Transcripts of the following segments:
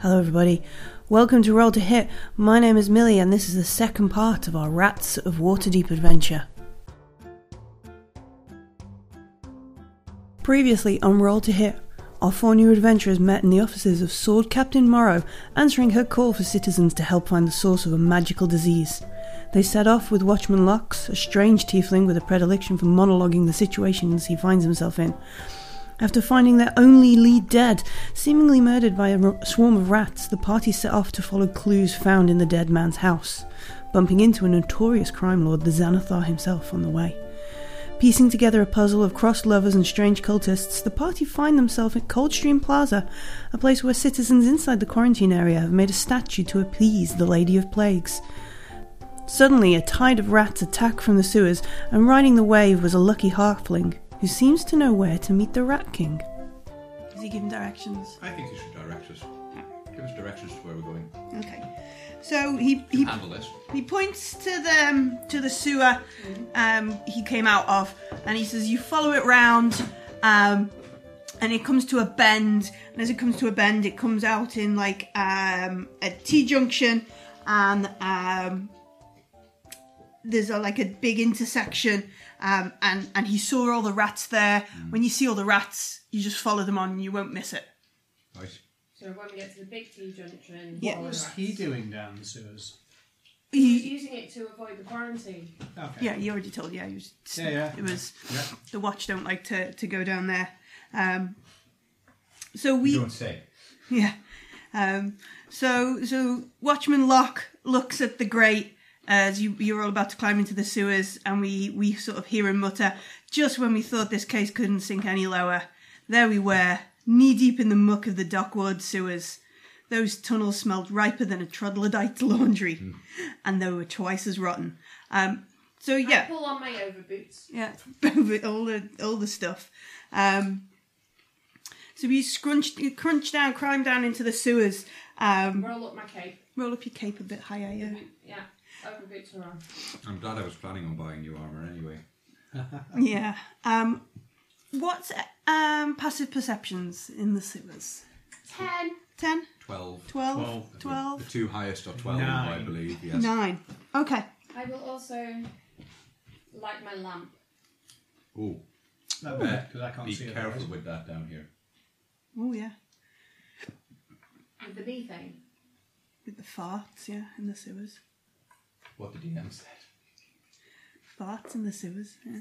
Hello, everybody. Welcome to Roll to Hit. My name is Millie, and this is the second part of our Rats of Waterdeep adventure. Previously on Roll to Hit, our four new adventurers met in the offices of Sword Captain Morrow, answering her call for citizens to help find the source of a magical disease. They set off with Watchman Locks, a strange tiefling with a predilection for monologuing the situations he finds himself in after finding their only lead dead, seemingly murdered by a r- swarm of rats, the party set off to follow clues found in the dead man's house, bumping into a notorious crime lord, the Xanathar himself, on the way. Piecing together a puzzle of crossed lovers and strange cultists, the party find themselves at Coldstream Plaza, a place where citizens inside the quarantine area have made a statue to appease the Lady of Plagues. Suddenly, a tide of rats attack from the sewers, and riding the wave was a lucky halfling who seems to know where to meet the Rat King. Is he giving directions? I think you should direct us. Give us directions to where we're going. Okay. So he he, Handle this. he points to the um, to the sewer um, he came out of, and he says, "You follow it round." Um, and it comes to a bend, and as it comes to a bend, it comes out in like um, a T junction, and um, there's a, like a big intersection, um, and and he saw all the rats there. Mm. When you see all the rats, you just follow them on, and you won't miss it. Right. So when we get to the big T junction, Yeah. all What the was rats. he doing down the sewers? Mm. He He- was using it to avoid the quarantine. Okay. Yeah, you already told. Yeah, you was, Yeah, yeah. it was. Yeah. The watch don't like to, to go down there. Um, so You we don't say. yeah. Um, so so Watchman Locke looks at the grate as you you're all about to climb into the sewers, and we we sort of hear him mutter, "Just when we thought this case couldn't sink any lower, there we were, knee deep in the muck of the Dockward sewers." Those tunnels smelled riper than a troglodyte's laundry, and they were twice as rotten. Um, so yeah, Pull on my overboots. yeah, with all the all the stuff. Um, so you scrunch, you crunch down, climb down into the sewers. Um, Roll up my cape. roll up your cape a bit higher, yeah. Yeah, overboots are on. I'm glad I was planning on buying new armour anyway. Yeah. Um, what's um, passive perceptions in the sewers? Ten. 10, 12. 12, Twelve. 12, The two highest are 12, I Nine. believe. Yes. 9. Okay. I will also light my lamp. Oh, That uh, because I can't be see it. careful with that down here. Oh, yeah. With the bee thing. With the farts, yeah, in the sewers. What the DM said. Farts in the sewers, yeah.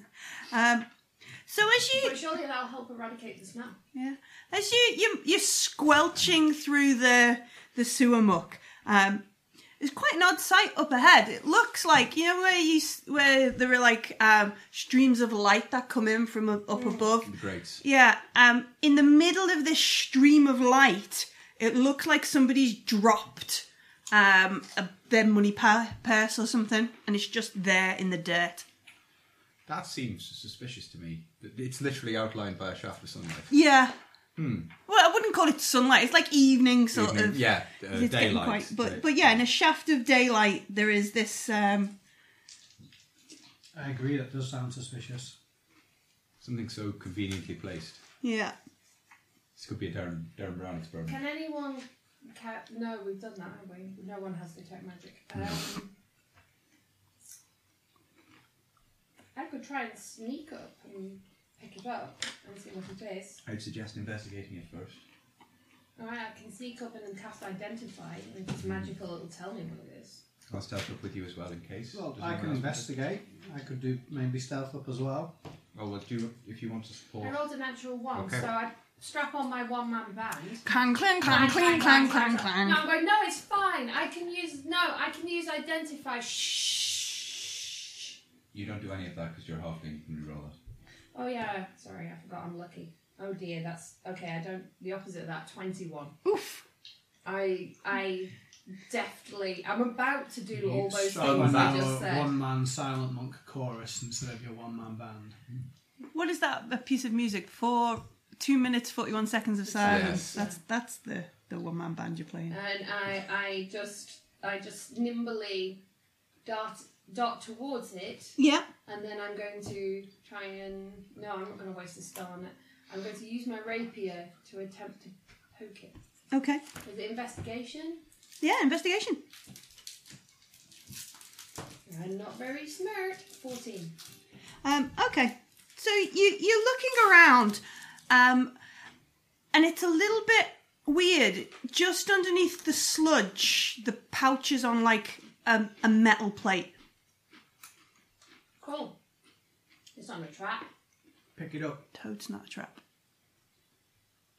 Um, so as you... But surely that'll help eradicate the smell. Yeah, as you you you're squelching through the the sewer muck. Um, it's quite an odd sight up ahead. It looks like you know where you s- where there are like um, streams of light that come in from up up above. The grates. Yeah, um, in the middle of this stream of light, it looks like somebody's dropped um, a, their money pa- purse or something, and it's just there in the dirt. That seems suspicious to me. It's literally outlined by a shaft of sunlight. Yeah. Well, I wouldn't call it sunlight. It's like evening sort Hmm. Evening- of. yeah, uh, it's getting daylight. quite- Day- but but yeah, in a shaft of daylight, there is this. Um, I agree, that does sound suspicious. Something so conveniently placed. yeah, This could be a Darren, Darren Brown experiment. Can anyone? Ca- no, we've done that, haven't we? No one has detect magic. Um, I could try and sneak up and pick it up and see what it is. I'd suggest investigating it first. Alright, I can sneak up and then cast identify, and if it's magical, it'll tell me what it is. I'll start up with you as well in case. Well, Does I anyone else want can to- investigate. I could do maybe stealth up as well. Oh, well, do you, if you want to I support. rolled a natural one, Okay. so I strap on my one man band. clang clang clang clang clang clang clang. No, I'm going, no, it's fine. I can use, no, I can use identify. Shh. You don't do any of that because you're half and you can reroll it. Oh, yeah, sorry, I forgot I'm lucky. Oh dear, that's okay. I don't, the opposite of that, 21. Oof. I, I deftly, I'm about to do all those Strike things one I man- just said. One man silent monk chorus instead of your one man band. What is that? A piece of music for two minutes forty one seconds of silence. Yes. That's that's the the one man band you're playing. and I, I just I just nimbly dart dart towards it, Yeah. and then I'm going to try and no, I'm not going to waste a star on it. I'm going to use my rapier to attempt to poke it. Okay. Is it investigation? Yeah, investigation. I'm not very smart. 14. Um, okay. So you you're looking around, um, and it's a little bit weird. Just underneath the sludge, the pouch is on like um, a metal plate. Cool. It's on a trap. Pick it up. Toad's not a trap.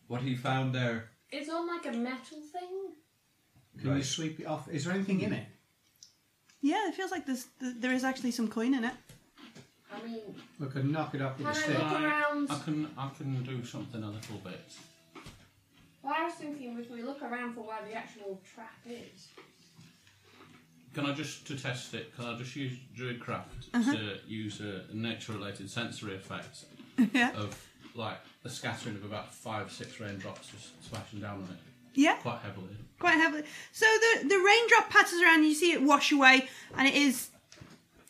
What he found there. It's on like a metal thing. Can you sweep it off? Is there anything in it? Yeah, it feels like there's th- there is actually some coin in it. I mean, We could knock it off with can a I stick. look around? I can I can do something a little bit. Well, I was thinking if we look around for where the actual trap is. Can I just to test it? Can I just use druidcraft Uh-huh. to use a nature-related sensory effect yeah. of like a scattering of about five, six raindrops just splashing down on it Yeah. quite heavily? quite heavily. So the the raindrop patters around. You see it wash away, and it is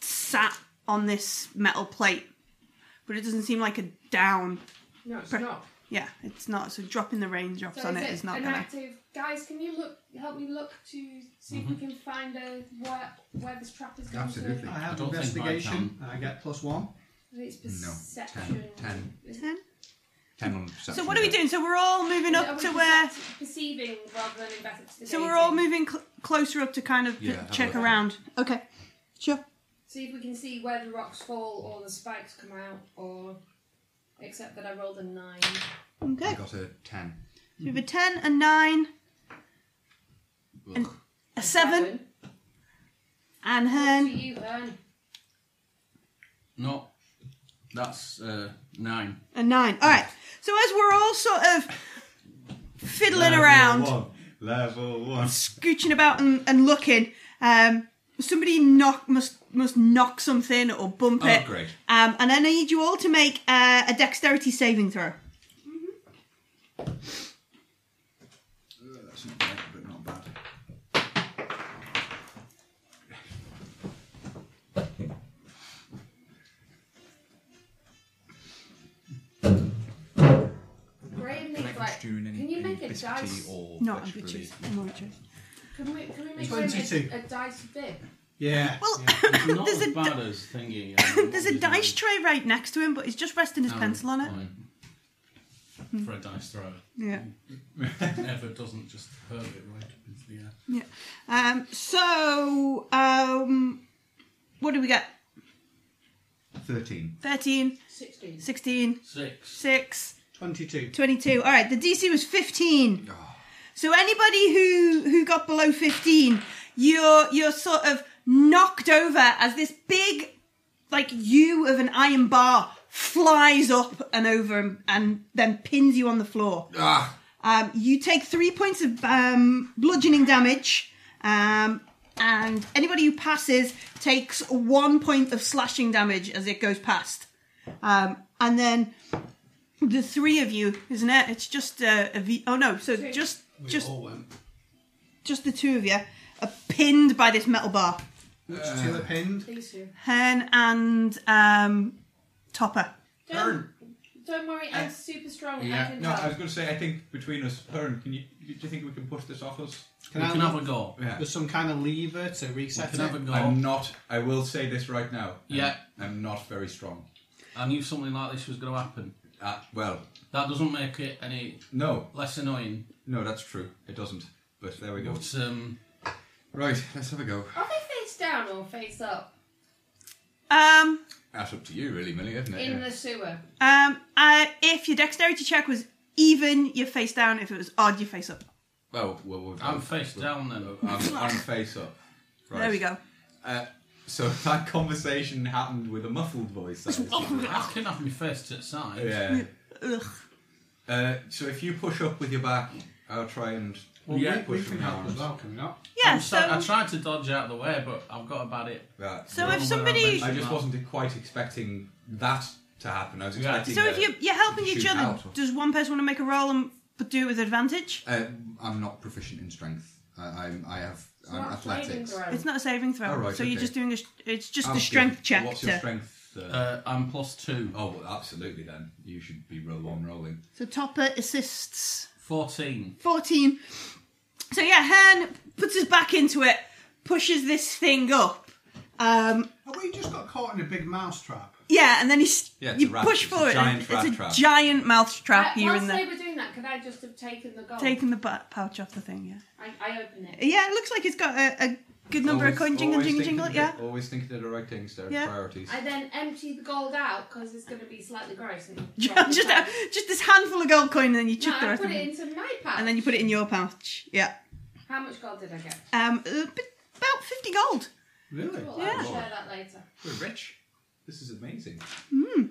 sat on this metal plate, but it doesn't seem like a down. No, it's Pre- not. Yeah, it's not. So dropping the raindrops So on is it it is not an gonna. active? Guys, can you look? Help me look to see if we can find a where where this trap is going Mhm. Absolutely. to. I have I don't think I investigation and I get plus one. It's No. perception. Ten. Ten. Is- Ten? Ten on perception. So what are we doing? So we're all moving Are up we to perce- where. perceiving rather than investigating. So we're all moving cl- closer up to kind of Yeah, have a check look. around. Okay, sure. See if we can see where the rocks fall or the spikes come out, or except that I rolled a nine. I Okay, got a ten. so we have a ten, a nine, Ugh. a seven, and Seven. hen. For you, Hern. No, that's uh, nine. A nine. All right. So as we're all sort of fiddling Level around, One. Level one. scooching about and, and looking, um, somebody knock must must knock something or bump Oh, it. great. Um, and I need you all to make uh, a dexterity saving throw. Uh, that's not bad, but not bad. Graham Can I needs like. constitute any, Can you any make a biscuity dice? or No, I'm vegetable good choice. leaf? I'm all right choice. Can we, can we make 22. a, a dice bit? Yeah. Well, It's not There's as a bad as thingy. um, what there's was a his dice name? tray right next to him, but he's just resting his Oh, pencil on it. Hmm. fine. For a dice thrower, Yeah. never doesn't just hurl it right up into the air. Yeah. Um, so, um, what do we get? Thirteen. 13, 16. 16, Six. 6, 22. 22. All right, the DC was 15. Oh. So anybody who who got below 15, you're you're sort of knocked over as this big like U of an iron bar flies up and over and, and then pins you on the floor. Ah. Um, you take three points of um, bludgeoning damage, um, and anybody who passes takes one point of slashing damage as it goes past. Um, and then the three of you, isn't it? It's just uh, a v- oh no, so just We just all went. just the two of you are pinned by this metal bar. Which Uh, two are pinned? These two. Hen and um, Topper. Don't, don't worry, I'm super strong. I Yeah. can No, I tell. was going to say. I think between us, Hearn, can you? Do you think we can push this off us? Can we I can look- have a go. Yeah. There's some kind of lever to We reset can have a it. go. I'm not. I will say this right now. I'm- Yeah. I'm not very strong. I knew something like this was going to happen. Uh, well, That doesn't make it any no, less annoying. no, that's true. It doesn't. But there we go. But um, Right, let's have a go. Are they face down or face up Um, That's up to you, really, Millie, isn't it? in Yeah. the sewer? um, uh, if your dexterity check was even, you're face down. If it was odd, you're face up. Well, well, well, I'm well, face well, down then. I'm, I'm face up. Right. There we go. Uh, so that conversation happened with a muffled voice. that is. I can have my face to the side. yeah. Ugh. Uh, so if you push up with your back, I'll try and Well, Yeah, we, we push can with my help as arms. well, can we not? Yeah. I'm so- I So, tried to dodge out of the way, but I've got about it. Right. so I if don't know whether I somebody, mentioned- I just wasn't quite expecting that to happen. I was Yeah. expecting. so if uh, you're, you're helping shoot each other, out or- does one person want to make a roll and but do it with advantage? Uh, I'm not proficient in strength. I, I'm. I have. It's I'm not athletics. saving throw. It's not a saving throw, Oh, right, so you're okay. just doing a. s- It's just I'll a give- strength check. What's your to- strength? Uh, Uh, I'm plus two. oh, well, absolutely. Then you should be roll on rolling. so Topper assists Fourteen. 14. So yeah, Hearn puts us back into it, pushes this thing up. Um, Have we just got caught in a big mouse trap? yeah, and then he's Yeah, it's you a rat- push it's a forward. and giant It's rat a trap. giant mouth trap Uh, here whilst and they there. were doing that, could I just have taken the gold? Taking the bu- pouch off the thing, yeah. I, I open it. Yeah, it looks like it's got a, a good number of coin jingle jingle jingle. Yeah, Always thinking of the right things there. Yeah. Priorities. I then empty the gold out because it's going to be slightly gross. And drop just uh, it back. just this handful of gold coin, and then you chuck no, the I rest put of it them, into my pouch. and then you put it in your pouch. Yeah, How much gold did I get? um, uh, but about fifty gold. Really? Well, Yeah. I'll share that later. We're rich. This is amazing. Hmm.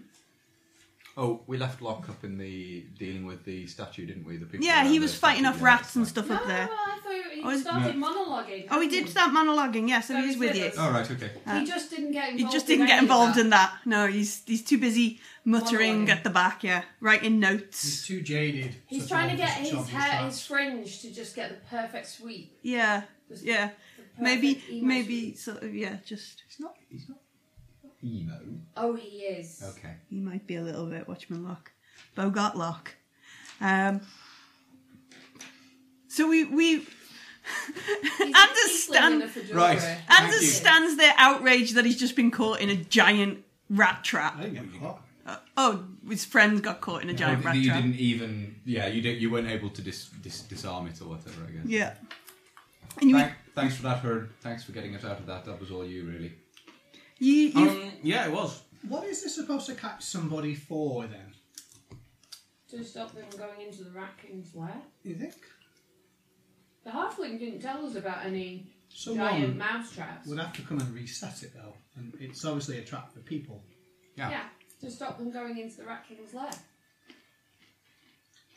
Oh, we left Locke up in the dealing with the statue, didn't we? The people Yeah, around he the was fighting statue, off yeah, rats it's and like- stuff No, up there. well, I thought he Oh, is- started monologuing. Oh, he did start monologuing. Yeah, so So he is he's with with you. us. Oh, right, okay. He just didn't get involved. He just in didn't get any of involved that. in that. No, he's he's too busy muttering Monologuing. at the back. Yeah, writing He's notes. too jaded. He's to trying to follow get this his job hair, task. his fringe to just get the perfect sweep. Yeah, Just yeah. the perfect Maybe emo maybe sweep. sort of yeah. Just He's not. He's not emo. Oh, he is. Okay. he might be a little bit Watchman Lock, Bogart Lock. Um. So we we He's a Understand- tiefling in a fedora. Right. Thank Anders you. stands there outraged that he's just been caught in a giant rat I trap. didn't get caught. Uh, oh, his friend got caught in a giant Well, rat you trap. didn't even. Yeah, you did, You weren't able to dis, dis, disarm it or whatever. I guess. Yeah. And you Thank- thanks for that, Hearn. Thanks for getting us out of that. That was all you, really. you you Um, yeah, it was. What is this supposed to catch somebody for then? To stop them going into the raccoon's lair. You think? The halfling didn't tell us about any giant Someone mouse traps. would have to come and reset it though, and it's obviously a trap for people. Yeah. Yeah, to stop them going into the rat king's lair.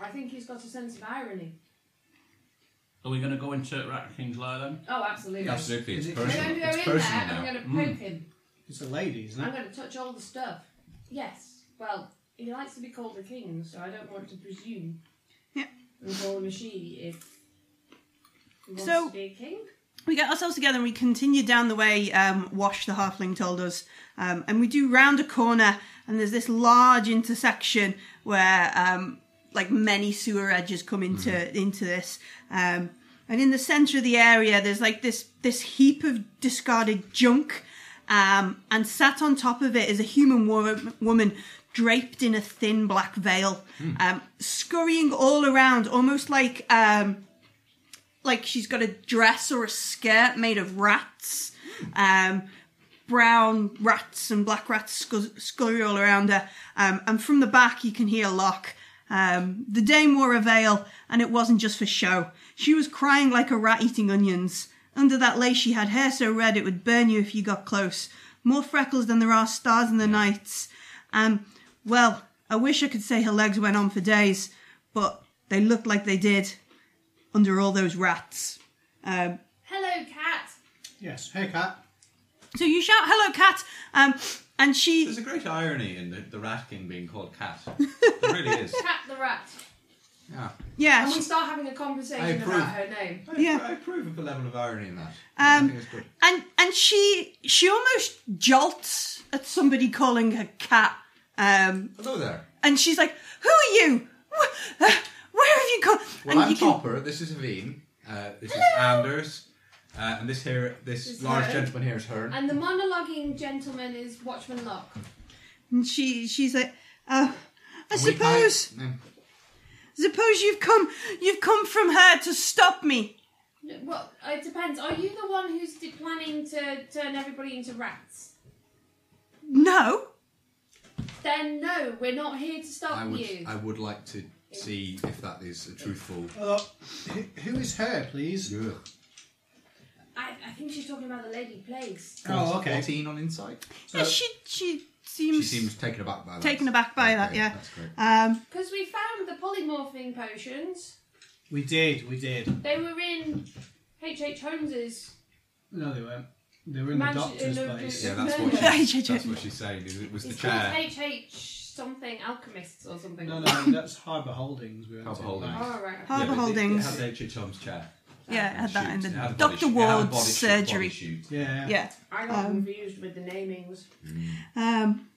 I think he's got a sense of irony. Are we going to go into Rat King's Lair then? Oh, absolutely. Absolutely, it's Is it- I'm personal. going to go it's in personal there. now. Mm. I'm going to poke him. It's a lady, isn't I'm it? going to touch all the stuff. Yes. Well, he likes to be called a king, so I don't want to presume. Yeah. And call him a she if he wants So- to be a king. we get ourselves together and we continue down the way um, Wash the halfling told us, um, and we do round a corner and there's this large intersection where um, like many sewer edges come into into this, um, and in the centre of the area there's like this this heap of discarded junk, um, and sat on top of it is a human wo- woman draped in a thin black veil, um, scurrying all around, almost like. Um, like she's got a dress or a skirt made of rats, um, brown rats and black rats scu- scurry all around her. Um, and from the back, you can hear Locke. Um, the dame wore a veil, and it wasn't just for show. She was crying like a rat eating onions. Under that lace, she had hair so red it would burn you if you got close. More freckles than there are stars in the nights. Um, well, I wish I could say her legs went on for days, but they looked like they did under all those rats. Um, Hello, cat. Yes. Hey, cat. so you shout, "Hello, cat!" Um, and she, There's a great irony in the, the rat king being called cat. there really is. Cat the rat. Yeah. yeah, And we she- start having a I conversation approve. about her name. I, Yeah. I approve of the level of irony in that. I Um, think it's good. and and she, she almost jolts at somebody calling her cat. Um, Hello there. and she's like, "Who are you? Wh- uh, where have you gone?" Well, and I'm you Topper. This is Aveen. Uh, this is Anders. Uh, and this here, this This is large Hearn. gentleman here is Hearn. And the monologuing gentleman is Watchman Locke. and she, she's like, uh, "I We can't- suppose, Mm. suppose you've come, you've come from her to stop me." Well, it depends. Are you the one who's de- planning to turn everybody into rats? No, Then no, we're not here to stop I would, you. I would like to see if that is a truthful. Hello. Who- Who is her, please? Ugh. I, I think she's talking about the lady plagues. Oh, okay. 14 on insight. yeah, she, she She seems, seems taken aback by that. taken aback by Okay, that. Yeah. That's great. Um, Because we found the polymorphing potions. We did. We did. They were in H.H. Holmes's. No, they weren't. They were in the Imagine- doctor's uh, no, place. Yeah, no, that's no, what, no. she's, that's what she's saying. is It was the It's called chair. H.H. something alchemists or something. No, no, that's Harbour Holdings. We went Harbour to, Holdings. right. Oh, right. Harbour yeah, Holdings. It, it had H.H. Holmes' chair. yeah, I had that in the Shoot, it had a body Doctor shoot- it had a body Ward's shoot- body surgery. shoot. Yeah. Yeah. I got confused with the namings. Um,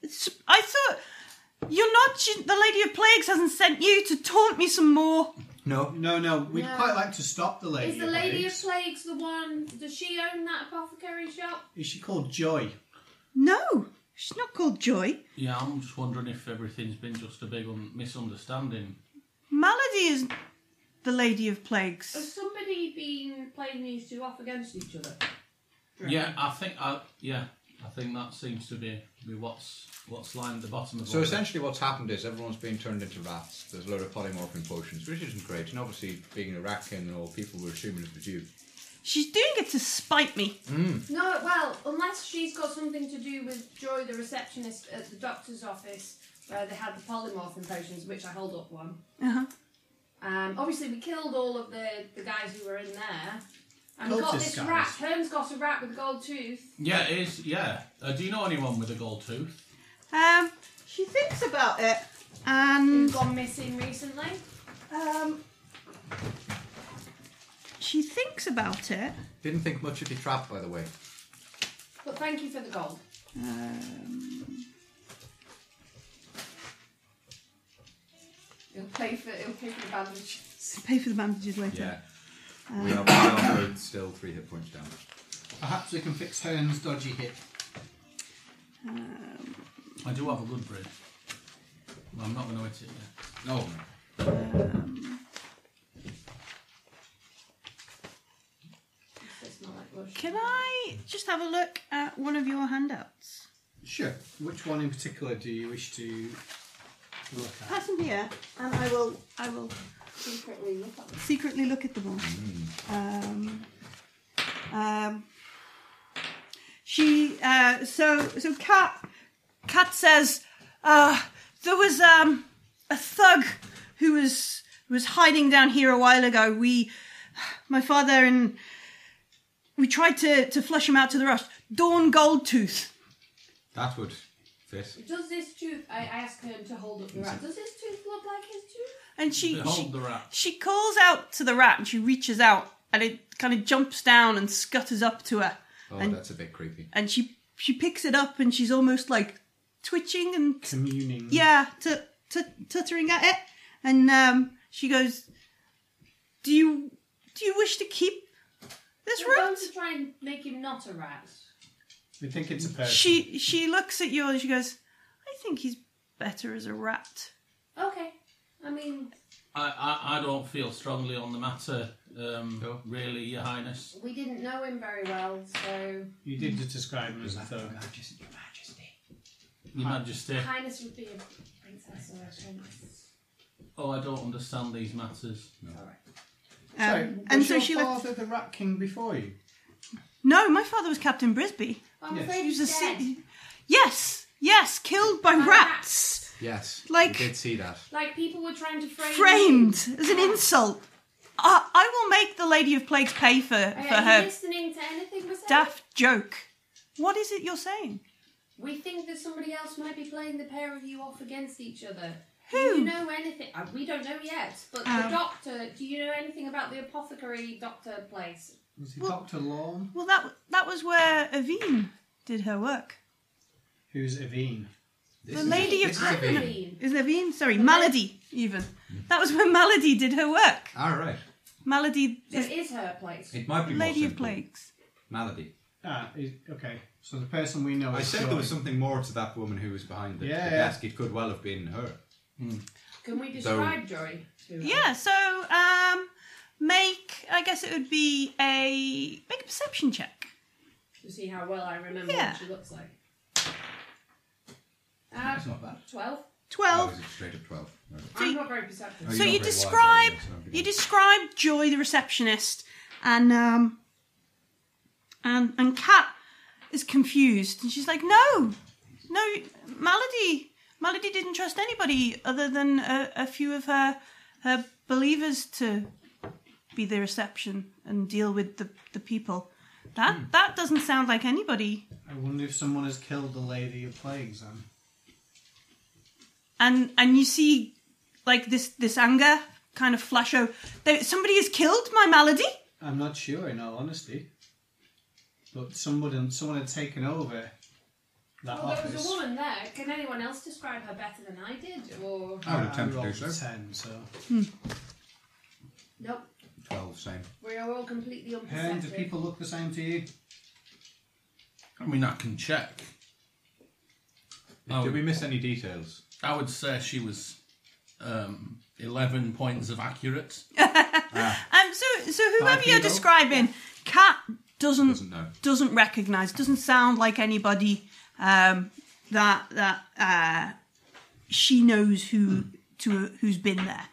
it's- I thought You're not. She, the Lady of Plagues hasn't sent you to taunt me some more. No. No, no, we'd No. quite like to stop the lady. Is the Lady Plagues. of Plagues the one? Does she own that apothecary shop? Is she called Joy? No, she's not called Joy. Yeah, I'm just wondering if everything's been just a big un- misunderstanding. Malady is the Lady of Has Plagues. somebody been playing these two off against each other? Yeah, I think I yeah, I think that seems to be, be what's what's lying at the bottom of So all this. essentially, what's happened is everyone's been turned into rats. There's a load of polymorphing potions, which isn't great. And obviously, being a rat king and all, people were assuming it was you. She's doing it to spite me. No, well, unless she's got something to do with Joy, the receptionist at the doctor's office, where they had the polymorphin potions, which I hold up one. Uh-huh. Um, obviously, we killed all of the, the guys who were in there. And we got Cultist this guys. rat. Herm's got a rat with a gold tooth. Yeah, it is. Yeah. Uh, do you know anyone with a gold tooth? Um, she thinks about it, who's and gone missing recently. um, she thinks about it. Didn't think much of your trap, by the way. But thank you for the gold. Um, He'll pay for he'll pay for the bandage. pay for the bandages later. Yeah. Uh, We are, we are both still three hit points down. Perhaps we can fix Hearn's dodgy hip. I do have a good bridge. Well, I'm not going to hit it yet. No. It's not like much. Can I just have a look at one of your handouts? Sure. Which one in particular do you wish to look at? Pass them here, and I will. I will secretly look at them? secretly look at them all. Um, um, she uh, so so Kat Kat says uh, there was um, a thug who was was hiding down here a while ago. We my father and we tried to to flush him out to the rust. Dawn Goldtooth. That would fit. Does this tooth I I ask her to hold up the rat. Does this tooth look like his tooth? And she, she Behold the rat. she calls out to the rat and she reaches out and it kind of jumps down and scutters up to her. Oh, And- that's a bit creepy. and she she picks it up and she's almost like twitching and Communing. yeah, tut tut- tuttering at it. And um, she goes, "Do you do you wish to keep this We're rat?" going to try and make him not a rat. We think it's a person. She she looks at you and she goes, "I think he's better as a rat." Okay. I mean, I, I, I don't feel strongly on the matter, um, No. really, Your Highness. we didn't know him very well, so You did just describe him as a thug. Your Majesty. Highness would be a princess or a prince. Oh, I don't understand these matters. Um, and so she looks. father the Rat King before you? No, my father was Captain Brisby. I'm Yes. afraid He was he's a dead. sea- yes, yes, killed by By rats, Yes. Like- we did see that. Like people were trying to frame framed as an insult. I, I will make the Lady of Plagues pay for, for Hey, are her you listening to anything we're saying? daft joke. What is it you're saying? We think that somebody else might be playing the pair of you off against each other. Who? Do you know anything? Uh, we don't know yet, but Um. the doctor, do you know anything about the apothecary doctor place? Was he Well- Dr. Lorne? Well, that that was where Avine did her work. Who's Evine? This The is- lady of- this is a I'm big- Levine. Is it Avine? Sorry, Malady. Even that was where Malady did her work. All right. Malady So is it is her place. It might be more Lady of simple. Plagues. Malady. Ah, is, okay. So the person we know I is said Joy. there was something more to that woman who was behind the, Yeah, the yeah. desk. It could well have been her. Can we describe Jory? to her? Yeah. So um, make I guess it would be a make a perception check. To see how well I remember Yeah. what she looks like. Uh, That's not bad. Twelve. That Twelve. was straight at 12. No. I'm not very perceptive. Oh, So you're you not very wise, describe are so I'm you beginning- describe Joy the receptionist, and um, and and Kat is confused, and she's like, "No, no, Malady, Malady didn't trust anybody other than a, a few of her her believers to be the reception and deal with the the people. Hmm. That that doesn't sound like anybody." I wonder if someone has killed the Lady of Plagues then. And and you see like this this anger kind of flash over. There- Somebody has killed my Malady. I'm not sure, in all honesty. But someone someone had taken over that Well, there Oh, was office. a woman there. Can anyone else describe her better than I did? Or I would attempt to do rolled so. Ten, so nope. Twelve, same. We are all completely Helen, do unperceptive. people look the same to you? I mean, I can check. Oh. Did we miss any details? I would say she was um, 11 points of accurate. Um, so, so whoever Five you're people. describing, Cat doesn't Doesn't know. doesn't recognise, doesn't sound like anybody um, that that uh, she knows who to who's been there.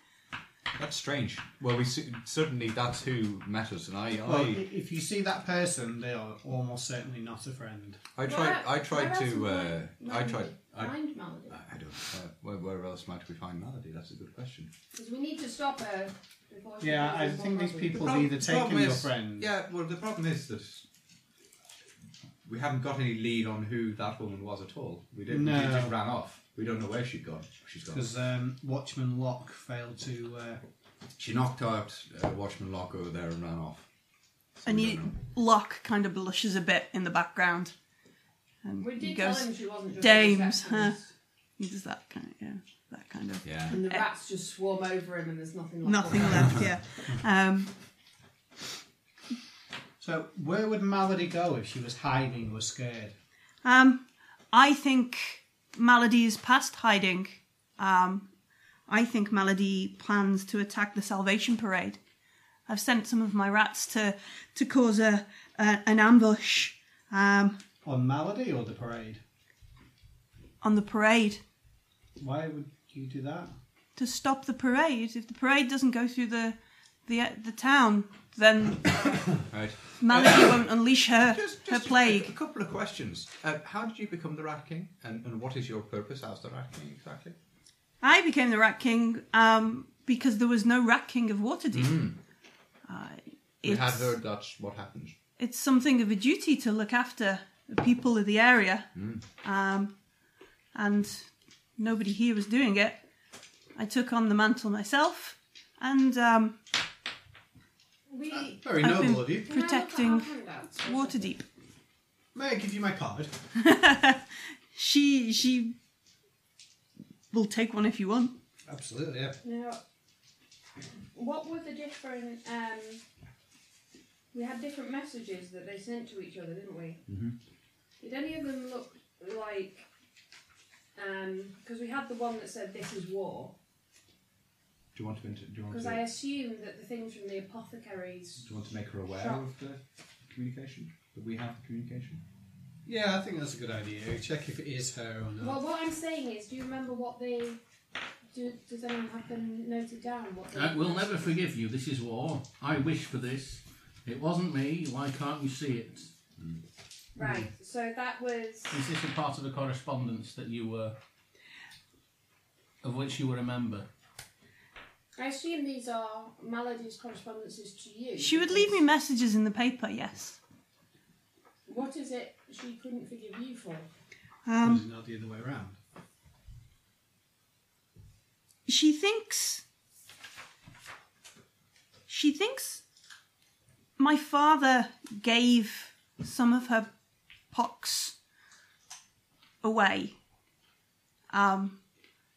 That's strange. Well, we s- suddenly that's who met us, and I, Well, i- I, if you see that person, they are almost certainly not a friend. I tried, I Where tried else to, would uh, I mind- tried. I, Mind malady. I don't. Uh, where, where else might we find Melody? That's a good question. Because we need to stop her before she Yeah, I becomes think more these malady. people have either taken your friend. Yeah. Well, the problem is that we haven't got any lead on who that woman was at all. We didn't. No. She just ran off. We don't know where she'd gone. She's gone. Because um, Watchman Locke failed to. Uh, She knocked out uh, Watchman Lock over there and ran off. So And we you, don't know. Locke kind of blushes a bit in the background. And We he did tell goes, him she wasn't just Dames, a receptionist. huh? he does that kind of, yeah, that kind of. Yeah. And the rats just swarm over him, and there's nothing left. Eh. Nothing left, yeah. Um, so, where would Malady go if she was hiding or scared? Um, I think Malady is past hiding. Um, I think Malady plans to attack the Salvation Parade. I've sent some of my rats to to cause a, a an ambush um, On Malady or the parade? on the parade Why would you do that? to stop the parade. If the parade doesn't go through the the uh, the town, then Right. Malady won't unleash her Just, her just plague. A, a couple of questions. Uh, how did you become the Rat King, and, and what is your purpose as the Rat King exactly? I became the Rat King um, because there was no Rat King of Waterdeep. Uh, Hmm. We had it's- heard that's what happens. it's something of a duty to look after the people of the area, Hmm. um, and nobody here was doing it. I took on the mantle myself, and um, We Very I've noble been- of you. can I look at our Protecting handouts for a water second? deep. May I give you my card? She she will take one if you want. Absolutely, yeah. Now, what were the different? Um, we had different messages that they sent to each other, didn't we? Mm-hmm. Did any of them look like? Because we had the one that said "This is war." Do you want to? inter- Do you want Because to? I assume that the things from the apothecaries. Do you want to make her aware Sure. of the communication that we have the communication? Yeah, I think that's a good idea. Check if it is her or not. Well, what I'm saying is, do you remember what they? Do, does anyone have them noted down? What they Uh, we'll never forgive you. This is war. I wish for this. It wasn't me. Why can't you see it? Right. So that was. Is this a part of the correspondence that you were. of which you were a member? I assume these are Malady's correspondences to you. She would leave me messages in the paper. Yes, What is it she couldn't forgive you for? um, Is it not the other way around? she thinks she thinks my father gave some of her pox away um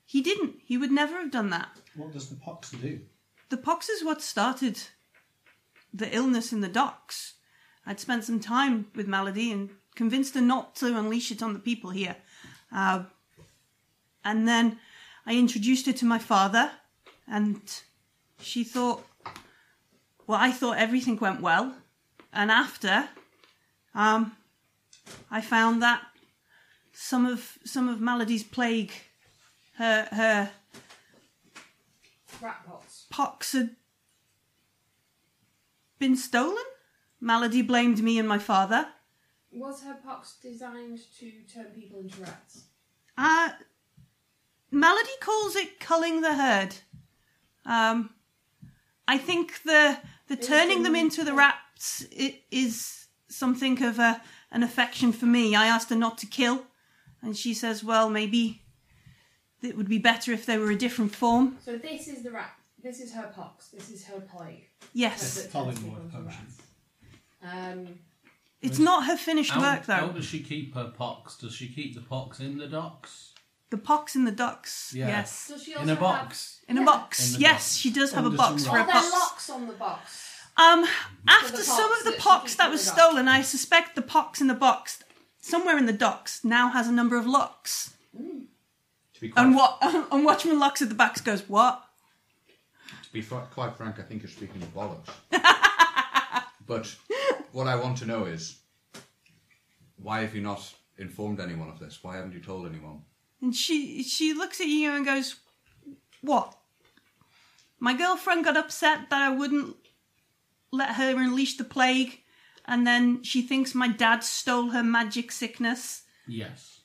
he didn't he would never have done that What does the pox do? the pox is what started the illness in the docks. I'd spent some time with Malady and convinced her not to unleash it on the people here. Uh, and then I introduced her to my father, and she thought, well, I thought everything went well. And after, um, I found that some of some of Malady's plague, her her Rat pots. pox had been stolen. Malady blamed me and my father. Was her pox designed to turn people into rats? Uh, Malady calls it culling the herd. Um, I think the the turning them into the rats i- is something of a an affection for me. I asked her not to kill, and she says, "Well, maybe it would be better if they were a different form." So this is the rat. This is her pox. This is her plague. Yes, That turns people Polymorph into potion. rats. Um, It's not her finished How, work, though. how does she keep her pox? Does she keep the pox in the docks? The pox in the ducks. Yeah. Yes. Does she In a box. In a Yeah. box. In the yes, box. Oh, she does have a Under box some for Are a there rocks. pox. locks on the box? Um, after the some pox of the that she pox just that put was in the box. stolen, I suspect the pox in the box, somewhere in the docks, now has a number of locks. To be quite, And what? And Watchman locks at the back goes, "What? to be fr- quite frank, I think you're speaking of bollocks. but what I want to know is why have you not informed anyone of this? Why haven't you told anyone? And she she looks at you and goes, "What? My girlfriend got upset that I wouldn't let her unleash the plague, and then she thinks my dad stole her magic sickness. Yes.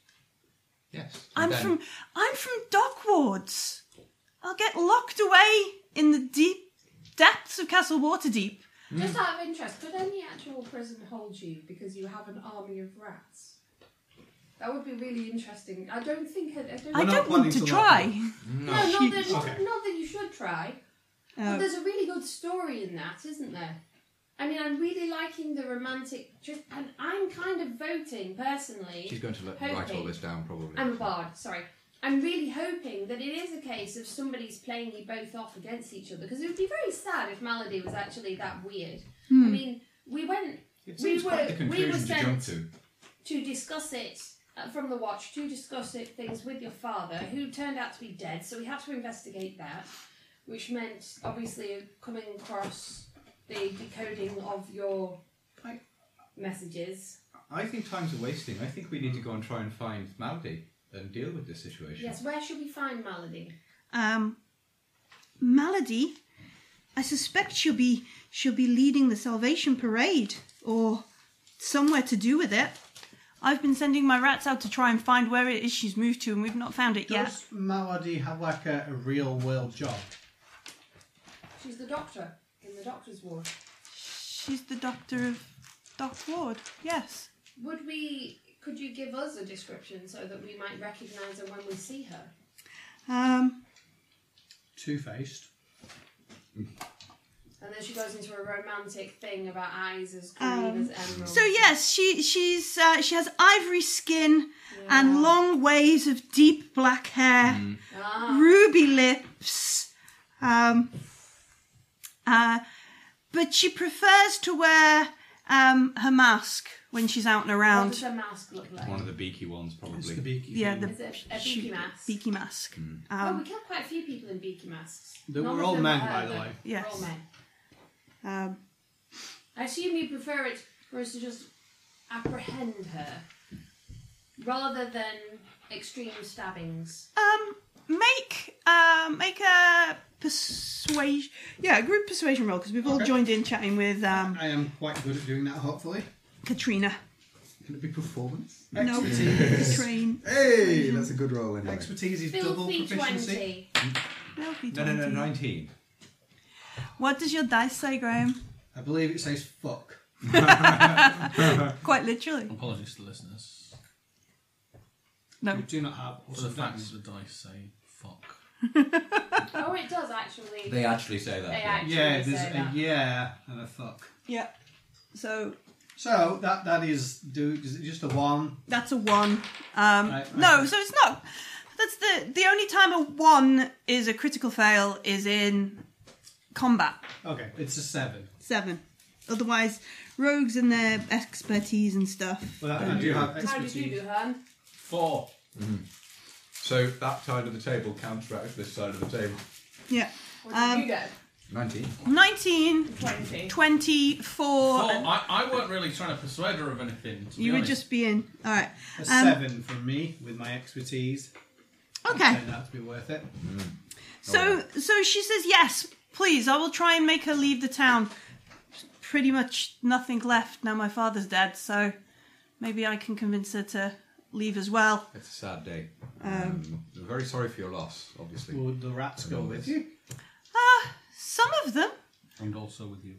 Yes. I'm then- from I'm from dock wards. I'll get locked away in the deep depths of Castle Waterdeep. Just out of interest, could any actual prison hold you because you have an army of rats? That would be really interesting. I don't think. I, I don't. I not don't planning want to to try. no, not that, Okay. not that you should try. Uh, But there's a really good story in that, isn't there? I mean, I'm really liking the romantic trip, and I'm kind of voting personally. She's going to let, hoping- write all this down, probably. I'm a bard, sorry. I'm really hoping that it is a case of somebody's playing you both off against each other because it would be very sad if Malady was actually that weird. I mean, we went. It we seems were quite the we conclusion were to sent jump to. to discuss it uh, from the watch to discuss it things with your father, who turned out to be dead. So we had to investigate that, which meant obviously uh, coming across the decoding of your I- messages. I think time's wasting. I think we need to go and try and find Maldi and deal with this situation. Yes, where should we find Malady? um, Malady, I suspect she'll be she'll be leading the Salvation Parade or somewhere to do with it. I've been sending my rats out to try and find where it is she's moved to, and we've not found it yet. Does Malady have like a, a real world job? She's the doctor in the doctor's ward. She's the doctor of Doc Ward. Yes. Would we? Could you give us a description so that we might recognise her when we see her? Um, Two faced. And then she goes into a romantic thing about eyes as green Um, as emeralds. so yes, she she's uh, she has ivory skin and long waves of deep black hair. Ah, ruby lips. Um, uh, but she prefers to wear um, her mask when she's out and what does around. her mask look like? One of the beaky ones, It's probably. the beaky. Yeah, thing. the Is it a she- beaky mask? beaky mask. oh, we Um, killed quite a few people in beaky masks. They None were of all them men, were by her, the though. way. Yes. All men. um, I assume you prefer it for us to just apprehend her rather than extreme stabbings. um, make uh, make a persuasion. Yeah, a group persuasion roll because we've all Okay. joined in chatting with um, I am quite good at doing that, hopefully. Katrina. Can it be performance? No, Expertise. train. Hey, that's a good roll anyway. Expertise is double Filthy proficiency. twenty. No, be No, no, no, 20. 19. What does your dice say, Graham? I believe it says fuck. Quite literally. Apologies to listeners You No. do not have for the fact facts. that the dice say fuck. Oh, it does actually. They actually say that. They yeah. actually Yeah, say there's a that. yeah and a fuck. Yeah. So So that that is do is it just a one? That's a one. Um, Right, right. No, so it's not. That's the the only time a one is a critical fail is in combat Okay, it's a seven. seven. Otherwise, rogues and their expertise and stuff. Well, I, I do have How did you do, expertise. Han? Four. So that side of the table counteracts this side of the table. Yeah, What did Um, you get? 19. 19, Twenty. 24. Four. and I, I weren't really trying to persuade her of anything. To be you were honest. just being all right. A Um, seven from me with my expertise. Okay, Turned out to be worth it. so so she says yes, please. I will try and make her leave the town. Pretty much nothing left now. My father's dead, so maybe I can convince her to leave as well. It's a sad day. Um, we're very sorry for your loss, obviously. Would the rats go with you? Some of them And also with you.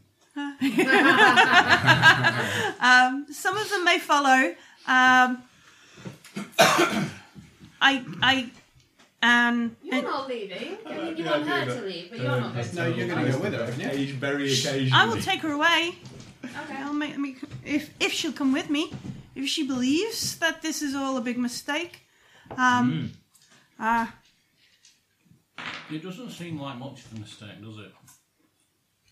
some of them may follow. Um, I, I, um, You're not leaving. I mean, you Uh, yeah, want I her do, uh, to leave, but you're not going to No, leave. you're going to go with her, aren't you? very I will take her away. Okay. I'll make me if if she'll come with me, if she believes that this is all a big mistake. Um, Hmm. uh, It doesn't seem like much of a mistake, does it?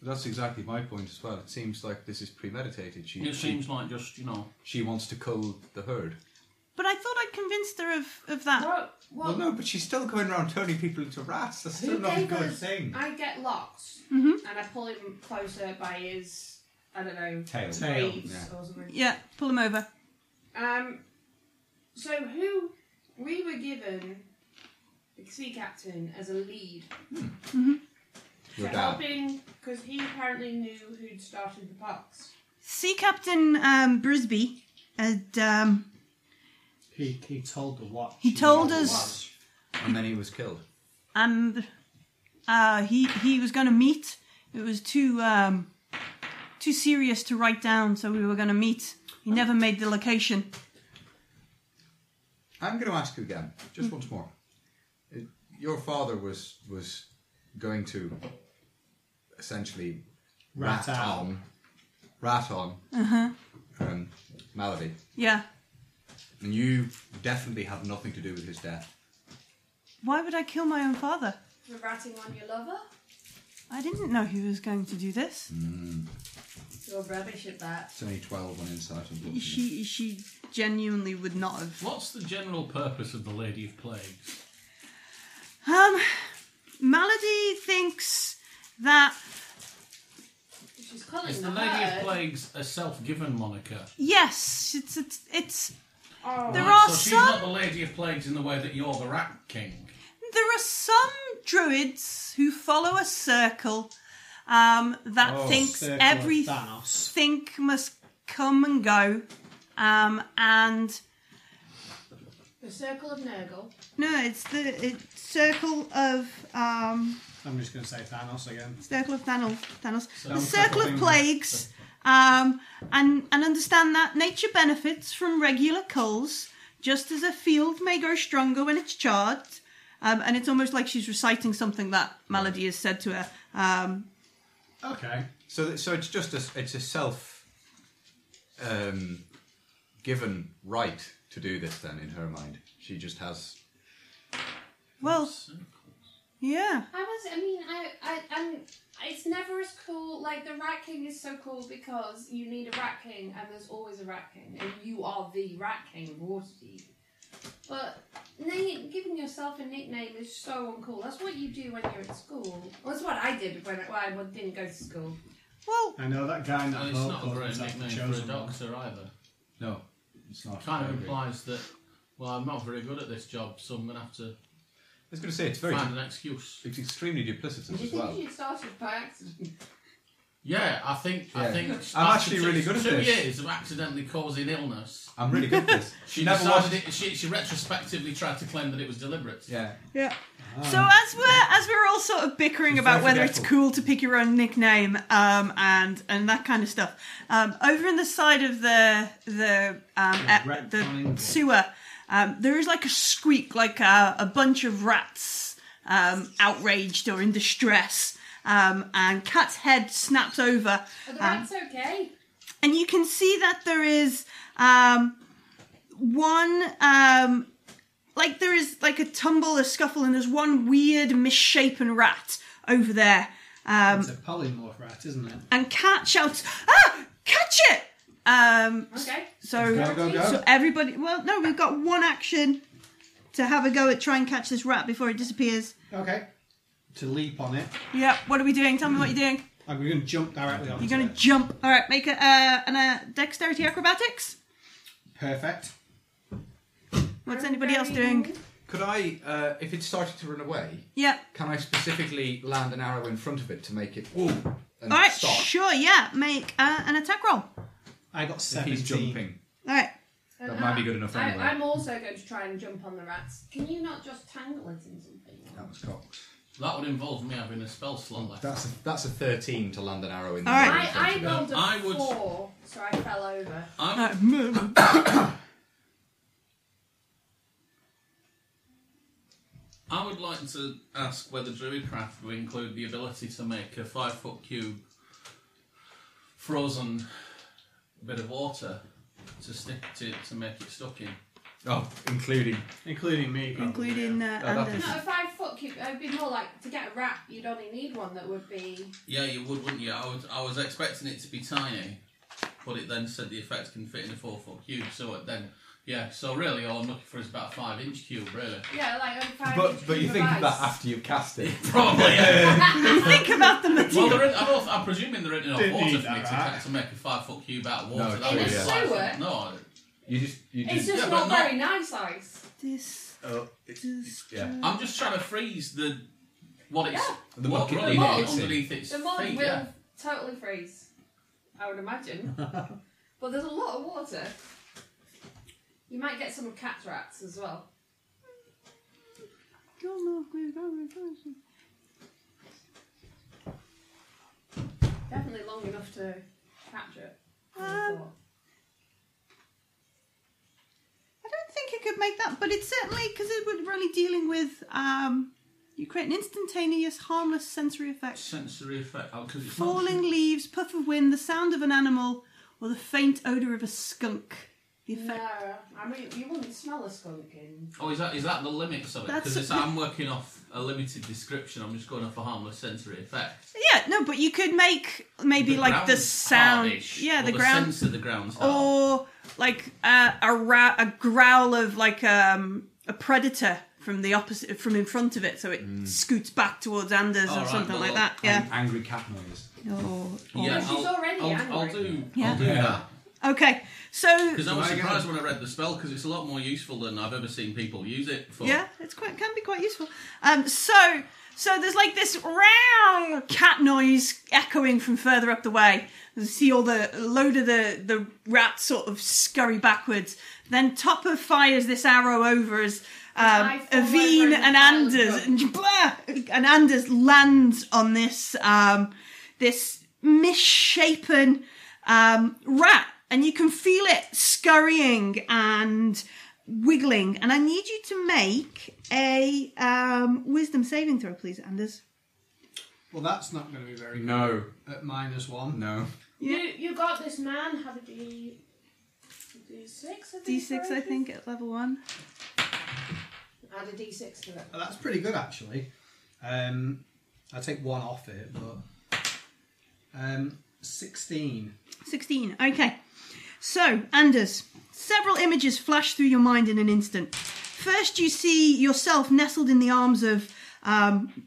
That's exactly my point as well. It seems like this is premeditated. She It she, seems like just, you know. she wants to cull the herd. but I thought I'd convinced her of of that. Well, Well, well, no, but she's still going around turning people into rats. That's still who not a gave good us? thing. I get locked, Mhm. and I pull him closer by his, I don't know, Tail. Tail, waves yeah. or something. Yeah, pull him over. Um, so who we were given the sea captain as a lead Your for dad. helping because he apparently knew who'd started the pox. Sea Captain um, Brisby had um, He, he told the watch. He told was- us- And then he was killed. and uh, he he was going to meet. It was too um, too serious to write down, so we were going to meet. He never made the location. I'm going to ask you again, just once more. Uh, Your father was was going to essentially Rat rat, out. on, rat on Uh-huh. um, Malady, Yeah. and you definitely had nothing to do with his death. Why would I kill my own father? For ratting on your lover? I didn't know he was going to do this. You're rubbish at that. It's only twelve on insight, unfortunately. She she genuinely would not have. What's the general purpose of the Lady of Plagues? Um, Malady thinks that She's calling Is the, the Lady herd. of Plagues a self-given moniker? yes, it's it's it's Oh, There are Right, so she's some- not the Lady of Plagues in the way that you're the Rat King. There are some druids who follow a circle um, that Oh, thinks Circle of everything Thanos. must come and go. Um, and the circle of Nurgle. no, it's the it's circle of um, I'm just going to say Thanos again. circle of Thanos, Thanos the Circle circle thing. of plagues, um, and and understand that nature benefits from regular culls, just as a field may grow stronger when it's charred. Um, and it's almost like she's reciting something that Malady has said to her. Um, Okay. So, th- so it's just a it's a self um, given right to do this. Then, in her mind, she just has. well, yeah. I was, I mean, I, I, I'm, it's never as cool. Like, the Rat King is so cool because you need a Rat King, and there's always a Rat King, and you are the Rat King of Waterdeep. But na- giving yourself a nickname is so uncool. That's what you do when you're at school. Well, that's what I did when I, well, I didn't go to school. Well, I know that guy in that And it's hole Oh, not a called great himself the nickname for a chosen one. doctor either. No, it's not. Kind of I agree. implies that, well, I'm not very good at this job, so I'm going to have to I was going to say it's very find an excuse. it's extremely Did duplicitous you as think well. you started by accident? Yeah, I think I Yeah. think I'm after actually two- really good at two this. years of accidentally causing illness. I'm really good at this. She never decided it, she, she retrospectively tried to claim that it was deliberate. Yeah, yeah. So as we're as we're all sort of bickering She's about very whether it's forgetful. cool to pick your own nickname um, and and that kind of stuff, um, over in the side of the the um, Yeah, uh, rat the kind. sewer, um, there is like a squeak, like a, a bunch of rats um, outraged or in distress, um, and Cat's head snaps over, Are the Um, rats okay? and you can see that there is um, one um, like there is like a tumble a scuffle and there's one weird misshapen rat over there um, It's a polymorph rat, isn't it? and cat shouts ah catch it um, Okay. so Go, go, go. so everybody well no we've got one action to have a go at try and catch this rat before it disappears Okay. To leap on it. yeah what are we doing tell me what you're doing I'm going to jump directly on you're it. gonna jump all right make a uh, an, uh, dexterity acrobatics Perfect. what's anybody else doing could I? Uh, if it started to run away, yeah can I specifically land an arrow in front of it to make it whoa and All right, stop? sure, yeah. Make uh, an attack roll. All I got If 17. he's jumping. right. And That might be good enough I, anyway. I'm also going to try and jump on the rats. Can you not just tangle it in something? That was cocked. That would involve me having a spell slot left. That's a, that's a 13 to land an arrow in the All right. middle in front I, of it. I rolled a I would- four, so I fell over. I'm, Uh, move. I would like to ask whether Druidcraft would include the ability to make a five foot cube frozen bit of water to stick to to make it stuck in. Oh, including. Including me, probably. including uh, that'd Anders. No, if I foot cube, it'd be more like to get a wrap. You'd only need one that would be. Yeah, you would, wouldn't you? I was I was expecting it to be tiny, but it then said the effect can fit in a four foot cube. So it then, yeah. So really, all I'm looking for is about a five inch cube, really. Yeah, like a five But but you think of that after you've cast it. Probably. yeah. Think about the well, material. there is, I'm, also, I'm presuming there isn't enough Didn't water for need me that, to, right? catch- to make a five foot cube out of water. No, that true, would yeah. suffice. Sewer? No, You just you It's just. just Yeah, but not not- very nice ice. This oh, it- is yeah. I'm just trying to freeze the what it's Yeah. The what bucket really that it is sits in. underneath its The mud feet. will Yeah. totally freeze, I would imagine. but there's a lot of water. You might get some cataracts as well. Definitely long enough to capture it. I would have thought. I don't think it could make that, but it's certainly because it was really dealing with. Um, you create an instantaneous, harmless sensory effect. Sensory effect. Oh, 'cause it's not- Falling leaves, puff of wind, the sound of an animal, or the faint odour of a skunk. The effect. No, I mean you wouldn't smell a skunk in. Oh, is that is that the limits of it? That's- Because I'm working off a limited description. I'm just going off a harmless sensory effect. Yeah, no, but you could make maybe The like the ground's sound. tarnish, yeah, or the the ground. Oh. sense of the ground. or like uh, a ra- a growl of like um, a predator from the opposite from in front of it, so it scoots back towards Anders Mm. All or right, something well, like that. Yeah. An- angry cat noise. Oh, yeah, Well, she's I'll- already I'll, I'll angry. do. Yeah. I'll do that Okay, so because I was I get surprised when I read the spell because it's a lot more useful than I've ever seen people use it for. yeah, it's quite can be quite useful. Um, so so there's like this round cat noise echoing from further up the way. You see all the load of the the rats sort of scurry backwards. Then Topper fires this arrow over as I um, fall Aveen over in and the pile of Anders rubble. and blah, and Anders lands on this um, this misshapen um, rat, and you can feel it scurrying and wiggling. And I need you to make a um, wisdom saving throw, please, Anders. Well, that's not going to be very good. No, At minus one. no. You you got this man had a D D six I think. D6, I think, at level one. Add a D six to it. Well, that's pretty good, actually. Um, I take one off it, but. Um, 16. 16. Okay. So, Anders, several images flash through your mind in an instant. First, you see yourself nestled in the arms of um,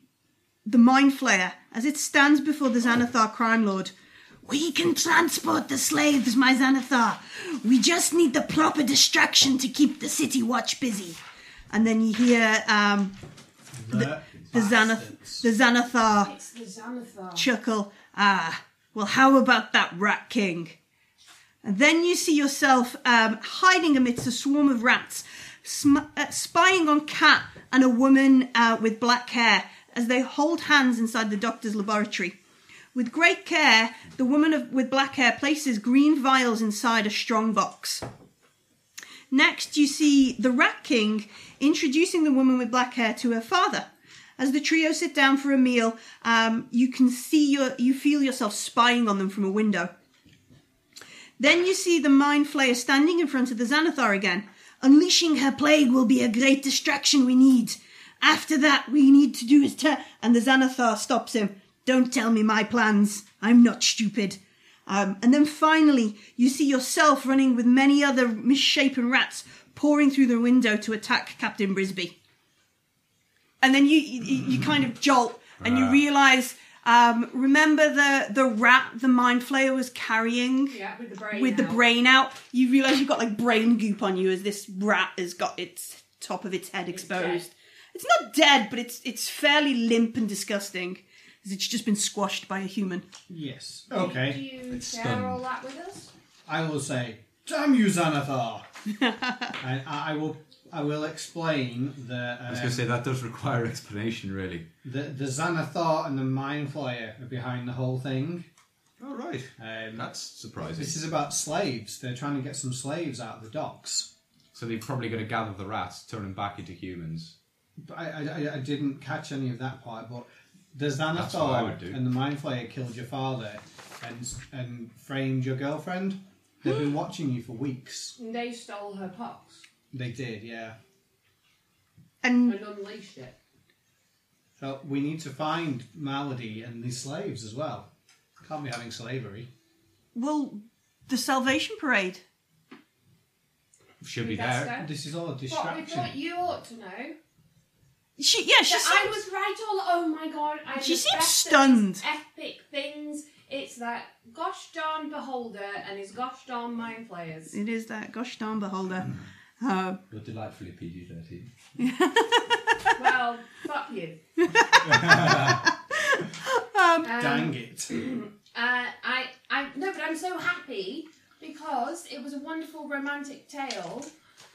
the Mind Flayer as it stands before the Xanathar crime lord. We can transport the slaves, my Xanathar. We just need the proper distraction to keep the city watch busy. And then you hear um, The, the, Xanath- the Xanathar It's the Xanathar. chuckle. Ah, well, how about that rat king? And then you see yourself um, hiding amidst a swarm of rats, sm- uh, spying on Cat and a woman uh, with black hair as they hold hands inside the doctor's laboratory. With great care, the woman of, with black hair places green vials inside a strong box. Next, you see the Rat King introducing the woman with black hair to her father. As the trio sit down for a meal, um, you can see your, you feel yourself spying on them from a window. Then you see the Mind Flayer standing in front of the Xanathar again. Unleashing her plague will be a great distraction we need. After that, we need to do is to. And the Xanathar stops him. Don't tell me my plans. I'm not stupid. Um, and then finally, you see yourself running with many other misshapen rats pouring through the window to attack Captain Brisby. And then you you, you kind of jolt and you realise. Um, remember the the rat the mind flayer was carrying Yeah, with the brain. with the out. brain out, you realise you've got like brain goop on you as this rat has got its top of its head exposed. It's, not dead, but it's it's fairly limp and disgusting. As it's just been squashed by a human. Yes. Do you- Okay. Do you It's share stunned. all that with us? I will say, damn you, Xanathar! and I, I will I will explain that I was going um, to say that does require explanation, really. the, the Xanathar and the Mind Flayer are behind the whole thing. Oh right, Um, that's surprising. this is about slaves. They're trying to get some slaves out of the docks. So they've probably got to gather the rats, turn them back into humans. But I, I, I- I didn't catch any of that part, but the That's what I would Xanathar do. and the Mind Flayer killed your father and, and framed your girlfriend. They've been watching you for weeks. And they stole her pox They did, yeah. And and unleashed it. So Uh, we need to find Malady and these slaves as well. Can't be having slavery. well, the Salvation Parade. She'll be That's there. her. This is all a But we thought distraction. you ought to know. She, yeah, she that I seems. was right all. Oh my god! I'm She the seems best at stunned. these Epic things. It's that gosh darn beholder and his gosh darn mind players. It is that gosh darn beholder. Uh, You're delightfully PG 13. well, fuck you. um, Dang it. Uh, I, I, no, but I'm so happy because it was a wonderful romantic tale,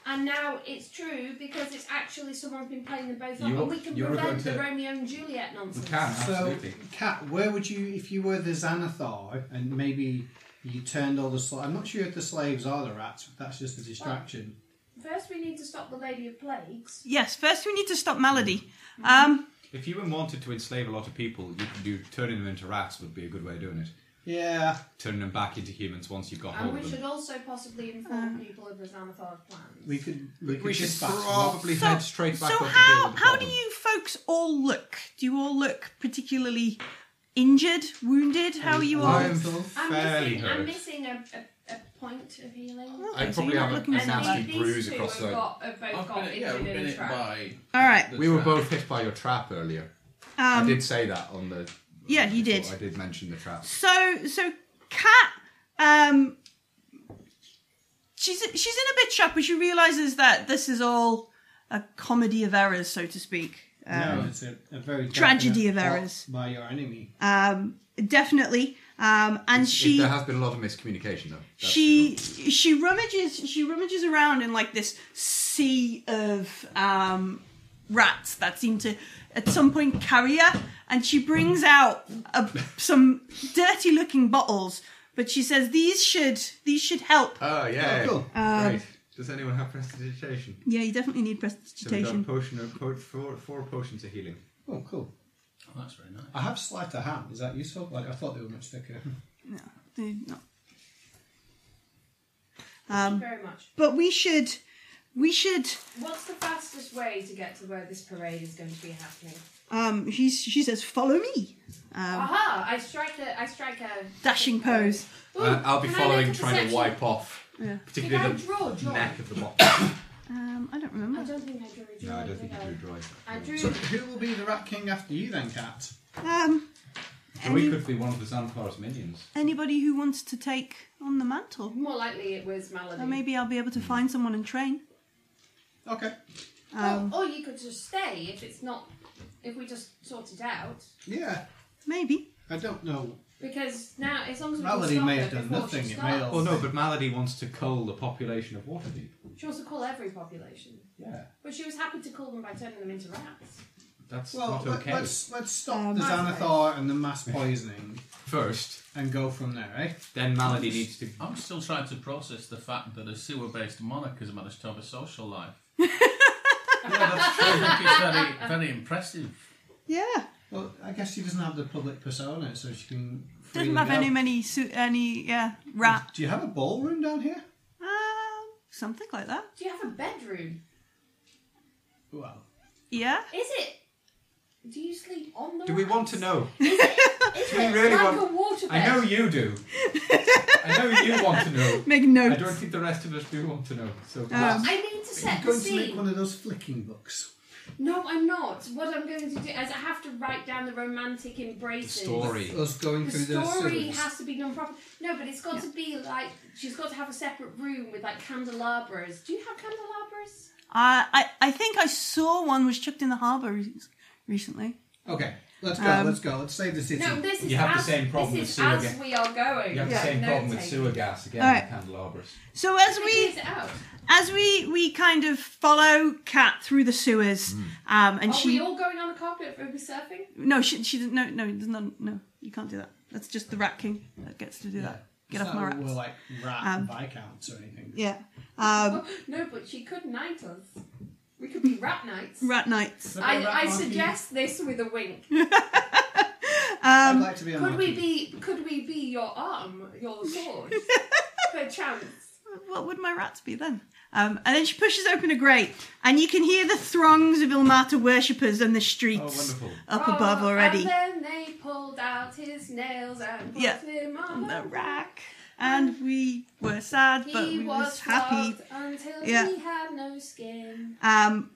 and now it's true because it's actually someone's been playing them both up, You- and we can you were prevent going the to- Romeo and Juliet nonsense. So, Kat, where would you, if you were the Xanathar and maybe you turned all the slaves, I'm not sure if the slaves are the rats, but that's just a distraction. First, we need to stop the Lady of Plagues. yes, first we need to stop Malady. Um, If you wanted to enslave a lot of people, you could do turning them into rats would be a good way of doing it. Yeah, Turning them back into humans once you've got And hold we of should them. also possibly inform people of the Xanathar's plans. we could, we could We should dispatch them all. probably so, head straight back so up and deal how with the how do problem. you folks all look? Do you all look particularly injured, wounded? How are you all? Um, I'm I'm fairly missing, I'm hurt. missing a, a, a point of healing. I Okay, so probably you're not have a looking so bad. nasty These bruise two across have the- got- have both I've got been, yeah, I've injured in been a hit trap. by. All right. the We were trap. both hit by your trap earlier. I Um, did say that on the. Yeah, you did. I did mention the trap. so so Kat, um, she's she's in a bit shock, but she realizes that this is all a comedy of errors, so to speak. Um, No, it's a, a very Tragedy definite of plot errors. by your enemy. um, definitely. Um, and she there has been a lot of miscommunication, though. That's she for she rummages she rummages around in like this sea of um, rats that seem to at some point carry her, and she brings out a, some dirty looking bottles. But she says these should these should help. sure. Oh yeah. Oh, cool. Um, Great. Does anyone have prestidigitation? Yeah, you definitely need So we've got prestidigitation. potion of po- four, four potions of healing. Oh, cool. Oh, that's very nice. I have sleight of hand. Is that useful? Like I thought they were much thicker. No, they- no. Thank you very much. But we should we should What's the fastest way to get to where this parade is going to be happening? um she she says follow me. Um, Aha! I strike a. I strike a dashing pose. Ooh, I- Uh, I'll be can I following, make a trying to perception? wipe off, Yeah. Did I particularly the draw joy? neck of the box. Um, I don't I remember. don't think I drew a joy. no, I don't think did you I? drew dry. I drew. So who will be the Rat King after you then, Cat? Um, So we could be one of the Xanthar's minions. anybody who wants to take on the mantle. More likely it was Malady. Or maybe I'll be able to find someone and train. Okay. Um, or, or you could just stay if it's not. If we just sort it out. Yeah. Maybe. I don't know. Because now, as long as we Malady can stop may her have done before nothing, She, it may starts, have- Well, no, but Malady wants to cull the population of Waterdeep. she wants to call every population. Yeah, But she was happy to call them by turning them into rats. that's Well, not let, okay. us let's stop Um, the Mass Xanathar and the mass poisoning First, and go from there, eh? then Malady needs to. I'm still trying to process the fact that a sewer based monarch has managed to have a social life. I think it's very, very impressive. Yeah. Well, I guess she doesn't have the public persona, so she can. freely Doesn't have go. any many su- any yeah rat Do you have a ballroom down here? um something like that. Do you have a bedroom? Well, Yeah. Is it? Do you sleep on the? Do we want to know? Is we it really like want- a water I know you do. I know you want to know. Make I notes. don't think the rest of us do want to know. So Oh, Um, I need to set you're the going to make scene. one of those flicking books. No, I'm not. What I'm going to do is I have to write down the romantic the embraces. story. Us going The story through the sewers. has to be done properly. No, but it's got to be like she's got to have a separate room with like candelabras. Do you have candelabras? I I I think I saw one was chucked in the harbour re- recently. Okay, let's go. Um, let's go. Let's save the city. No, this is You have the as, same problem this with is sewer as ga- we are going. You have the Yeah. same No problem with take. sewer gas again. All right. with Candelabras. Oh, So as Can I we use it out? as we we kind of follow Kat through the sewers, Mm. um and Are she we all going on a carpet for surfing? no she she didn't no no there's none no you can't do that. That's just the rat king that gets to do that. Get It's off not my that rats. We're like rat Um, viscounts or anything. Yeah. Um, No, but she could knight us. We could be rat knights. rat nights. I, Rat I monkey. suggest this with a wink. I'd like to be a Could we monkey. be? Could we be your arm, your sword? Perchance. What would my rats be then? Um, and then she pushes open a grate, and you can hear the throngs of Ilmata worshippers on the streets Oh, wonderful. up above Oh, already. And then they pulled out his nails and put Yeah. him On on the rack, and we were sad, He but we was, was, happy. flogged until Yeah. he had no skin. Um,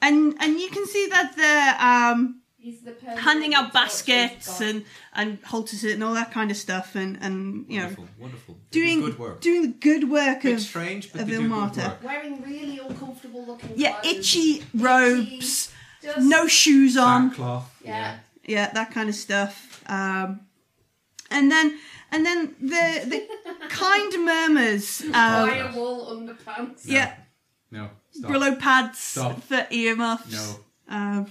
and and you can see that they're um, He's the person handing who out tortures baskets God. and and halters and all that kind of stuff and and you know Wonderful, wonderful. They do doing good work. doing the good work Bit of strange, but of they do Ilmata. good work. wearing really uncomfortable looking. yeah clothes. itchy robes Just, no shoes on Sackcloth. Yeah. yeah that kind of stuff um and then and then the the kind murmurs uh, um Wire wool underpants. yeah No, stop. brillo pads Stop. for earmuffs No. Um,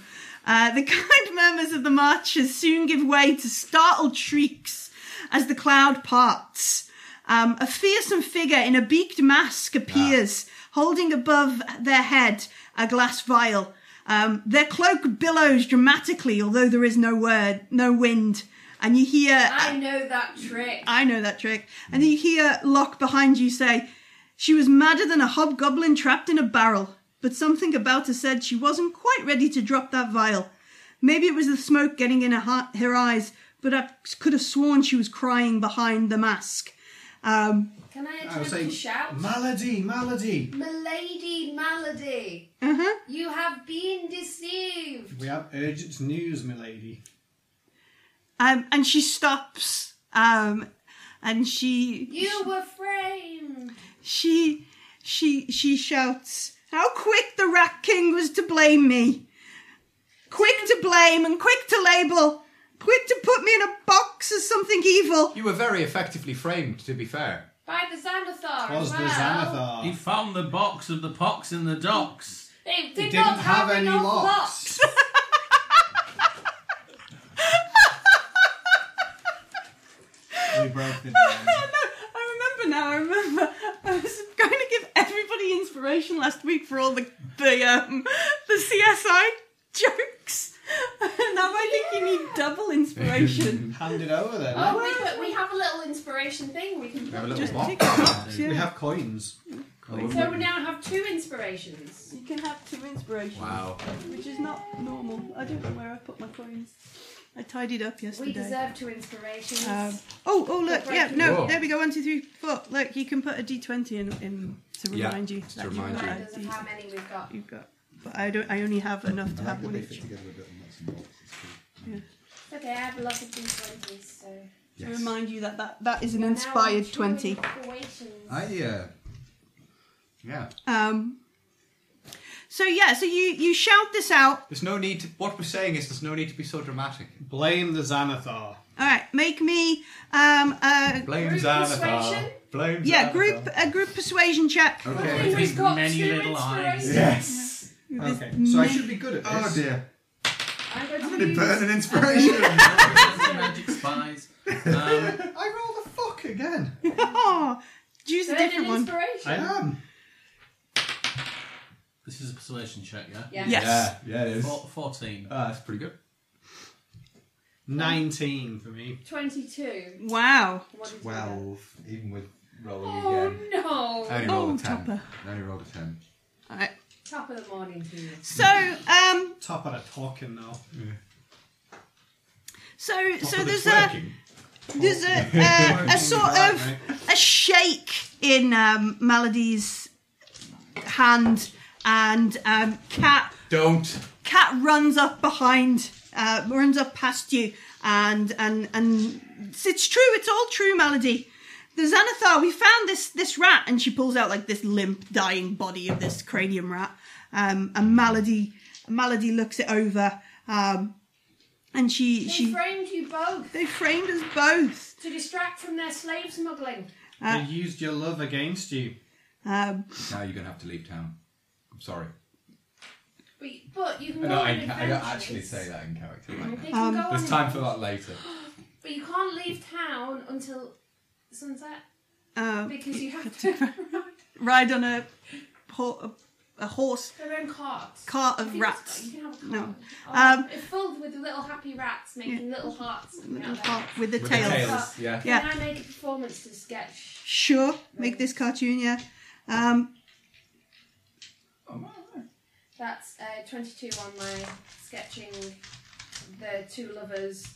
uh, the kind murmurs of the marchers soon give way to startled shrieks as the cloud parts. Um, a fearsome figure in a beaked mask appears, holding above their head a glass vial. Um, their cloak billows dramatically, although there is no word, no wind, and you hear. I know that trick. I know that trick. And then you hear Locke behind you say, She was madder than a hobgoblin trapped in a barrel, but something about her said she wasn't quite ready to drop that vial. Maybe it was the smoke getting in her, ha- her eyes, but I could have sworn she was crying behind the mask. Um, Can I I attempt was saying, to shout? malady, malady. Milady Malady, uh-huh. you have been deceived. We have urgent news, milady. um, and she stops. Um, and she. You were framed. She, she, she shouts, How quick the Rat King was to blame me! Quick to blame and quick to label! Quick to put me in a box as something evil! You were very effectively framed, to be fair. By the Xanathar Was as the well. He Xanathar. found the box of the pox in the docks. They did He didn't not have any enough locks. We broke the dam. I remember now, I remember. I was going to give everybody inspiration last week for all the, the, um, the CSI jokes. now I think you need double inspiration. Hand it over then. Oh, we, but we have a little inspiration thing we can We have a put. little Just box. tick box, We yeah. have coins. Oh, So we now have two inspirations. You can have two inspirations. Wow. which is not normal. I don't know where I put my coins. I tidied up yesterday. We deserve two inspirations. um, oh, oh, look, yeah, no, Whoa. there we go. One, two, three, four. Look, you can put a D twenty in, in to Yeah, remind you to that remind you've, you. got a Reminders of how many we've got. D- you've got. But I don't. I only have enough to I like have that one they fit each. together a bit and lots and bolts. It's cool. Okay, I have a lot of D20s, so. To remind you that that, that is an Now inspired two twenty. inspirations. I, uh, Yeah. Um. So yeah, so you you shout this out. There's no need to. What we're saying is there's no need to be so dramatic. Blame the Xanathar. All right, make me um a Blame Group Xanathar. persuasion? Blame yeah Xanathar. group a group persuasion check. Look Okay. who has With got many two little eyes. inspirations. yes! Okay, so I should be good at this. Oh dear. I'm going to I'm going use- to burn an inspiration. magic spies. Um, I roll the fuck again. Oh, choose a burn an different one. I inspiration. am. this is a persuasion check, yeah? Yeah. Yes. Yeah, yeah, it is. Four, 14. Ah, that's pretty good. 19 for me. 22. Wow. What did you get? 12, even with rolling Oh again. I no! only rolled Oh, a 10. topper. I only rolled a 10. Alright. Top of the morning to you. So um Top of the talking now. so so But it's there's a working. there's a uh, a, a sort of Right, a shake in um, Melody's hand and um cat Don't. cat runs up behind uh runs up past you and and and it's, it's true it's all true Melody. The Xanathar, we found this this rat, and she pulls out like this limp, dying body of this cranium rat. Um, and Melody, Melody looks it over, um, and she They she framed you both They framed us both. to distract from their slave smuggling. They used your love against you. Um, Now you're going to have to leave town. I'm sorry. But, but you can No, go on I, I don't adventures. actually say that in character right now. They Um, can go on There's time for that later. But you can't leave town until sunset um, because you have to. ride on a, por- a a horse Their own carts. cart I of think it's- rats. You can have a cart. No. Oh, Um, it's filled with little happy rats making little hearts. coming out Little of their cart heads. with the With tails. the tails. Yeah. Yeah. Can I make a performance to sketch? Sure, make this cartoon, yeah. Um, That's uh, 22 on my sketching the two lovers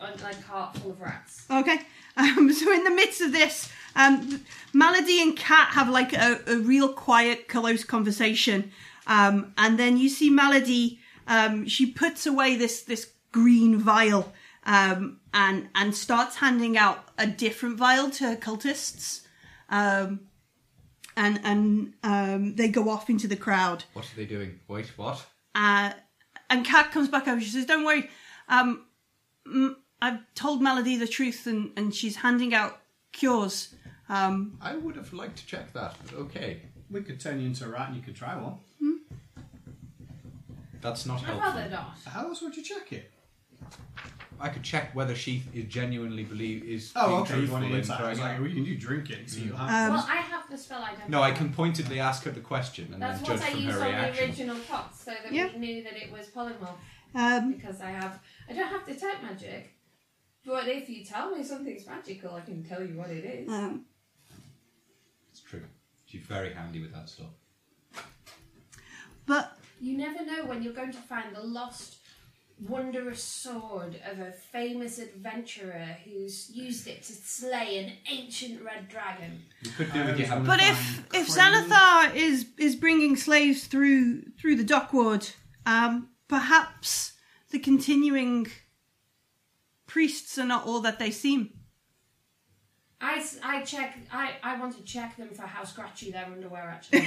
on like a cart full of rats. Oh. okay. Um, so in the midst of this, um, Malady and Cat have like a, a real quiet, close conversation, um, and then you see Malady. Um, she puts away this this green vial um, and and starts handing out a different vial to her cultists, um, and and um, they go off into the crowd. What are they doing? Wait, what? Uh, and Kat comes back over. She says, "Don't worry, um, mm, I've told Melody the truth, and, and she's handing out cures." Um, I would have liked to check that, but okay. We could turn you into a rat and you could try one. That's not I'd helpful. rather not. How else would you check it? I could check whether she is genuinely believe is Oh, being okay. You truthful want an in insight? I was throwing like, out. well, you do drink it, so you have. um, well, I have the spell I don't No, I can pointedly ask her the question and That's then what judge I from her used on the reaction. original pot, so that Yeah. we knew that it was polymorph. um, Because I have, I don't have detect magic, but if you tell me something's magical, I can tell you what it is. um, It's true. She's very handy with that stuff. but You never know when you're going to find the lost, wondrous sword of a famous adventurer who's used it to slay an ancient red dragon. You could do with your hand. but if if Xanathar is is bringing slaves through through the dockward, um, perhaps the continuing priests are not all that they seem. I, s- I check I, I want to check them for how scratchy their underwear actually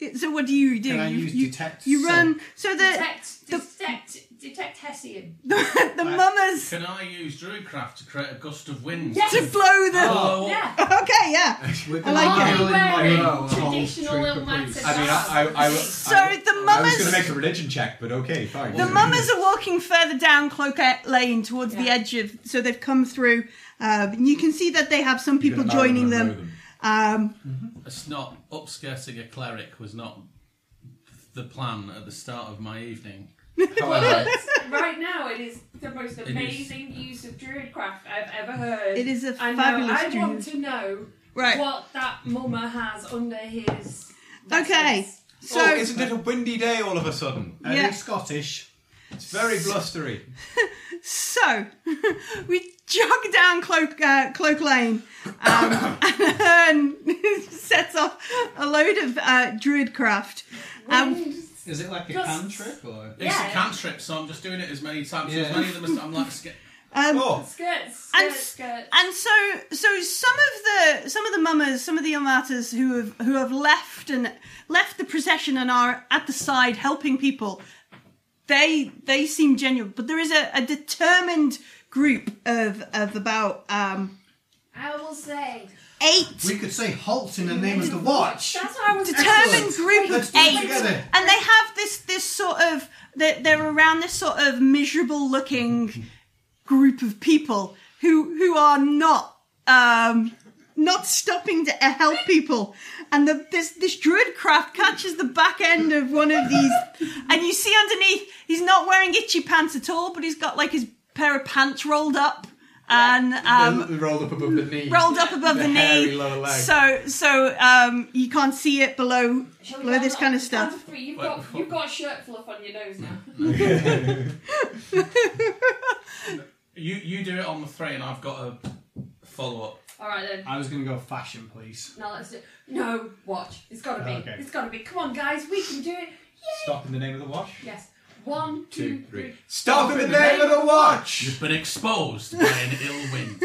is. So what do you do? Can I you, use you, detect? you silk? run. So the detect detect detect Hessian. the, the mummers Can I use Druidcraft to create a gust of wind? Oh. Yes. to blow them. Blow up? Yeah. Okay, yeah. We're I like gonna it. Are be rolling you my- wearing my whole traditional trick little police. matters? I mean, I, I, I, was- So I, the I was going mummers, to make a religion check, but okay, fine. the mummers are walking further down Cloquet Lane towards the Yeah. edge of. So they've come through. Um, and you can see that they have some people You're gonna marry joining and them. row Um, It's not upskirting a cleric was not the plan at the start of my evening. However, right now it is the most is. amazing use of druidcraft I've ever heard. it is a I know. fabulous I want druid. to know Right. what that mummer has under his. Okay. vessels. So oh, isn't it a windy day all of a sudden? I Yeah. think Scottish. It's very blustery. so we jog down Cloak uh, Cloak Lane um, and sets off a load of uh, druid craft. Um, Wind Is it like a Just- cantrip or? it's Yeah. a cantrip, so I'm just doing it as many times Yeah. as many of them as I'm like. sca- um, Oh, skirts, And- skirts, skirts. And so, so some of the some of the mummers, some of the umatas who have who have left and left the procession and are at the side helping people, they they seem genuine. But there is a, a determined group of of about um, I will say. eight We could say halt in the name of the watch. That's what I was determined Excellent. group Let's of do it eight, together. and they have this this sort of they're, they're around this sort of miserable looking group of people who who are not um not stopping to help people and the, this this druid craft catches the back end of one of these and you see underneath he's not wearing itchy pants at all but he's got like his pair of pants rolled up and um rolled up above the knee. rolled up above the, hairy knee. lower leg. So so um, you can't see it below Shall we below count this up? kind of Count stuff. to three. You've Wait, got, before- you've got shirt fluff on your nose now. You you do it on the three, and I've got a follow up. All right then. I was gonna go fashion, please. Now let's do. No, watch. It's got to be. Okay. It's got to be. Come on, guys. We can do it. Stop in the name of the watch. Yes. One, two, three. Stop in the name of the watch! You've been exposed by an ill wind.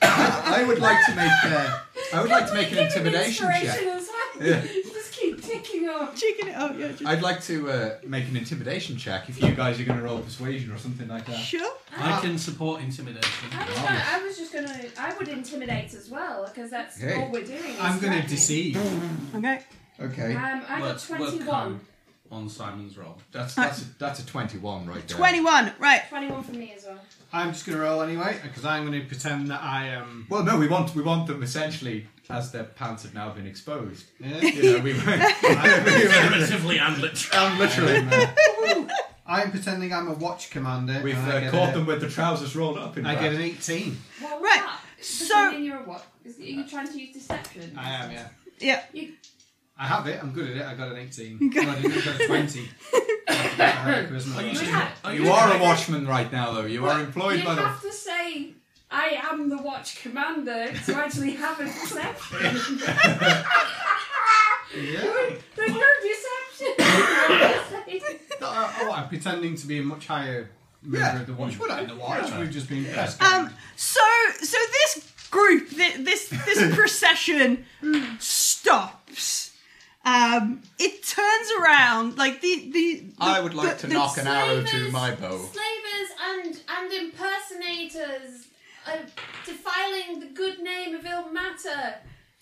I would like to make. Uh, I would like to make an Give him intimidation inspiration check. as well. Yeah. Just keep ticking off. Chicken it out, yeah. just- I'd like to uh, make an intimidation check if you guys are going to roll persuasion or something like that. Sure. I can support intimidation. I was, gonna, I was just gonna. I would intimidate as well because that's Hey. all we're doing. is I'm gonna threatening. deceive. Okay. Okay. Um, I got Work- work twenty-one. code. on Simon's roll. That's that's that's a twenty-one right there. 21, right. 21 for me as well. I'm just going to roll anyway because I'm going to pretend that I am. Well, no, we want we want them essentially as their pants have now been exposed. Yeah, You know, we uh, Primitively and literally. um, literally uh, I'm pretending I'm a watch commander. we've and I uh, get caught a- them with the trousers rolled up. In I fact. get an 18. What was Right, that? so- Pretending you're a what? Is, are you trying to use deception? I am, yeah. Yeah. You- I have it. I'm good at it. I got an 18. no, I didn't I got a 20. I have charisma. Are you, Look just, at- are you, You are a watchman right now, though. You are You employed by the. have to say, I am the watch commander to actually have a deception. yeah. There's no deception. Uh, oh, I'm pretending to be a much higher member of the watch. Would I? The watch. We've just been. Um, so so this group, thi- this this procession stops. Um, it turns around like the the. the- I would like the- to the- knock an arrow to Slavers- my bow. Slavers and and impersonators are defiling the good name of ill matter.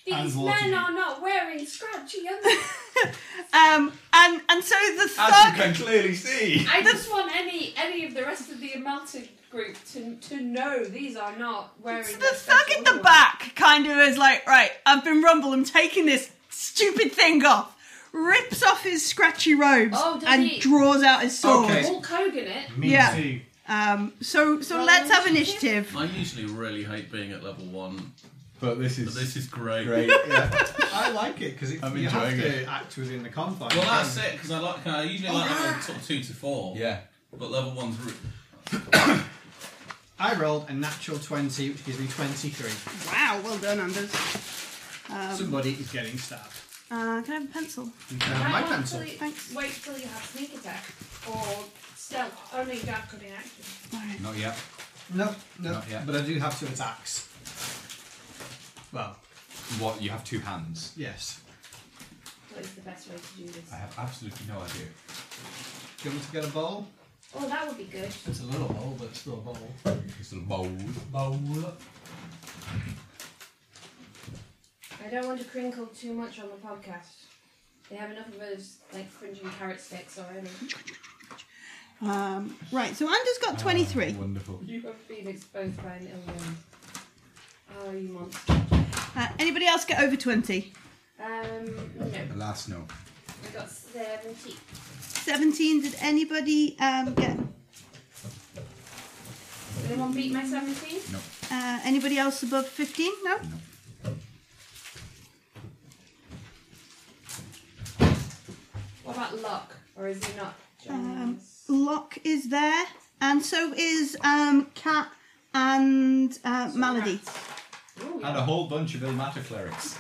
These And men Waterdeep. are not wearing scratchy underwear. Um, and and so the As you thug. can clearly see. I just want any any of the rest of the Amalta group to to know these are not wearing. So the their thug special in the underwear. back kind of is like, right, I've been rumble. I'm taking this stupid thing off. Rips off his scratchy robes Oh, does and he- draws out his sword. Okay. Hulk Hogan it. Me yeah. too. Um, so so Roll let's have initiative. initiative. I usually really hate being at level one, But this but is this is great. great. I like it because you I'm have enjoying to act within the confines. Um, Well, that's it because I like I usually like level sort of two to four. Yeah. But level one's re- I rolled a natural 20, which gives me 23. Wow, well done, Anders. Um, Somebody is getting stabbed. Uh, can I have a pencil? You can have Can Uh, my I pencil. actually Thanks. Wait till you have sneak attack or stealth. Only you don't have cutting action. Not yet. No, no, Not yet. but I do have two attacks. Well, What? You have two hands. yes. What is the best way to do this? I have absolutely no idea. Do you want me to get a bowl? Oh, that would be good. It's a little bowl, but it's still a bowl. It's a bowl. Oh, Bowl. I don't want to crinkle too much on the podcast. They have enough of us like cringing carrot sticks already. Um, right, so Anders got 23. Wonderful. You have been exposed by an illness. Oh, you monster. Uh, anybody else get over 20? Um, no. The last no. I got 17. 17, did anybody um, get. Did anyone beat my 17? Uh, anybody else above 15? No? What about luck? Or is he not joining Um, us? Locke is there, and so is um, Cat and uh, Malady. Ooh, And a whole bunch of ill matter clerics.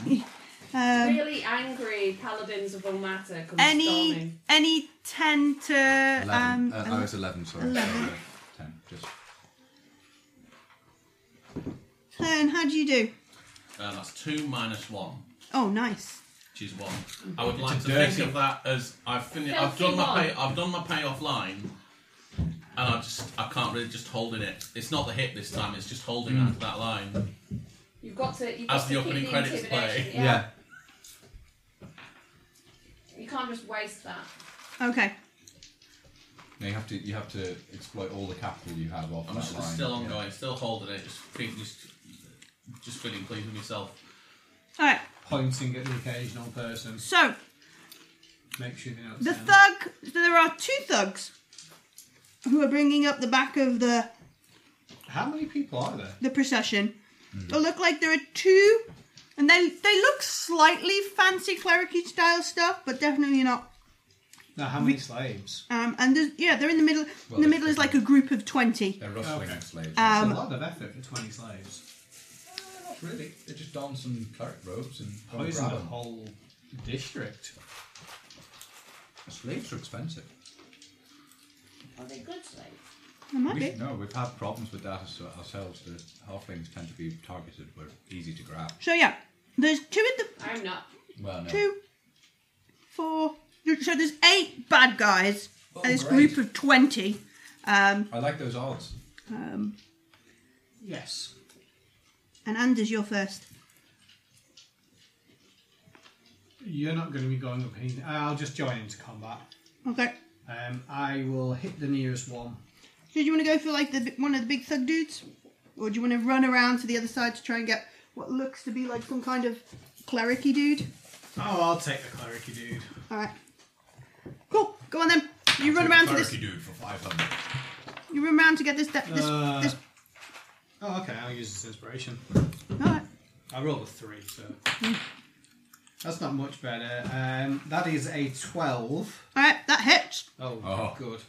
Um, really angry paladins of Ulmata come any, storming. any 10 to. Eleven. Um, uh, oh, I was eleven. Sorry. eleven. Sorry, Ten. Just. Hearn, how do you do? uh, that's two minus one. Oh, nice. She's one. I would like Mm. It's to a dirty- think of that as I've finished. I've Filthy done my one. pay. I've done my pay offline, and I just I can't really just holding it. It's not the hit this time. It's just holding Mm. onto that line. You've got to. You've As got the to opening keep the credits intimidation, play. Yeah. You can't just waste that. Okay. No, you have to you have to exploit all the capital you have off I'm that just, line. it's still ongoing. Yeah. Still holding it. Just feeling just just feeling pleased with myself. All right, Pointing at the occasional person. so Make sure they know it's The them. thug. There are two thugs who are bringing up the back of the How many people are there? the procession. They look like there are two, and they they look slightly fancy clericy style stuff, but definitely not. Now, how many slaves? Um, and there's, yeah, they're in the middle. Well, In the middle is like a group of twenty. They're rustling Okay. slaves. It's Um, a lot of effort for 20 slaves. Not really. They just don some cleric robes and go Poison grab the 'em. whole district. slaves are expensive. Are they good slaves? there might We be. should know. We've had problems with that as- ourselves. The halflings tend to be targeted. We're easy to grab. So yeah, there's two at the I'm not. Well, no. two, four. So there's eight bad guys and this group of twenty. Um, I like those odds. um, Yes. and Anders, you're first. You're not going to be going up anything. I'll just join into combat. Okay. Um, I will hit the nearest one. So do you want to go for like the bi- one of the big thug dudes, or do you want to run around to the other side to try and get what looks to be like some kind of clericy dude? Oh, I'll take the clericy dude. All right. Cool. Go on then. You run around to this. Turkey dude for 500. You run around to get this. De- this, Uh, this. Oh, okay. I'll use this inspiration. All right. I rolled a three, so that's not much better. Um, that is a twelve. All right. That hits. Oh, Oh. good.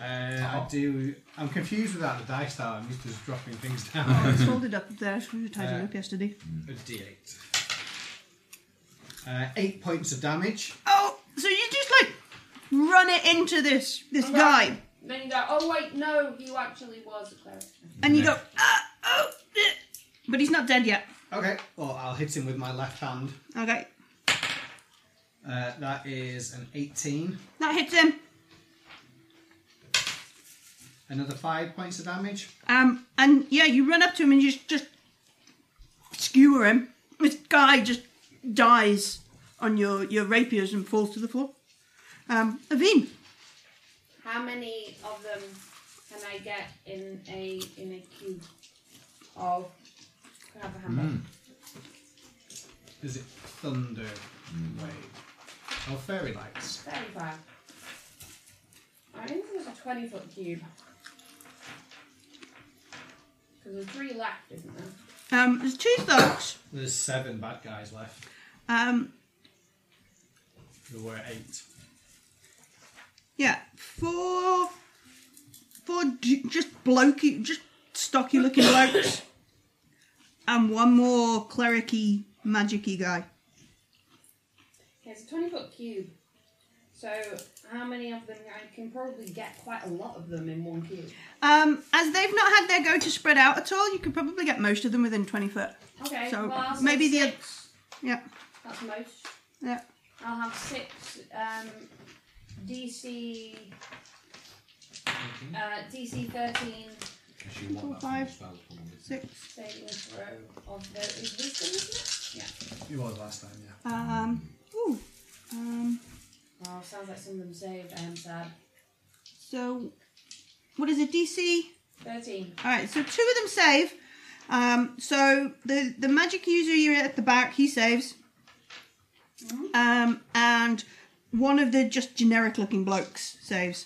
Uh, I do. I'm confused without the dice style. I'm used to just dropping things down. Oh, it's folded up there. We were tidying Uh, up yesterday. a d8. Uh, eight points of damage. Oh, so you just like run it into this this Uh-huh. Okay. guy, Then you go, oh wait, no, you actually was a cleric. and you go, ah, oh, eh." but he's not dead yet. Okay. Well, I'll hit him with my left hand. Okay, Uh, that is an 18. that hits him. Another five points of damage. Um, and yeah, you run up to him and you just, just skewer him. This guy just dies on your your rapiers and falls to the floor. Um, Aveen, How many of them can I get in a in a cube of crab hammer? Is it thunder wave? Oh, fairy lights. Thirty-five. I think it was a twenty-foot cube. Because there's three left, isn't there? um, there's two thugs. There's seven bad guys left. Um, There were eight. yeah, four, four d- just blokey, just stocky looking blokes, and one more clericy, magicy guy. Okay, it's a 20 foot cube. So, how many of them? I can probably get quite a lot of them in one cube. Um, as they've not had their go to spread out at all, you could probably get most of them within twenty foot. Okay, So, well, I'll say maybe the- six. Yeah. That's most. Yeah. I'll have six um, DC. Uh, DC 13 Because you want that from Five. the spell pool, isn't it? Six. saving throw of the. Is this the isn't It was last time, yeah. Um. Ooh. Um. it? Oh, sounds like some of them saved. I am sad. So, what is it? DC. 13. All right. So two of them save. Um. So the the magic user you're at the back, he saves. Um. And one of the just generic looking blokes saves.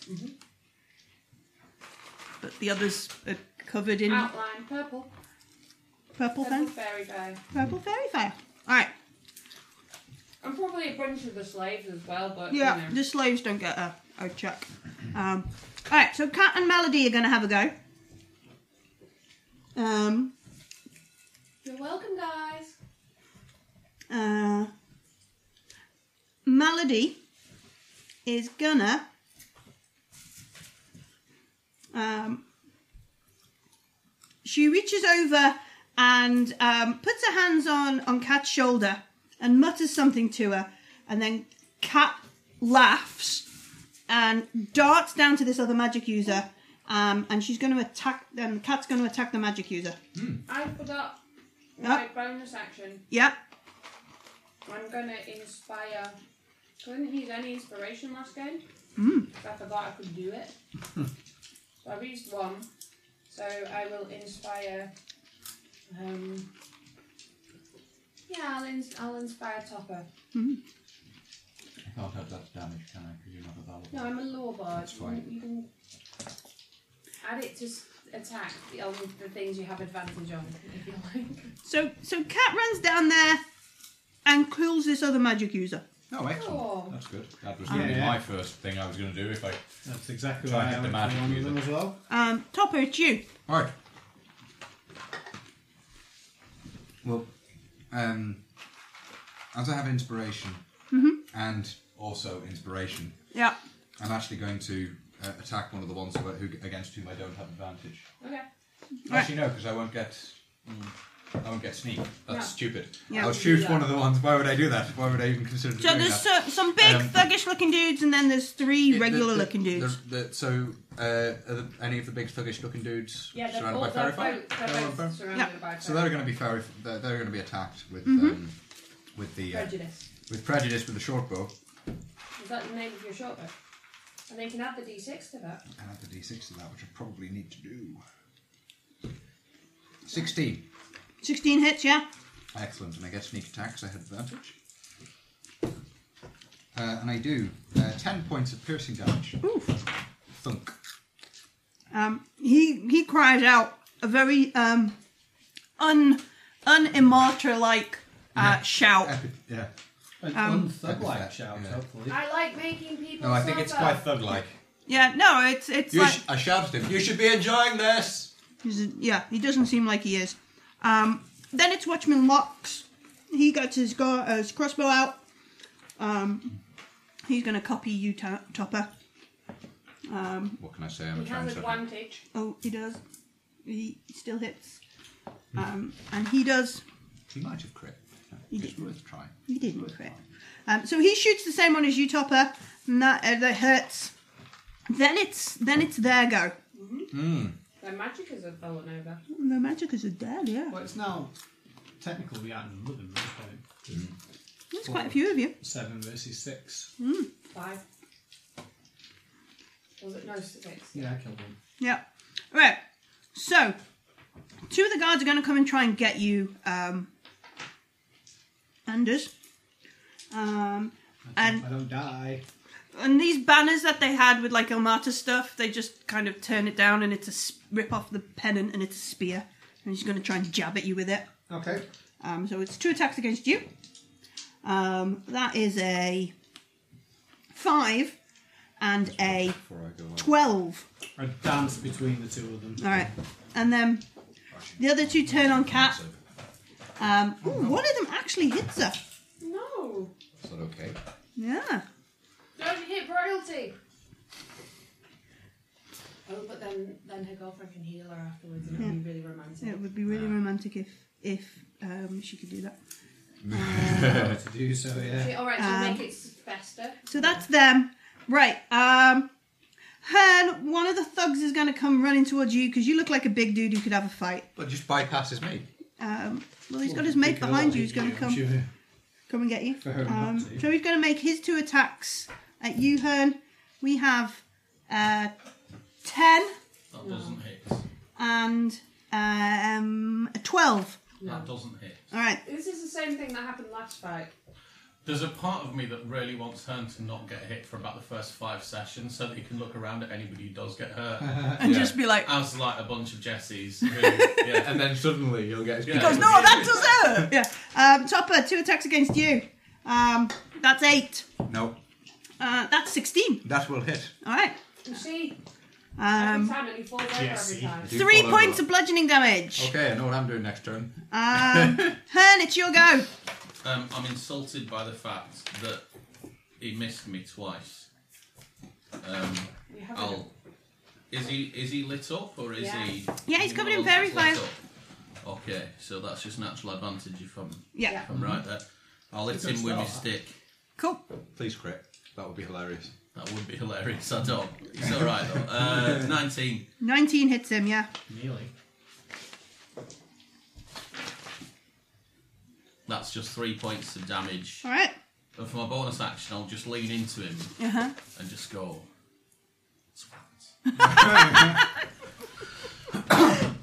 But the others are covered in Outline purple. purple Purple fan, fairy guy. purple fairy fire. All right. And probably a bunch of the slaves as well, but. Yeah, You know. the slaves don't get a, a check. Um, all right, so Cat and Melody are going to have a go. Um, You're welcome, guys. uh, Melody is gonna um, she reaches over and um, puts her hands on on Kat's shoulder and mutters something to her, and then Kat laughs and darts down to this other magic user, um, and she's going to attack. And Kat's going to attack the magic user. I forgot my bonus action. Yeah. I'm gonna inspire. I didn't use any inspiration last game. So I forgot I could do it. so I've used one. So I will inspire. Um, yeah, I'll, ins- I'll inspire Topper. I can't have that damage, can I? Because you're not a battle. No, I'm a law bard. That's fine. You, can, you can add it to s- attack the, on the things you have advantage on, if you like. So so Kat runs down there and kills this other magic user. No, excellent. Oh. That's good. That was gonna be Yeah. my first thing I was going to do if I. That's exactly Try what and hit I am the with magic one of user. them as well. Um, Topper, it's you. Alright. Well, um, as I have inspiration and also inspiration, Mm-hmm. Yeah. I'm actually going to uh, attack one of the ones who, who, against whom I don't have advantage. Okay. Actually, no, because I won't get. mm, I won't get sneak. That's Yeah. stupid. Yeah. I'll choose one of the ones. Why would I do that? Why would I even consider So doing there's that? so, some big Um, thuggish looking dudes, and then there's three Yeah, the- regular the- looking dudes. the- the- so, uh, are the, any of the big thuggish looking dudes Yeah, they're, surrounded all, by fairy they're, fire? both, they're They're all both fairy- surrounded Yeah. by So they're going to be fairy. They're, they're going to be attacked with Mm-hmm. um, with the uh, prejudice. with prejudice with the short bow. Is that the name of your short bow? And they can add the d6 to that. And add the d6 to that, which I probably need to do. 16. 16 hits, yeah? Excellent, and I get sneak attacks. I had advantage. Uh, and I do uh, 10 points of piercing damage. Thunk. Um, he he cries out a very um, un unimmortal like uh, shout. Epi- yeah. An Um, unthug like Epithet, shout, yeah. hopefully. I like making people No, I think it's suffer. quite thug like. Yeah, no, it's it's You like sh- I shouted at him, you should be enjoying this! he's a- yeah, he doesn't seem like he is. Um, then it's Watchman Locks. He gets his, go- uh, his crossbow out. Um, he's gonna copy you, to- Topper. Um, What can I say? I'm a He has trans. advantage. oh, he does. He still hits. Um, and he does. He might have crit. No, You It's did. worth trying. He didn't crit. Um, so he shoots the same one as you, Topper, and that uh, that hurts. Then it's then it's their go. Their magic is a fallen over. The magic is a dead, yeah. Well, it's now technically we outnumber them. at this point. There's quite a few of you. Seven versus six. Five. Was it no six? Yeah, I killed one. Yeah. Right. So, two of the guards are going to come and try and get you, um, Anders. Um, and I don't die. and these banners that they had with like Ilmata stuff, they just kind of turn it down and it's a s- rip off the pennant and it's a spear, and he's going to try and jab at you with it. Okay. Um, so it's two attacks against you. Um, that is a five and a Before I go on. twelve. I dance between the two of them. All right, and then the other two turn on cat. Um, ooh, one of them actually hits her. No. Is that okay? Yeah. Don't hit royalty. Oh, but then then her girlfriend can heal her afterwards, and it'll be really romantic. It would be really romantic if if um, she could do that. How to do so, yeah. Okay, all right, so Um, make it s- faster. So that's them. Right. Um, Hearn, one of the thugs is going to come running towards you because you look like a big dude who could have a fight. But just bypasses me. Um, well, he's got his mate behind you. He's going to I'm come sure. come and get you. For her not um, to. so he's going to make his two attacks at you, Hearn. We have uh, ten That doesn't hit. and um, a twelve. That doesn't hit. All right. This is the same thing that happened last fight. There's a part of me that really wants Hearn to not get hit for about the first five sessions so that he can look around at anybody who does get hurt. And just be like, As like a bunch of Jessies. Who, yeah. And then suddenly you'll get his Yeah. because no, Oh, that does hurt. yeah. Um, Topper, two attacks against you. Um, that's eight. No, Uh, that's 16. that will hit. All right. You see, every Um, time and he falls over every Jesse. time. I do three fall points over. of bludgeoning damage. Okay, I know what I'm doing next turn. Um, Hearn, it's your go. Um, I'm insulted by the fact that he missed me twice. Um, You have I'll. Is he is he lit up or is Yeah. he? Yeah, he's he covered in rolls as fairy lit fire. up? Okay, so that's just natural advantage if I'm, Yeah. Yeah. if I'm right there. I'll hit him with my stick. Cool. Please crit. That would be hilarious. That would be hilarious. I don't. It's all right though. Uh, Nineteen. 19 hits him, yeah. Nearly. That's just three points of damage. All right. And for my bonus action, I'll just lean into him Uh huh. and just go.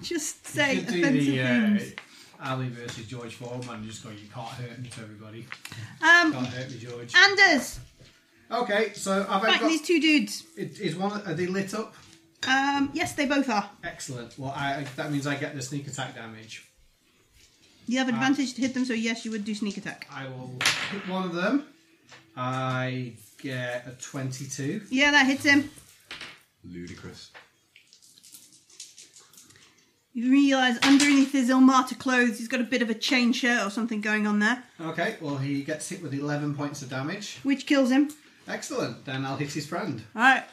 Just say you should do offensive the uh, things. Ali versus George Foreman and just go, you can't hurt me to everybody. Um, uh, Can't hurt me, George. Anders, Okay, so I've back got. these two dudes. Is is one, are they lit up? Um, yes, they both are. Excellent. Well, I, that means I get the sneak attack damage. You Ah. have advantage to hit them, so yes, you would do sneak attack. I will hit one of them. I get a 22. Yeah, that hits him. Ludicrous. You realise underneath his Ilmata clothes, he's got a bit of a chain shirt or something going on there, Okay, well, he gets hit with 11 points of damage. which kills him. Excellent. Then I'll hit his friend. All right,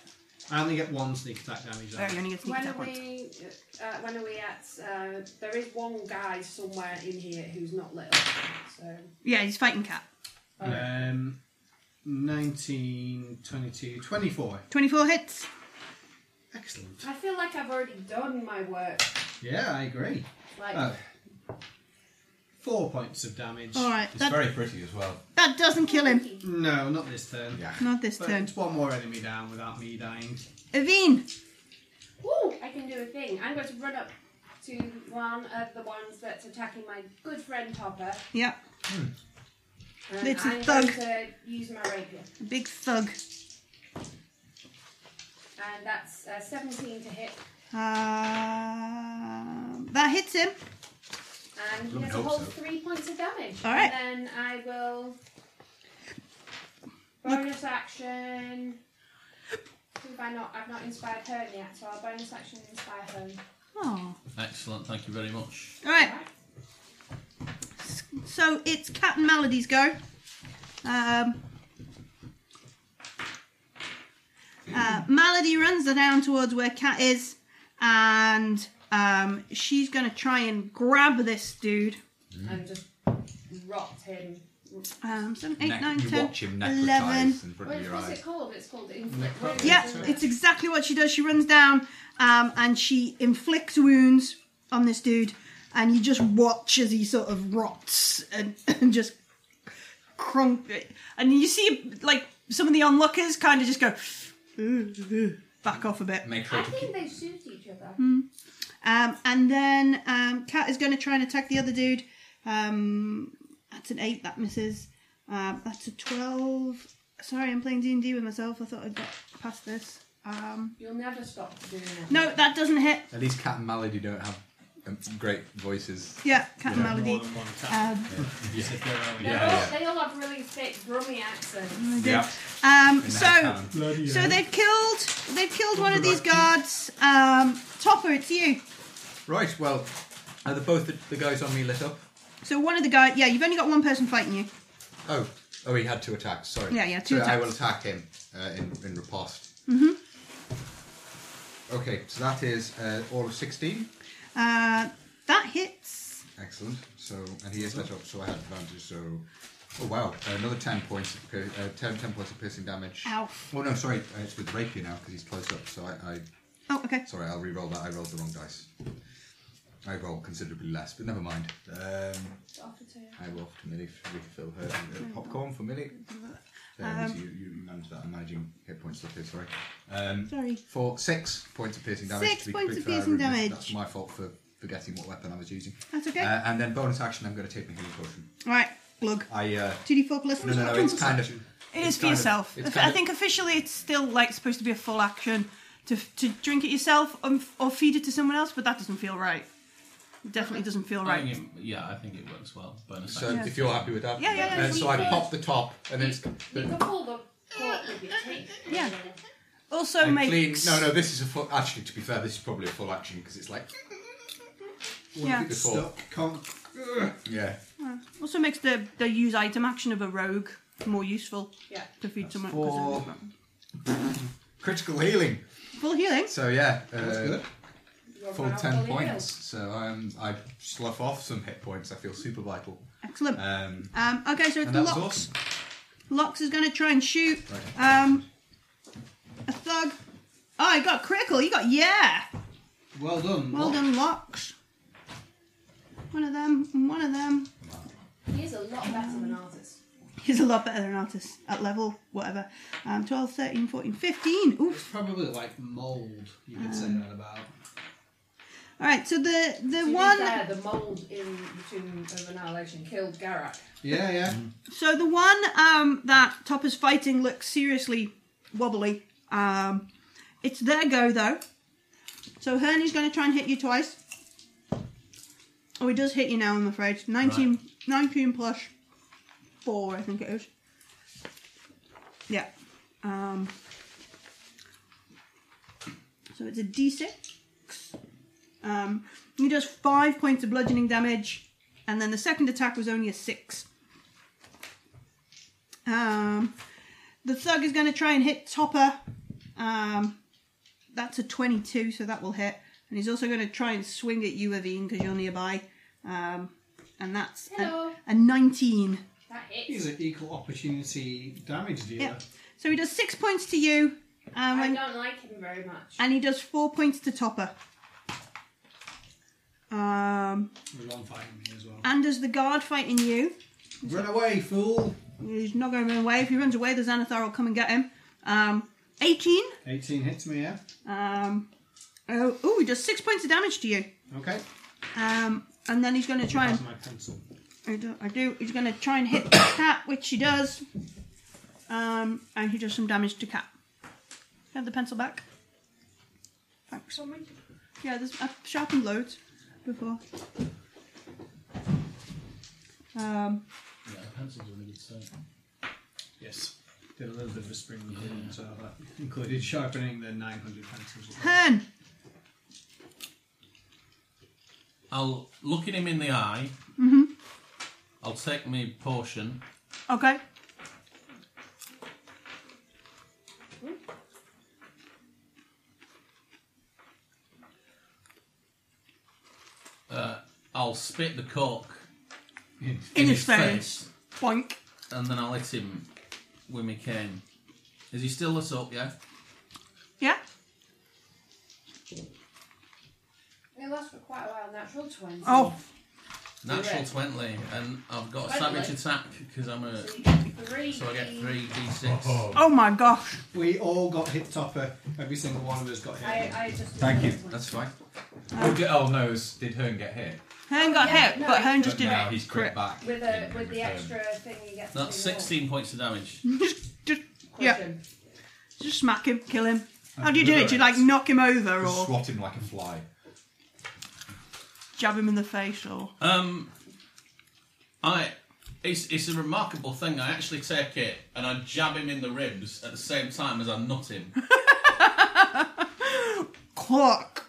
I only get one sneak attack damage. all right, you're Then. gonna get sneak When attack are points. we? Uh, when are we at? Uh, there is one guy somewhere in here who's not lit. Up, so Yeah, he's fighting cat. Um, 19, 22, 24. Twenty-four hits. Excellent. I feel like I've already done my work. Yeah, I agree. Like Oh, Uh, Four points of damage. All right, It's that very pretty as well. that doesn't kill him. No, not this turn. Yeah. Not this But turn. it's one more enemy down without me dying. Aveen, Ooh, I can do a thing. I'm going to run up to one of the ones that's attacking my good friend Topper. yeah, And Little I'm thug. going to use my rapier. big thug. And that's uh, 17 to hit. Um Uh, that hits him. And he Blooming has a hope whole so. three points of damage. All right. And then I will. Bonus action. Who Have I not? I've not inspired her yet, so I'll bonus action and inspire her. Oh, Excellent, thank you very much. all right. So it's Cat and Melody's go. Um, uh, Melody runs down towards where Cat is, and um, she's going to try and grab this dude. Mm. And just rot him. Um, seven, eight, Neck- nine, you ten, watch him eleven. necrotize in front What of is your Mm. what's it eyes. called? It's called inflict wounds. Necrotic. Yeah, isn't it? it's exactly what she does. She runs down um, and she inflicts wounds on this dude, and you just watch as he sort of rots and, and just crunk. And you see, like, some of the onlookers kind of just go "Ooh, ooh," back off a bit. Make sure I to think keep. they shoot each other. Hmm. Um, and then um, Kat is going to try and attack the other dude. Um, that's an eight, that misses. Uh, that's a twelve. Sorry, I'm playing D and D with myself. I thought I'd got past this. Um, You'll never stop doing that. no, that doesn't hit. At least Cat and Malady don't have um, great voices. Yeah, Cat and Melody. More than one attack. Um, If they're only- They're Yeah, all, yeah. They all have really thick, brummy accents. Hmm. Yeah. um, in that so, town. Bloody so hell. they've killed, they've killed one of these guards. Um, Topper, it's you. Right, well, are the, both the, the guys on me lit up? So one of the guy, yeah, you've only got one person fighting you. Oh, oh, he had two attacks. Sorry. Yeah, yeah, two So I attacks. will attack him uh, in in riposte. Mm-hmm. Okay, so that is uh, all of sixteen. Uh, that hits. Excellent. So and he is lit up, so I had advantage. So oh wow, another ten points, of, pier- uh, 10, 10 points of piercing damage. Ow. Oh no, sorry, uh, it's with rapier now because he's close up. So I, I Oh, okay. sorry, I'll re-roll that. I rolled the wrong dice. I rolled considerably less, but never mind. Um, Offer to I will to Millie f- refill her uh, popcorn for Millie. Um, so you, you manage that. I'm managing hit points up here, sorry. Um, Sorry. For six points of piercing damage. Six to be points of completely fair, I piercing remember- damage. That's my fault for forgetting what weapon I was using. That's okay. Uh, and then bonus action, I'm going to take my healing potion. All right, glug. I uh, Two D four plus. no, no, no. It's kind of. It it's is for kind of- yourself. it's If- kind I of- think officially it's still like supposed to be a full action to, to drink it yourself um, or feed it to someone else, but that doesn't feel right. It definitely doesn't feel I right. think it- yeah, I think it works well. Bonus So action. if you're happy with that, Yeah, yeah, yeah, uh, so I yeah. pop the top and then it's. You But can pull the cork with your teeth. Yeah. I Also clean. makes No, no. This is a full. Actually, to be fair, this is probably a full action because it's like. yeah. It's full. Stuck. Can't. Yeah. Also makes the, the use item action of a rogue more useful Yeah. to feed someone. four. 'cause they're- Critical healing. Full healing. So yeah, uh, good. You're full now ten fully points. So um, I slough off some hit points. I feel super vital. Excellent. Um, Um, okay, so it's and that locks. was awesome. Locks is going to try and shoot Right. um, a thug. Oh, he got critical. He got yeah. Well done. Well done, Locks. One of them, and one of them. healed. He is a lot better than an artist. He's a lot better than artists at level whatever. Um, 12, 13, 14, 15. Oof. It's probably like mould. You could Um. say that about. All right, so the the To be one, fair, the mould in the Tomb of Annihilation killed Garak. Yeah, yeah. so the one um, that Topper's fighting looks seriously wobbly. Um, it's their go though. So Herney's going to try and hit you twice. Oh, he does hit you now, I'm afraid. 19, 19 plus 4, I think it is. Yeah. Um, so it's a d6. Um, he does 5 points of bludgeoning damage, and then the second attack was only a 6. Um, the thug is going to try and hit Topper. Um, that's a 22, so that will hit. And he's also going to try and swing at you, Aveen, because you're nearby. Um, and that's a, Hello. a 19. That He's hits. an equal opportunity damage dealer. Yeah. So he does six points to you, um, I and, don't like him very much. and he does four points to Topper. Um, There's one fighting me as well. and does the guard fighting you? Run away, fool! He's not going to run away. If he runs away, the Xanathar will come and get him. Um, 18. 18 hits me, yeah? Um, oh, ooh, he does six points of damage to you. Okay. Um, and then he's going to try and That's my pencil. I do. I do. He's going to try and hit the cat, which he does. Um, and he does some damage to cat. Have the pencil back. Thanks. Yeah, there's, I've sharpened loads before. Um, Yeah, the pencil's really good set. Yes. Did a little bit of a spring cleaning, so that included sharpening the 900 pencils. as well. Hearn. I'll look at him in the eye. Mm-hmm. I'll take my potion. Okay. Uh, I'll spit the cork In his face. Boink. and then I'll hit him with my cane. Is he still lit up? Yeah. Yeah. It lasts for quite a while. Natural twenty. Oh, Natural twenty, and I've got a savage attack because I'm a. Three. So I get three d6. oh my gosh. We all got hit topper. Every single one of us got hit. I, I just. Thank you. That's fine. Oh, di- oh no, it's- did Hearn get hit? Hearn got Yeah, hit, no, but he- Hearn just But did now it. he's crit back. in With a with the return. extra thing you get. to That's do more. sixteen points of damage. Mm-hmm. Just, Crush yeah, him. just smack him, kill him. How do you do it? Do you like knock him over Just or swat him like a fly. jab him in the face or? Um, I. It's, it's a remarkable thing. I actually take it and I jab him in the ribs at the same time as I nut him. clock.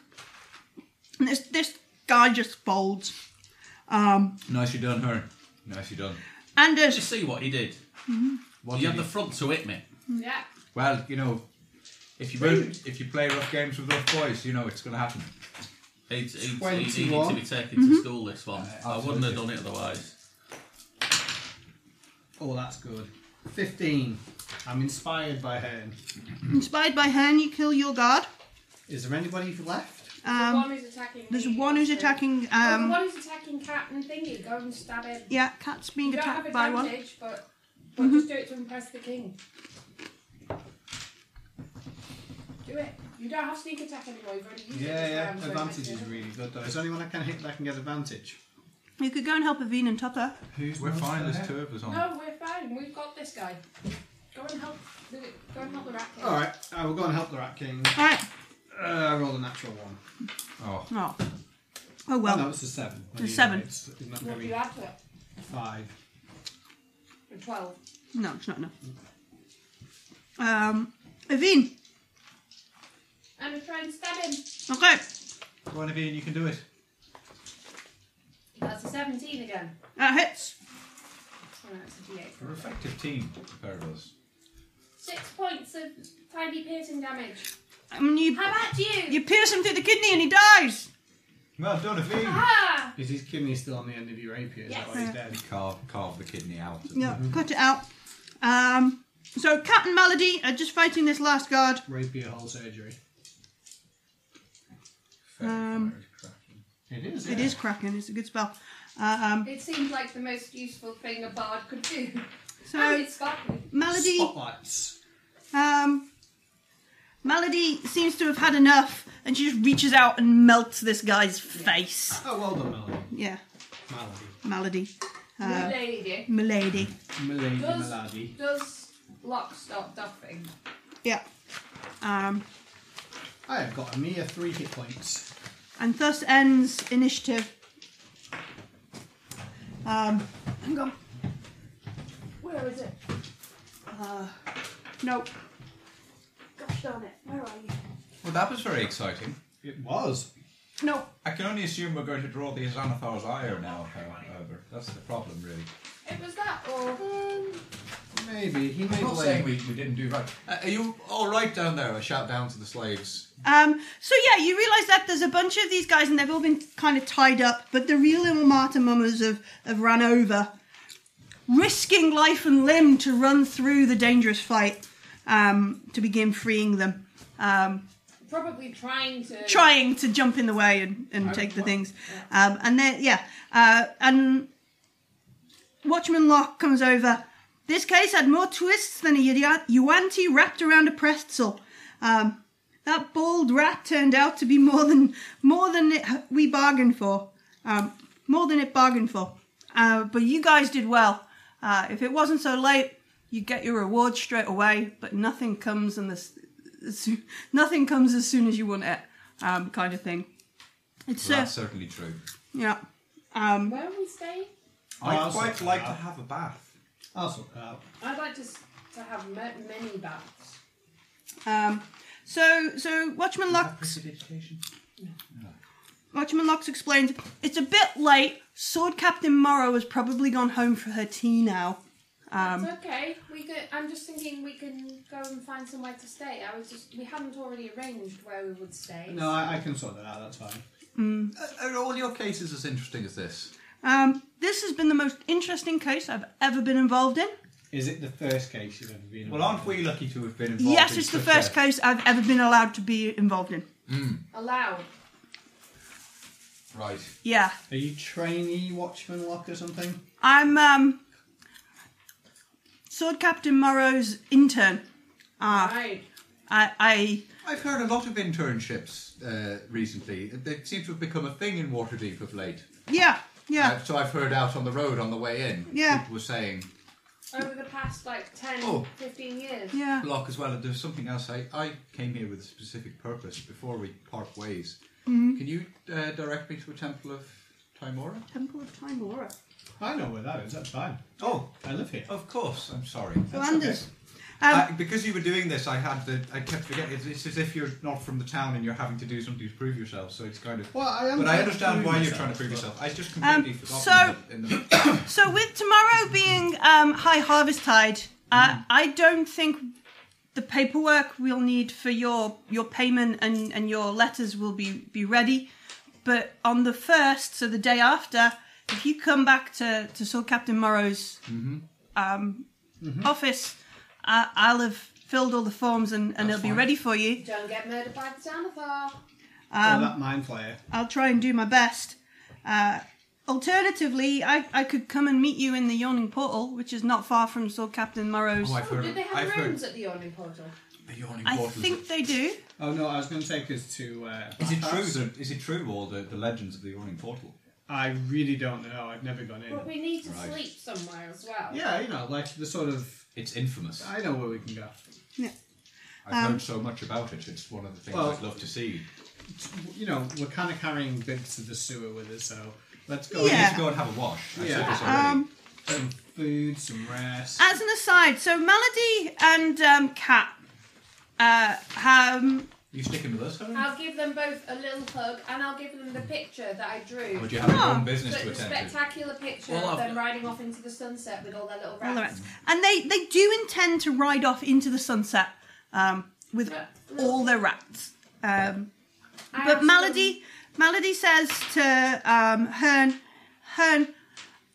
And this this guy just folds. Um, Nicely done, Hearn. Nicely done. Did you Anders, see what he did? What you did had the he- front to hit me. Mm. Yeah. well, you know, if you both, if you play rough games with rough boys, you know it's going to happen. He'd, he'd, he'd 21. needed to be taken to school this one. I wouldn't have done it otherwise. Oh, that's good. 15. I'm inspired by her. inspired by Hen, you kill your guard. Is there anybody left? the Um, one who's attacking. there's me one who's also- attacking. Oh, the Um, one who's attacking Captain Thingy. Go and stab him. yeah, cat's You being don't have attacked by one. advantage, but but just do it to impress the king. Do it. You don't have sneak attack anymore. You've already used it. Yeah, this yeah. round, so it Advantage makes is no- really good, though. Is there anyone I can hit that can get advantage? You could go and help Avine and Topper. Who's We're not fine. there? There's two of us on. No, we're fine. We've got this guy. Go and help. The, go and help the rat. king. All right, I will go and help the Rat King. All right. Uh, I rolled a natural one. Oh, Oh. Oh Well, well. no, it's a seven. It's a seven. It's it's not What going do to you be add to it? five. A Twelve. No, it's not enough. Um, Avine. I'm gonna try and stab him. Okay. go on, Ian, you can do it. That's a seventeen again. That hits. Oh, no, it's a D8. We're an effective team, the pair of us. Six points of tiny piercing damage. I mean, you How about you? you pierce him through the kidney and he dies. Well done, Ian. Ah! Is his kidney still on the end of your rapier? Is Yes. that why he's dead? Carve, carve the kidney out. Yeah, cut it out. Um, so Cat and Melody are just fighting this last guard. Rapier hole surgery. Um, It is. It yeah. is cracking. It's a good spell. Um, It seems like the most useful thing a bard could do. and so it's sparkling. Melody, Spotlights. um, Melody seems to have had enough, and she just reaches out and melts this guy's face. Oh, well done, Melody. Yeah, Melody. Melody, Good uh, lady. Milady. Milady Does- Melody. Does Locke stop duffing? Yeah. Um, I have got a mere three hit points. and thus ends initiative. Um, hang on. Where is it? Uh, nope. Gosh darn it. Where are you? Well, that was very exciting. It was. Nope. I can only assume we're going to draw the Xanathar's ire now, however. That's the problem, really. It was that or Um, Maybe. He may I'm not blame saying we, we didn't do right. Uh, are you all right down there? I shout down to the slaves. Um, so yeah, you realise that there's a bunch of these guys and they've all been kind of tied up, but the real Ilmata mummers have, have ran over, risking life and limb to run through the dangerous fight um, to begin freeing them. Um, probably trying to. trying to jump in the way and, and take the things. Um, and then, yeah, uh, and Watchman Locke comes over. This case had more twists than a yuan- Yuanti wrapped around a pretzel. Um, that bald rat turned out to be more than more than it, we bargained for, um, more than it bargained for. Uh, but you guys did well. Uh, if it wasn't so late, you get your reward straight away. But nothing comes in this, nothing comes as soon as you want it, um, kind of thing. It's Well, uh, that's certainly true. yeah. Um, Where are we staying? I'd I'd also quite do like that. to have a bath. I'll sort that out. I'd like to s- to have ma- many baths. Um, so, so Watchman Locks, Precipitation. Watchman Locks explains it's a bit late. Sword Captain Morrow has probably gone home for her tea now. Um, it's okay. We could. I'm just thinking we can go and find somewhere to stay. I was just. We hadn't already arranged where we would stay. No, I, I can sort that out. That's fine. Uh, Are, are all your cases as interesting as this? um, this has been the most interesting case I've ever been involved in. Is it the first case you've ever been? Well, involved aren't we lucky to have been involved? yes, in it's the such a- first case I've ever been allowed to be involved in. Allowed. Right. Yeah, in? Are you trainee watchman lock or something? I'm um, Sword Captain Morrow's intern. Ah, Right. I, I I've heard a lot of internships uh, recently. They seem to have become a thing in Waterdeep of late. yeah, yeah, Uh, so I've heard out on the road on the way in. Yeah. People were saying, Over the past like 10, Oh. 15 years. yeah. Block as well, there's something else. I, I came here with a specific purpose before we part ways. Mm-hmm. Can you uh, direct me to a temple of Timora? Temple of Timora. I know where that is. That's fine. Oh, I live here. of course. I'm sorry. So Anders, um, I, because you were doing this, I had the. I kept forgetting. It's, it's as if you're not from the town and you're having to do something to prove yourself. So it's kind of. Well, I am but I trying to understand prove why you're myself, trying to prove but- yourself. I just completely Um, forgot. so- in the, in the, So with tomorrow being um, High Harvest Tide, uh, I don't think the paperwork we'll need for your your payment and, and your letters will be, be ready. But on the first, so the day after, if you come back to to Sword Captain Morrow's Mm-hmm. um, office, uh, I'll have filled all the forms and, and That's it'll be fine. ready for you. Don't get murdered by the Xanathar. Oh, Um, that mind flayer. I'll try and do my best. Uh, alternatively, I, I could come and meet you in the Yawning Portal, which is not far from Sword Captain Morrow's. oh, I've Oh, heard. did they have I've heard. rooms at the Yawning Portal? The yawning I portals. think they do. Oh no, I was going to take us to. Uh, Is it Blackhouse. true? That, is it true all the, the legends of the Yawning Portal? I really don't know. I've never gone in. But we need to Right. sleep somewhere as well. Yeah, you know, like the sort of. It's infamous. I know where we can go. I've Um, heard so much about it. It's one of the things Well- I'd love to see. You know, we're kind of carrying bits of the sewer with us, so let's go. We Yeah. need to go and have a wash. I Yeah. said this already. Um, Get some food, some rest. as an aside, so Melody and um, Kat uh, um, you sticking with us, Helen? I'll give them both a little hug and I'll give them the picture that I drew. Or do you have your No. own business So to it's a attend to? spectacular picture Well, of I've- them riding off into the sunset with all their little all the rats. rest. and they, they do intend to ride off into the sunset um, with Yeah. all their rats. Um, I asked But them- Melody, Melody says to um, Hearn, Hearn,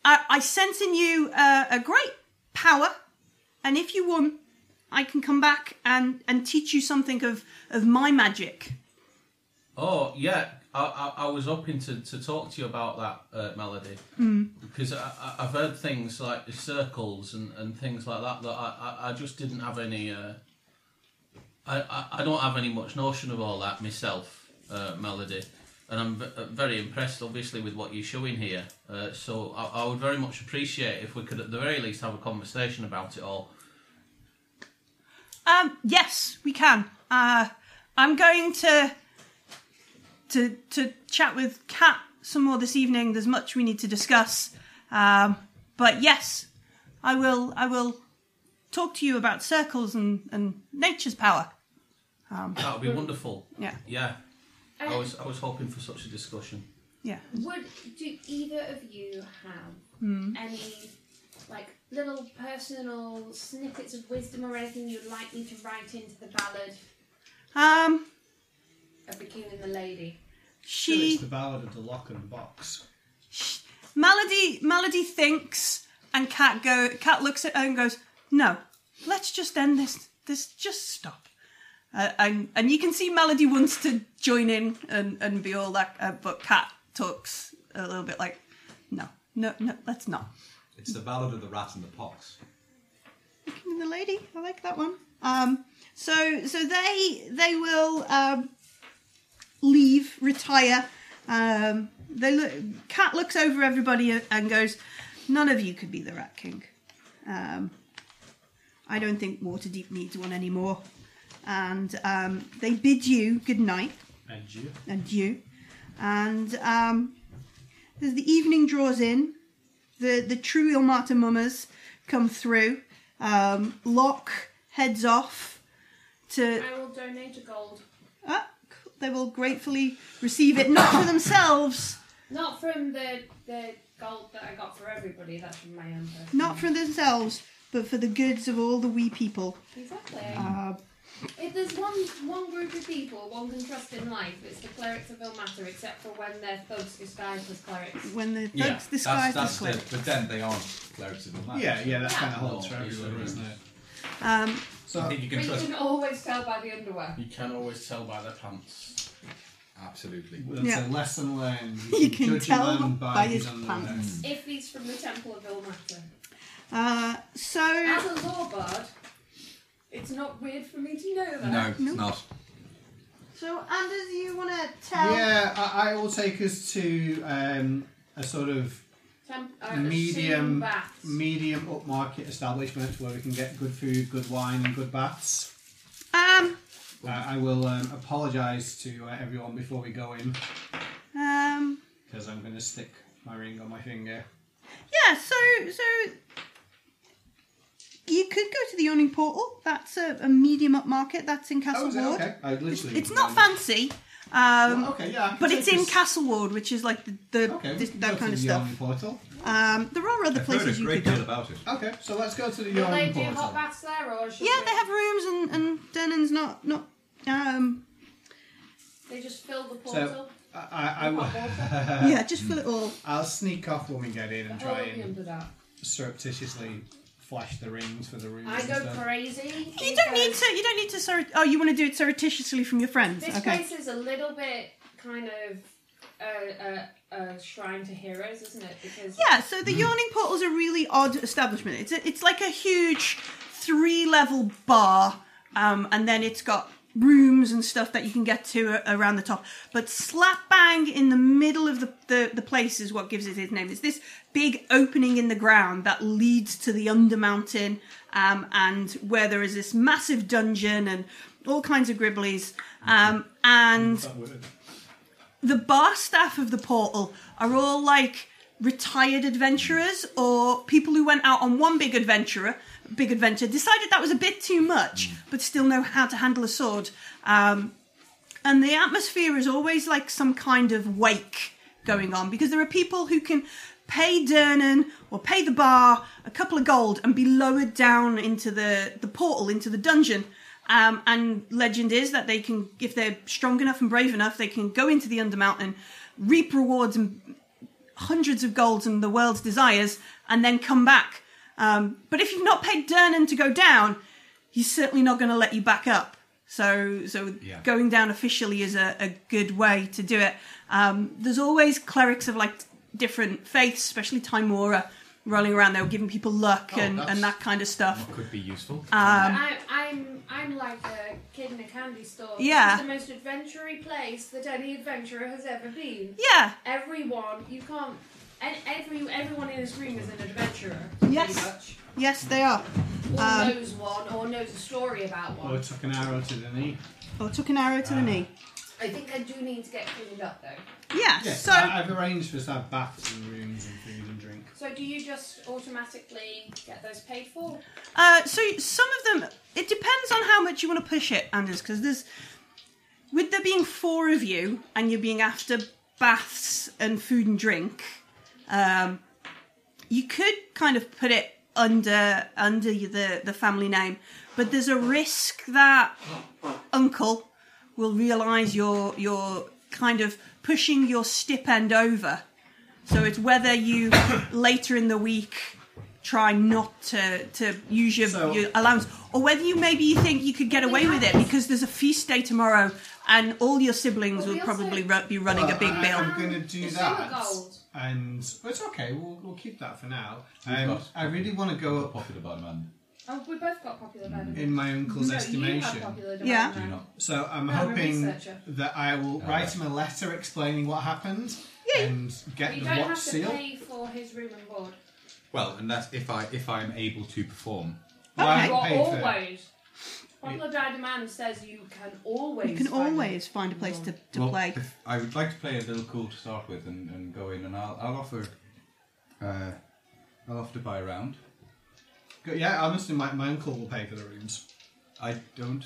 I, I sense in you uh, a great power, and if you want, I can come back and, and teach you something of, of my magic. Oh yeah, I, I, I was hoping to, to talk to you about that uh, melody because I, I, I've heard things like the circles and, and things like that that I, I, I just didn't have any. Uh, I, I I don't have any much notion of all that myself, uh, melody, and I'm v- uh, very impressed, obviously, with what you're showing here. Uh, so I, I would very much appreciate if we could, at the very least, have a conversation about it all. Um, yes, we can. Uh, I'm going to to to chat with Kat some more this evening. There's much we need to discuss. Um, but yes, I will. I will talk to you about circles and, and nature's power. That would be wonderful. Yeah, Yeah, I Uh, was I was hoping for such a discussion. yeah. Would do either of you have Hmm. any like little personal snippets of wisdom or anything you'd like me to write into the ballad Um, of the king and the lady? Still, it's she the ballad of the lock and box. Melody Melody thinks, and Kat go. Kat looks at her and goes, "No, let's just end this. This just stop." Uh, and and you can see Melody wants to join in and, and be all that, uh, but Cat talks a little bit like, no, no, no, let's not. It's the ballad of the rat and the pox. the lady. I like that one. Um, so so they they will um, leave, retire. Um, they look. Cat looks over everybody and goes, "None of you could be the Rat King. Um, I don't think Waterdeep needs one anymore." And um, they bid you good night And you. and you. And um, as the evening draws in, the, the true Ilmata mummers come through. Um, Locke heads off to. I will donate a gold. Ah, cool. they will gratefully receive it, not for themselves, Not from the the gold that I got for everybody. That's from my own person. not for themselves, but for the goods of all the wee people. Exactly. Uh, If there's one one group of people one can trust in life, it's the clerics of Ilmater, except for when they're thugs disguised as clerics. when the Yeah, folks disguise that's, this that's the, but then they aren't clerics of the land. Yeah, yeah, that Yeah. kind of holds for No, it's everyone, a- isn't it? Um, I So think you But can you trust. can always tell by the underwear. You can always tell by their pants. Absolutely. that's Yeah. a lesson learned. You can judge a tell man by his underwear. pants. If he's from the Temple of Ilmater. uh, so As a law bard, it's not weird for me to know that. No, it's not. so Anders, you want to tell? Yeah, I, I will take us to um, a sort of Temp- uh, Medium- assume baths. medium upmarket establishment where we can get good food, good wine, and good baths. Um, Uh, I will um, apologise to uh, everyone before we go in um, because I'm going to stick my ring on my finger. Yeah, so so you could go to the yawning portal. That's a, a medium up market. That's in Castle Oh, is it Ward. okay? I literally. It's not fancy, um, Well, okay, yeah. I can but take it's in us- Castle Ward, which is like the, the Okay, we this, can go that to kind of the stuff. Yawning Portal. Um, there are other I've heard a places you great could deal go. about it. Okay, so let's go to the Will they yawning do portal. hot baths there, or should Yeah, we- they have rooms, and and Denon's not not. Um, They just fill the portal. So I, I, I will. Uh, yeah, just fill it all. I'll sneak off when we get in and I'll try look and into that. surreptitiously flash the rings for the rooms. I and go stuff. crazy. You don't need because to. You don't need to. Sur- oh, you want to do it surreptitiously from your friends? This okay. place is a little bit kind of a, a, a shrine to heroes, isn't it? Because Yeah, so the Yawning Portal's a really odd establishment. It's a, it's like a huge three level bar, um, and then it's got rooms and stuff that you can get to a- around the top. But slap bang in the middle of the, the, the place is what gives it its name. It's this big opening in the ground that leads to the Undermountain, um, and where there is this massive dungeon and all kinds of gribblies. Um, and That word. the bar staff of the portal are all like retired adventurers or people who went out on one big adventurer big adventure decided that was a bit too much but still know how to handle a sword um, and the atmosphere is always like some kind of wake going on because there are people who can pay Dernan or pay the bar a couple of gold and be lowered down into the, the portal, into the dungeon. Um, and legend is that they can, if they're strong enough and brave enough, they can go into the Undermountain, reap rewards and hundreds of golds and the world's desires, and then come back. Um, but if you've not paid Dernan to go down, he's certainly not going to let you back up. So, so Yeah. going down officially is a, a good way to do it. Um, there's always clerics of like different faiths, especially Timora, rolling around. They were giving people luck Oh, and, that's- and that kind of stuff. What could be useful? I, I'm I'm like a kid in a candy store. Yeah. It's the most adventurous place that any adventurer has ever been. Yeah, Everyone, you can't. And every everyone in this room is an adventurer. Yes. Pretty much. yes, they are. Or Um, knows one, or knows a story about one. Or took an arrow to the knee. Or Oh, took an arrow to the knee. I think I do need to get cleaned up though. Yeah, Yes, so I, I've arranged for us to have baths and rooms and food and drink. So do you just automatically get those paid for? Uh, so some of them, it depends on how much you want to push it, Anders, because there's, with there being four of you and you're being after baths and food and drink, um, you could kind of put it under under the the family name, but there's a risk that Uncle will realise you're you're kind of pushing your stipend over. So it's whether you later in the week try not to, to use your, So- your allowance, or whether you maybe you think you could get away with it because there's a feast day tomorrow and all your siblings Well, will we probably also- ru- be running a big Well, bill. I'm going to do It's that. silver gold. And but it's okay. We'll, we'll keep that for now. We've Um, got- I really want to go up Popular by man. Oh, we both got popular bad. in my no, uncle's You have estimation. popular demand Yeah. Do you not? So I'm No, I'm a hoping researcher. that I will Oh, write right. him a letter explaining what happened and now. get You the don't watch have to seal. pay for his room and board. Well, unless if I if I am able to perform. Well, I You haven't are paid for it. always. Popular demand says you can always. You can find- always find a place to, to Well, play. if- I would like to play a little cool to start with and, and go in, and I'll, I'll offer. Uh, I'll offer to buy a round. Go- Yeah, honestly, my, my uncle will pay for the rooms. I don't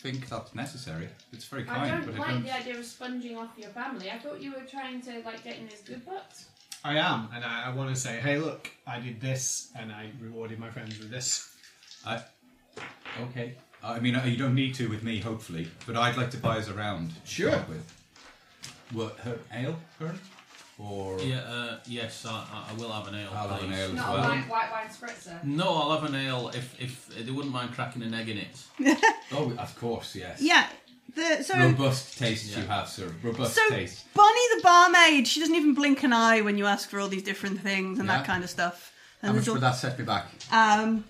think that's necessary. It's very I kind, don't but like I don't. the idea of sponging off your family. I thought you were trying to like get in his good books. I am, and I, I want to say, hey, look, I did this, and I rewarded my friends with this. Okay. I mean, uh, you don't need to with me, hopefully, but I'd like to buy us a round. to Sure. start With what her ale, her, or Yeah, uh, yes, I, I- I will have an ale. I'll have an please. ale as Not well. a white, white wine spritzer. No, I'll have an ale if, if they wouldn't mind cracking an egg in it. Oh, of course, yes. Yeah. The, so Robust taste you Yeah. have, sir. Robust So taste. Bonnie the barmaid, she doesn't even blink an eye when you ask for all these different things and that Yeah. kind of stuff. And How much there's all- would that set me back? um,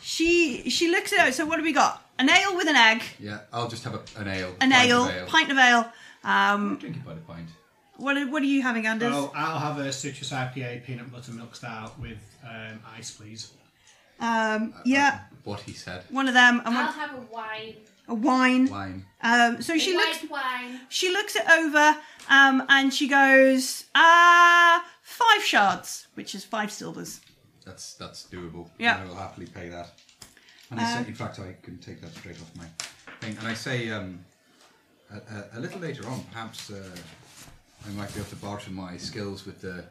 she she looks at it. So what do we got? An ale with an egg, Yeah, I'll just have a, an ale. an pint ale, of ale. pint of ale. I'll Um, drink it by the pint. what are- what are you having, Anders? Oh, I'll have a citrus IPA peanut butter milk stout with um, ice, please. Um, yeah, What he said. one of them and I'll one, have a wine. a wine. Wine. Um, so she white looks wine. she looks it over um, and she goes ah five shards, which is five silvers. That's that's doable. Yeah. Uh, I will happily pay that. And I say, in fact, I can take that straight off my thing. And I say, um, a, a, a little later on, perhaps uh, I might be able to barter my skills with the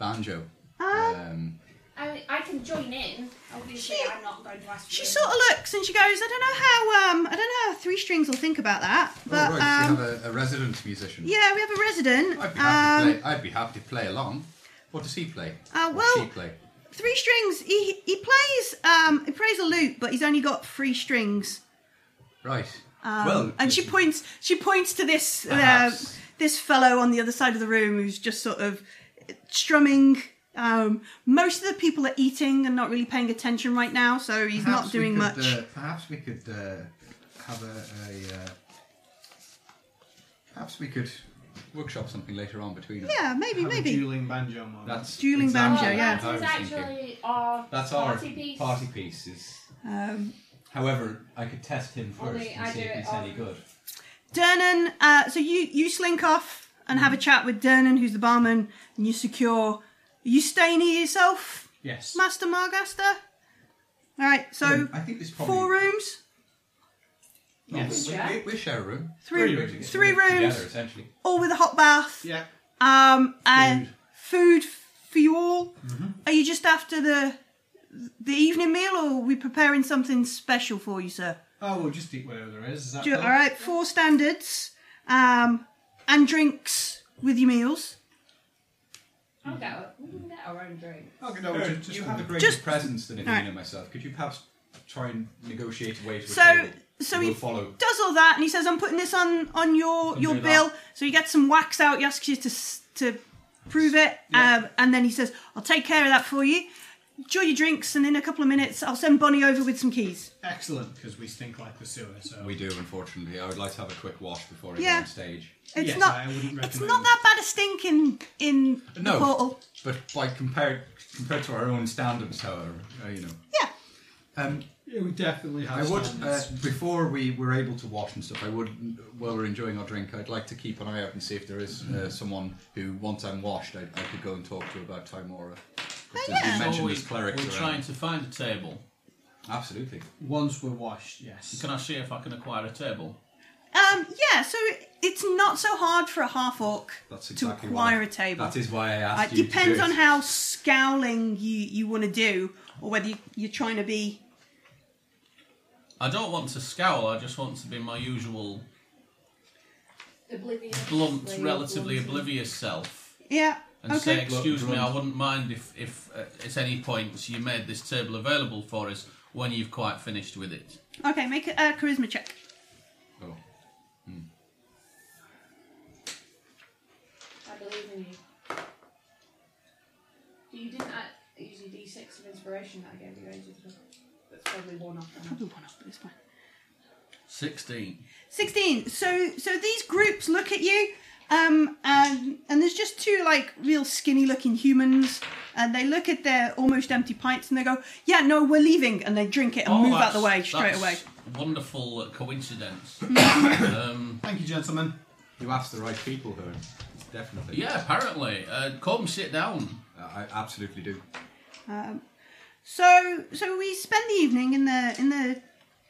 banjo. Ah, Um, I, I can join in. Obviously, She- I'm not going to ask. She you. sort of looks and she goes, I don't know how um I don't know how three strings will think about that. But oh, right, um we have a, a resident musician. yeah, we have a resident. I'd be happy um to play. I'd be happy to play along. What does he play? Uh, Or well- she play. three strings. He he plays um he plays a lute, but he's only got three strings. Right. well, um, And she points she points to this uh, Perhaps. this fellow on the other side of the room who's just sort of strumming um, most of the people are eating and not really paying attention right now, so he's Perhaps not we doing could, much. Uh, perhaps we could uh, have a. a uh, Perhaps we could workshop something later on between us. yeah, maybe, Have maybe. a dueling banjo moment. that's Dueling exactly banjo, what yeah. I Oh, That was is thinking. actually our That's our party piece. party piece. Is Um, however, I could test him first Only and I see do if it he's on- any good. Dernan, uh, so you, you slink off and have a chat with Dernan, who's the barman, and you secure. you staying here yourself, yes. Master Margaster? Alright, so Um, I think this probably four rooms, yes. We, we, we share a room. three, Three rooms. three rooms, together essentially. all with a hot bath, Yeah. um, and food. for you all. Are you just after the the evening meal, or are we preparing something special for you, sir? Oh, we'll just eat whatever there is. Is that Do you, cool? all right, four standards, um, and drinks with your meals. I'll get our- we can get our own drink. Okay, no, we'll Aaron, just, just you have a greater Just- presence than Athena Alright. and myself. Could you perhaps try and negotiate a way to a So, table? so we'll he follow. does all that, and he says, "I'm putting this on on your Can your do bill." So he gets some wax out. He asks you to s- to prove it, um, and then he says, "I'll take care of that for you. Enjoy your drinks, and in a couple of minutes, I'll send Bonnie over with some keys." excellent because we stink like the sewer. So We do, unfortunately. I would like to have a quick wash before I Yeah. go on stage. It's Yes, not I wouldn't it's recommend not that bad a stink in in the No. portal. But like compared compared to our own standards, however, uh, you know. Yeah, Um, Yeah, we definitely have. I would, uh, standards. before we were able to wash and stuff, I would, while we're enjoying our drink, I'd like to keep an eye out and see if there is uh, Mm-hmm. someone who, once I'm washed, I, I could go and talk to about Timora. But as Oh, yeah. you So mentioned, we, there's clerics we're around. trying to find a table. Absolutely. Once we're washed, yes. Can I see if I can acquire a table? um, yeah. So it- it's not so hard for a half orc That's to exactly acquire why, a table. That is why I Uh, asked It you. to depends do on it. how scowling you, you want to do, or whether you, you're trying to be. I don't want to scowl. I just want to be my usual Oblivious. blunt, Way of relatively blunting. oblivious self. Yeah. and Okay. say, "Excuse me, Grunt. I wouldn't mind if, if uh, at any point you made this table available for us when you've quite finished with it." Okay, make a uh, charisma check. Oh. I believe in you. You didn't act, use your d6 of inspiration that I gave you ages ago. That's probably worn off now. Probably one off, but it's fine. Sixteen. 16 so so these groups look at you um and and there's just two like real skinny looking humans and they look at their almost empty pints and they go yeah no we're leaving and they drink it and Oh, move out the that's- way straight that's away Wonderful coincidence. um, Thank you, gentlemen. You asked the right people, Hearn. Definitely. yeah, apparently. Uh, come sit down. Uh, I absolutely do. so so we spend the evening in the in the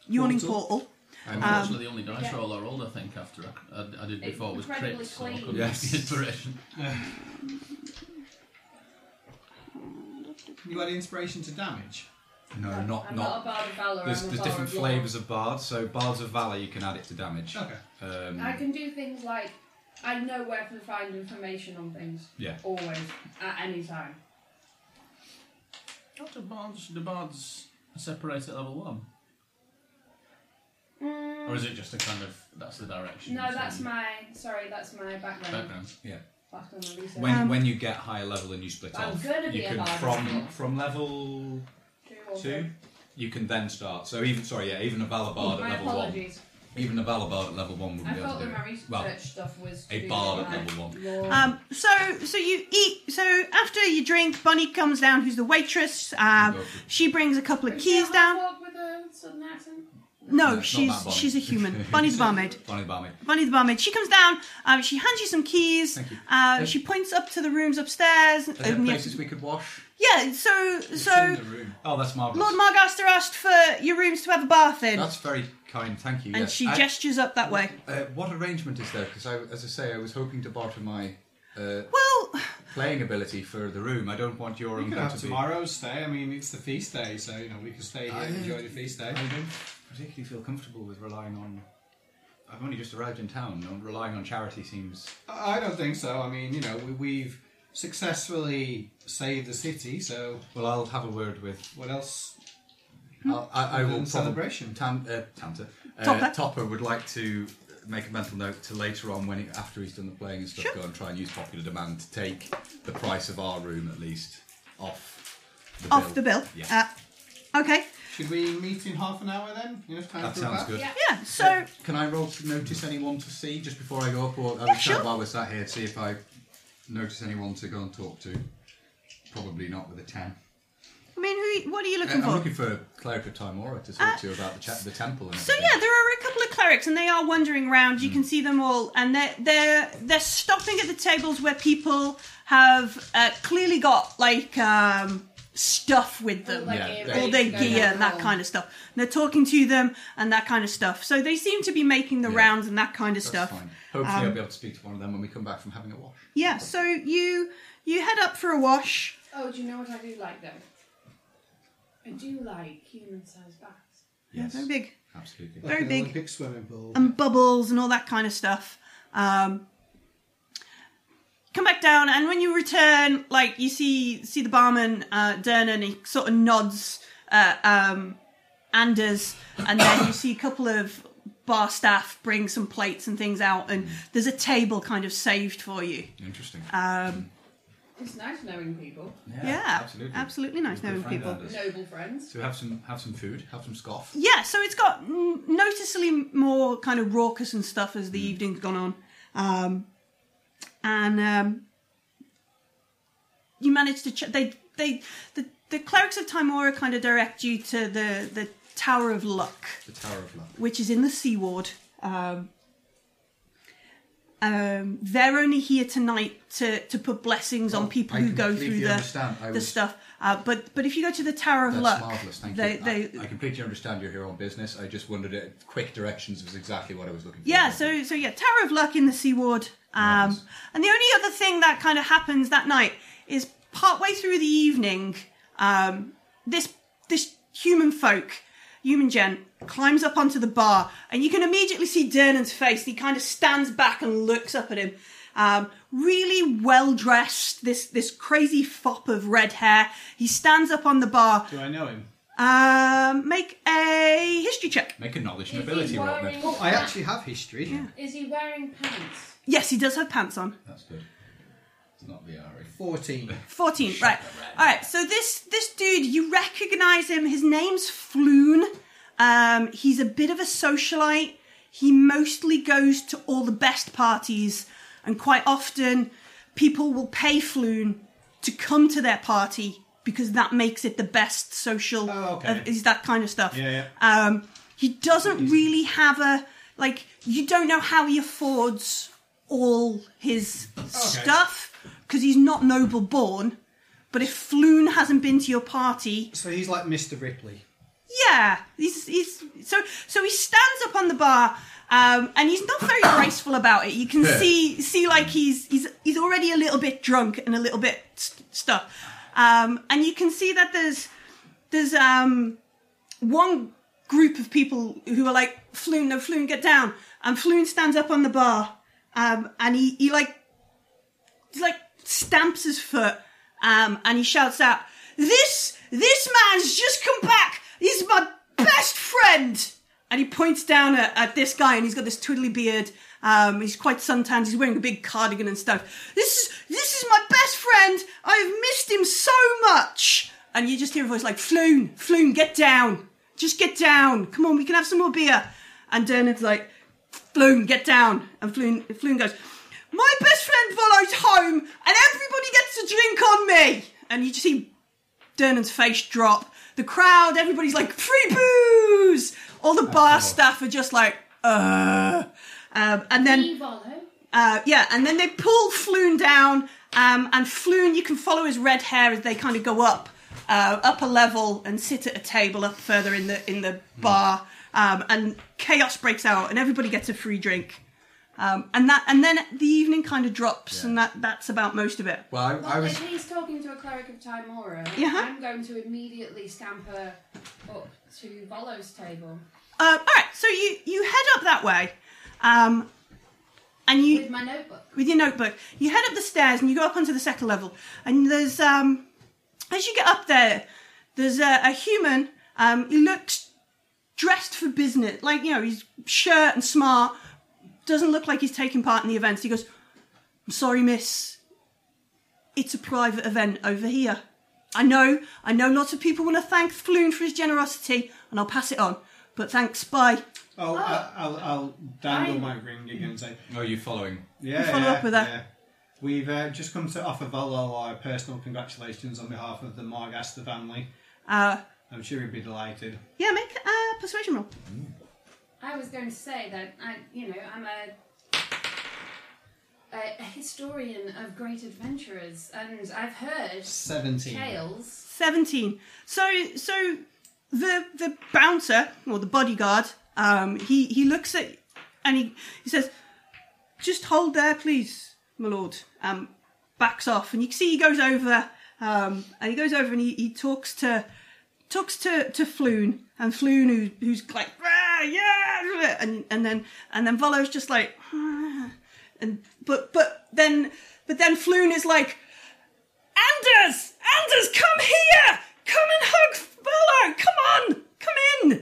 yawning Portal. portal Um, I'm actually the only dice yeah. roll I rolled, I think, after I, I, I did before was incredibly crits, so I clean. couldn't Yes. use the inspiration. You had inspiration to damage. No, not I'm not. a bard of valor. There's, I'm a there's bard different of law. flavours of bards, so bards of valor you can add it to damage. Okay. Um, I can do things like I know where to find information on things. Yeah. Always, at any time. Not the bards, the bards separate at level one. Or is it just a kind of, that's the direction? Mm. No, it's that's in my sorry. That's my background. Background. yeah. Background on research. When when you get higher level and you split um, I'm off, gonna be you a can bard. from from level Two. or two, you can then start. So even sorry, yeah, even a valor bard at three. My level one, apologies. even a valor bard at level one I wouldn't be able felt to that do my it. research Well, stuff was a to do bard with at my level one. law. Um, so, so you eat. So after you drink, Bonnie comes down, who's the waitress. Um, Lovely. she brings a couple of Is keys she a down. half-orc with a southern accent? No, No, it's not Oh, she's that Bonnie. she's a human. Bonnie's the barmaid. Bonnie the barmaid. Bonnie the barmaid. She comes down. Um, she hands you some keys. Thank you. Uh, she points up to the rooms upstairs. Are there and you- places we could wash? yeah. So Um, so in the room. Oh, that's marvelous. Lord Margaster asked for your rooms to have a bath in, That's very kind. Thank you. and yes. she I- gestures up that way. uh, what arrangement is there? Because I, as I say, I was hoping to barter my uh, Well, playing ability for the room. I don't want your We room could to have be tomorrow's day. I mean, it's the feast day, so you know we could stay here and enjoy the feast day. I don't particularly feel comfortable with relying on. I've only just arrived in town, and relying on charity seems. I I don't think so. I mean, you know, we, we've successfully saved the city, so Well, I'll have a word with. what else? Hmm. I'll, I, I will Then probab- celebration. Tan, uh, Tanta, uh, Topper. Topper. would like to make a mental note to later on when he, after he's done the playing and stuff, go and try and use popular demand to take the price of our room at least off. The off the bill. Yeah. Uh, okay. Should we meet in half an hour then? Enough time that for sounds that? good. Yeah. Yeah. So Can I roll to notice anyone to see just before I go up, or I would sure. try while we're sat here see if I notice anyone to go and talk to? Probably not with a ten. I mean, who? What are you Uh, looking I'm for? looking for Cleric of Timora to talk to you about the, cha- the temple. And So everything. yeah, there are a couple of clerics, and they are wandering around. You Hmm. can see them all, and they're they're they're stopping at the tables where people have uh, clearly got like um, stuff with them, Like, Yeah, it they- really all their go down gear and that wrong. kind of stuff. And they're talking to them and that kind of stuff. So they seem to be making the Yeah. rounds and that kind of That's stuff. Um, fine. Hopefully, I'll be able to speak to one of them when we come back from having a wash. Yeah. So you you head up for a wash. Oh, do you know what I do like though? I do like human-sized baths. Yes, They're big absolutely. Like Very an big. Um, Olympic swimming pool. and bubbles and all that kind of stuff. Um, come back down, and when you return, like you see see the barman uh, Dernan, and he sort of nods uh, um, Anders, and then you see a couple of bar staff bring some plates and things out, and there's a table kind of saved for you. Interesting. Um, It's nice knowing people, yeah, absolutely, nice knowing Friend people. Anders. noble friends. So have some have some food, have some scoff. Yeah, so it's got mm, noticeably more kind of raucous and stuff as the Mm. evening's gone on. Um, and um, you manage to ch- they they the, the clerics of Timora kind of direct you to the the Tower of Luck, The Tower of Love. which is in the Sea Ward. Um, um, they're only here tonight to, to put blessings on Well, people I who go through completely the understand. I the was- stuff. Uh, but but if you go to the Tower of That's Luck, marvellous, thank they, you. they I, I completely understand you're here on business. I just wondered if quick directions was exactly what I was looking for. Yeah, so so yeah, Tower of Luck in the Sea Ward. Um, Nice. And the only other thing that kind of happens that night is partway through the evening, um, this this human folk human gent climbs up onto the bar, and you can immediately see Dernan's face. He kind of stands back and looks up at him. Um, really well dressed, this this crazy fop of red hair. He stands up on the bar. Do I know him? Um, make a history check. Make a knowledge Is nobility he roll then. wearing? Oh, I actually have history. Is he wearing pants? Yes, he does have pants on. That's good. It's not the RE. 14. 14 right all right so this this dude you recognize him his name's floon um, he's a bit of a socialite he mostly goes to all the best parties and quite often people will pay floon to come to their party because that makes it the best social Oh, okay. uh, is that kind of stuff Yeah, yeah. um, he doesn't really have a like. You don't know how he affords all his stuff because he's not noble born. But if Floon hasn't been to your party, So he's like Mr. Ripley. yeah, he's he's so so he stands up on the bar. Um, and he's not very graceful about it. You can see see like he's he's he's already a little bit drunk and a little bit st- stuff. Um, and you can see that there's there's um one group of people who are like Floon, no Floon, get down, and Floon stands up on the bar, um, and he he like he like stamps his foot, um, and he shouts out, "This this man's just come back. He's my best friend." And he points down at, at this guy, and he's got this twiddly beard. Um, he's quite suntanned. He's wearing a big cardigan and stuff. This is this is my best friend. I've missed him so much. And you just hear a voice like, "Floon, Floon, get down." just get down. Come on, we can have some more beer. And Dernan's like, Floon, get down. And Floon, Floon goes, my best friend follows home and everybody gets a drink on me. And you just see Dernan's face drop. The crowd, everybody's like, free booze. All the bar staff are just like, uh. Um, and then He follow. uh, yeah, and then they pull Floon down, um, and Floon, you can follow his red hair as they kind of go up, uh, up a level and sit at a table up further in the in the bar, um, and chaos breaks out, and everybody gets a free drink, um, and that and then the evening kind of drops, and that that's about most of it. Well, I, I Well, was. Oh, if he's talking to a cleric of Timora, Yeah. I'm going to immediately scamper up to Volo's Um, table all right, so you you head up that way, um, and you with my notebook. with your notebook. You head up the stairs and you go up onto the second level. And there's um, as you get up there, there's a, a human. Um, he looks dressed for business, like you know, he's shirt and smart. Doesn't look like he's taking part in the events. He goes, "I'm sorry, miss. It's a private event over here. I know. I know. Lots of people want to thank Floon for his generosity, and I'll pass it on. But thanks, bye." Oh, I, I'll, I'll dangle I- my ring again and say, Oh, you following? yeah, follow yeah, up with that. yeah. We've uh, just come to offer Volo our personal congratulations on behalf of the Margaster family. Uh, I'm sure he'd be delighted. yeah, make a persuasion roll. I was going to say that I, you know, I'm a, a, a historian of great adventurers, and I've heard 17. tales. 17 so so the the bouncer or the bodyguard um he he looks at and he he says just hold there please my lord um backs off and you can see he goes over um and he goes over and he, he talks to talks to to floon and floon who, who's like "Ah, yeah and and then and then volo's just like "Ah." and but but then but then floon is like Anders! Anders, come here! Come and hug Volo! Come on! Come in!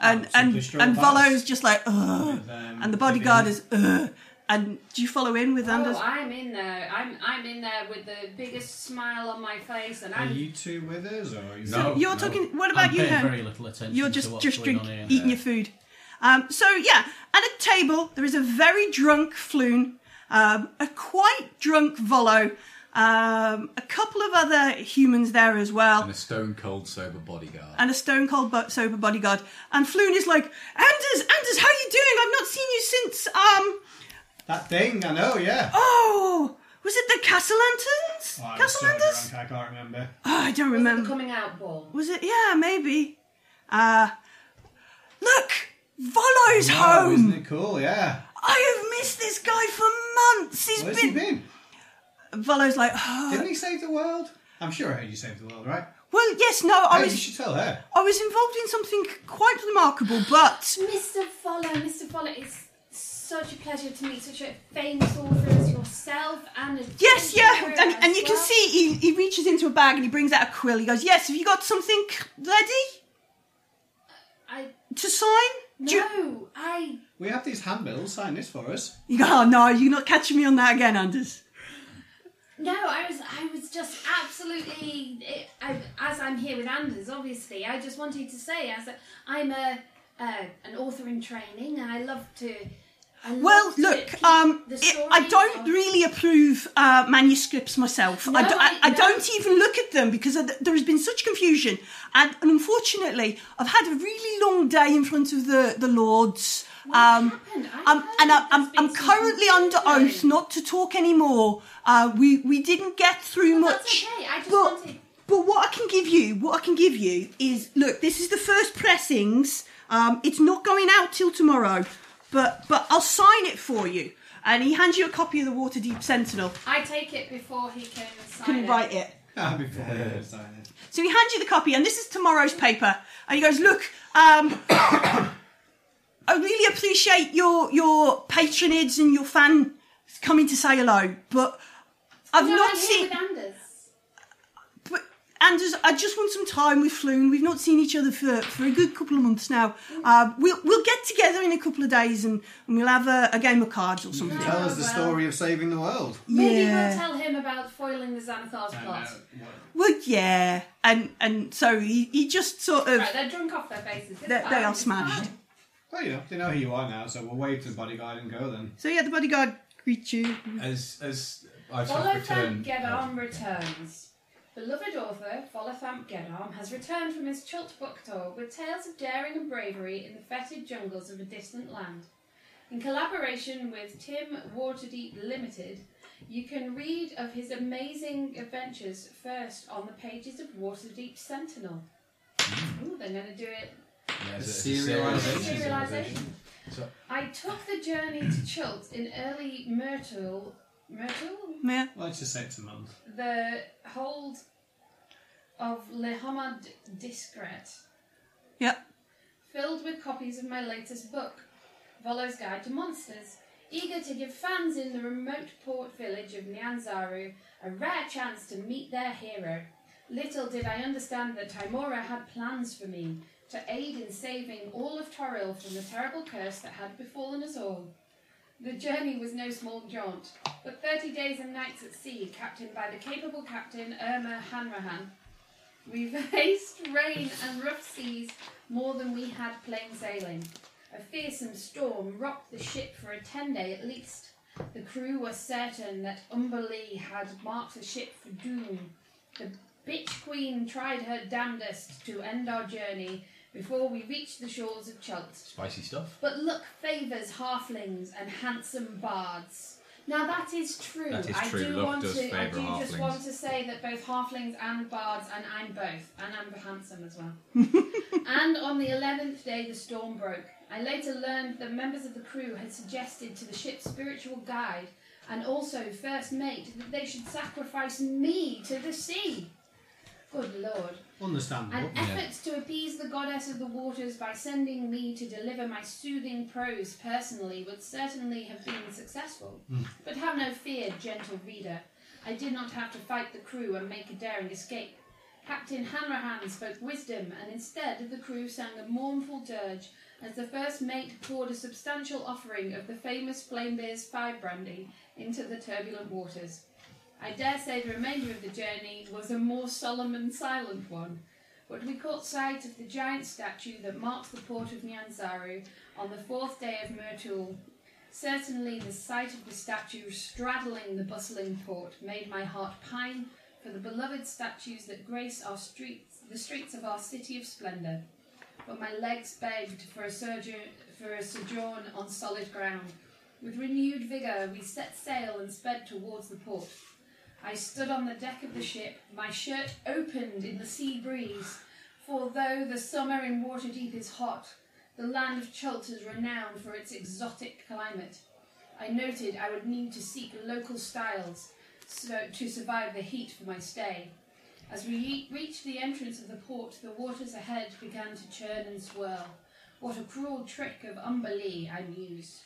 And and simply stroll and past. Volo's just like ugh, um, and the bodyguard maybe- is ugh. And do you follow in with Anders? Oh, I'm in there. I'm I'm in there with the biggest smile on my face, and Are I'm you two with us? Or are you No. You're talking. What about I'm you, paying Hen? very little attention. You're to just what's just going drink, on here. eating your food. Um, so yeah, at a table there is a very drunk Floon, um, a quite drunk Volo, um, a couple of other humans there as well. And a stone cold sober bodyguard. and a stone cold bo- sober bodyguard. And Floon is like, Anders, Anders, how you doing? I've not seen you since um That thing, I know, yeah. oh was it the Castle Lanterns? Oh, I was Castle so Lanterns? drunk, I can't remember. Oh, I don't the remember. coming out ball. Was it? Yeah, maybe. Uh look, Volo's Oh, home. isn't it cool? Yeah. I have missed this guy for months. He's Where's been. he been? Volo's like, oh, Didn't he save the world? I'm sure I heard you saved the world, right? Well, yes, no, I Hey, you was should tell her. I was involved in something quite remarkable, but Mr. Follow, Mr. Follow, it's such a pleasure to meet such a famous author as yourself and a yes, yeah, gentleman and, as and you can well. see he, he reaches into a bag and he brings out a quill. He goes, "Yes, have you got something ready I to sign?" Do you, no, I We have these handbills. Sign this for us. you go, "Oh no, you're not catching me on that again, Anders." no, I was I was just absolutely I, as I'm here with Anders. Obviously, I just wanted to say as a, I'm a uh, an author in training, and I love to. I love Well, to look, keep um, the it, I stories don't of- really approve uh, manuscripts myself. I, No, do, I, I- I no. don't even look at them because I- there has been such confusion. And, and unfortunately, I've had a really long day in front of the, the Lords. Um, happened? I um, heard and I, that I'm, there's I'm been some currently under oath confusion. not to talk anymore. Uh, we, we didn't get through Well, much. that's okay, I just but, wanted- but what I can give you, what I can give you is look, this is the first pressings. Um, it's not going out till tomorrow, but but I'll sign it for you. And he hands you a copy of the Waterdeep Sentinel. I take it before he can sign Can he it. write it? Ah, before we sign it. So he hands you the copy, and this is tomorrow's paper. And he goes, "Look, um, I really appreciate your your patronage and your fan coming to say hello, but I've No, not I'm here seen. with Anders. But Anders, I just want some time with Floon. We've not seen each other for, for a good couple of months now. Uh, we'll we'll get together in a couple of days, and, and we'll have a, a game of cards or something. Tell us the well. story of saving the world. Maybe Yeah. we'll tell him about foiling the Xanathar's plot. Well, yeah, and and so he, he just sort of Right, they're drunk off their faces. It's they, fine, they are it's smashed. fine. Well, you know, they know who you are now, so we'll wave to the bodyguard and go then. So yeah, the bodyguard greets you. As as I've sort of Folothamp returned. uh, Gedarm returns. Beloved author Folothamp Gedarm has returned from his Chult book tour with tales of daring and bravery in the fetid jungles of a distant land. In collaboration with Tim Waterdeep Limited, you can read of his amazing adventures first on the pages of Waterdeep Sentinel. Ooh, they're going to do it Yeah, is it a Serialization. serialization. So- I took the journey to Chult in early Myrtle. Myrtle? Yeah. Let's just say it's a month. the hold of Le Hamad Discret, Yeah. filled with copies of my latest book, Volo's Guide to Monsters, eager to give fans in the remote port village of Nyanzaru a rare chance to meet their hero. Little did I understand that Timora had plans for me to aid in saving all of Toril from the terrible curse that had befallen us all. The journey was no small jaunt, but 30 days and nights at sea, captained by the capable captain Irma Hanrahan, we faced rain and rough seas more than we had plain sailing. A fearsome storm rocked the ship for a 10 day at least. The crew were certain that Umberlee had marked the ship for doom. The bitch queen tried her damnedest to end our journey before we reached the shores of Chult. Spicy stuff. But luck favours halflings and handsome bards. Now that is true. That is I true. do Luck want does to. I do favour just halflings. want to say that both halflings and bards, and I'm both, and I'm handsome as well. and on the eleventh day, the storm broke. I later learned that members of the crew had suggested to the ship's spiritual guide and also first mate that they should sacrifice me to the sea. Good lord. Understandable. And efforts to appease the goddess of the waters by sending me to deliver my soothing prose personally would certainly have been successful. But have no fear, gentle reader. I did not have to fight the crew and make a daring escape. Captain Hanrahan spoke wisdom, and instead the crew sang a mournful dirge as the first mate poured a substantial offering of the famous Flame Beer's Five Brandy into the turbulent waters. I dare say the remainder of the journey was a more solemn and silent one, but we caught sight of the giant statue that marks the port of Nyanzaru on the fourth day of Myrtul. Certainly, the sight of the statue straddling the bustling port made my heart pine for the beloved statues that grace our streets, the streets of our city of splendour. But my legs begged for a, sojourn, for a sojourn on solid ground. With renewed vigour, we set sail and sped towards the port. I stood on the deck of the ship, my shirt opened in the sea breeze, for though the summer in Waterdeep is hot, the land of Chult is renowned for its exotic climate. I noted I would need to seek local styles so to survive the heat for my stay. As we re- reached the entrance of the port, the waters ahead began to churn and swirl. What a cruel trick of Umberlee, I mused,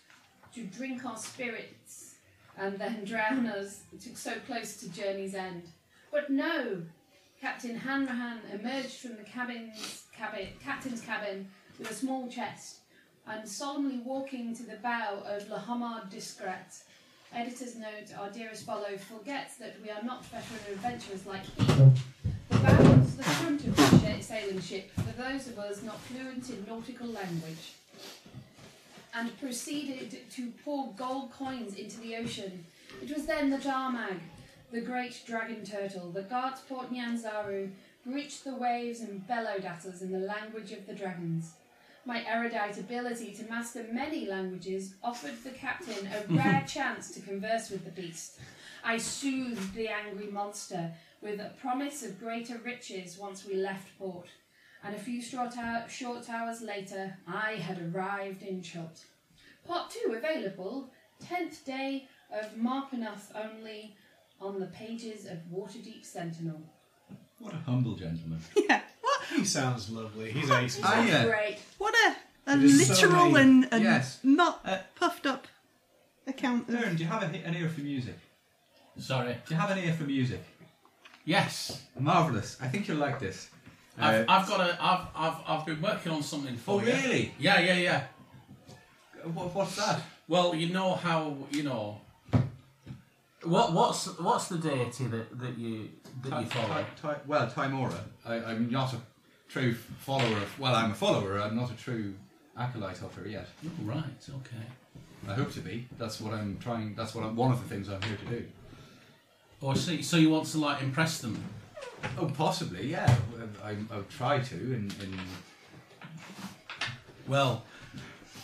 to drink our spirits and then drown us to so close to journey's end. But no! Captain Hanrahan emerged from the cabin's cabin, captain's cabin with a small chest and solemnly walking to the bow of La Hamard Discret. Editor's note, our dearest fellow forgets that we are not veteran adventurers like he. The bow was the front of the sh- sailing ship for those of us not fluent in nautical language and proceeded to pour gold coins into the ocean. It was then the Darmag, the great dragon turtle, that guards Port Nyanzaru, breached the waves and bellowed at us in the language of the dragons. My erudite ability to master many languages offered the captain a rare chance to converse with the beast. I soothed the angry monster with a promise of greater riches once we left port and a few short, hou- short hours later, I had arrived in Chult. Part 2 available, 10th day of Marpenough only, on the pages of Waterdeep Sentinel. What a humble gentleman. Yeah. What He sounds lovely. He's ace. Ah, yeah. Great. what a, a It is so literal many- and, and yes. not Uh, puffed up account of Aaron, do you have a, he- an ear for music? Sorry. Do you have an ear for music? Yes, Marvelous. I think you'll like this. I've, Uh, I've got a. I've, I've I've been working on something for Oh, you. really? Yeah, yeah, yeah. Uh, What, what's that? Well, you know how you know. What what's what's the deity that, that you that you follow? Ti- Ti- well, Timora. I, I'm not a true follower of. Well, I'm a follower. I'm not a true acolyte of her yet. Oh, right. Okay. I hope to be. That's what I'm trying. That's what I'm, one of the things I'm here to do. Or Oh, see, so you want to like impress them? Oh, possibly, yeah. I, I would try to. In, in Well,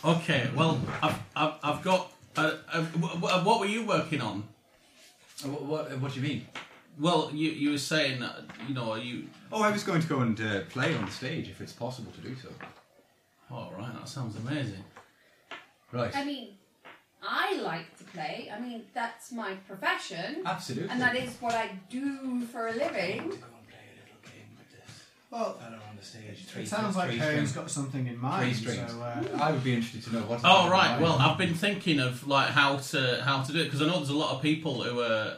okay. Well, I've I've, I've got. Uh, uh, wh- wh- what were you working on? what, what, what do you mean? Well, you you were saying uh, you know you. Oh, I was going to go and uh, play on the stage if it's possible to do so. Oh right, that sounds amazing. Right. I mean, I like to play. I mean, that's my profession, Absolutely. and that is what I do for a living. Well, I don't understand. it sounds like Aaron's got something in mind. So, strings. uh, I would be interested to know what. Oh right. Well, I've been thinking of like how to how to do it because I know there's a lot of people who are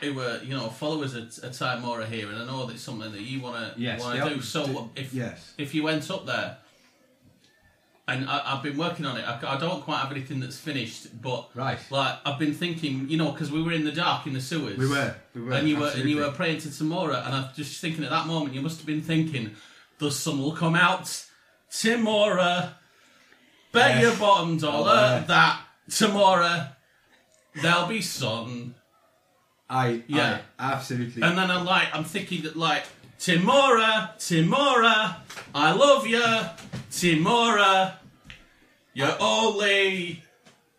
who were you know followers of, of Time Mora here, and I know that's something that you want to Yes, want they to are- do. So do- if yes. if you went up there, and I, I've been working on it. I, c- I don't quite have anything that's finished, but Right. like I've been thinking, you know, because we were in the dark in the sewers. We were, we were, and you were and you absolutely. were praying to Tamora, and I'm just thinking at that moment you must have been thinking, the sun will come out, Timora. Bet Yes. your bottom dollar yeah. that tomorrow there'll be sun. I Yeah. I absolutely. And then I'm like, I'm thinking that like, Timora, Timora, I love you, Timora. You're only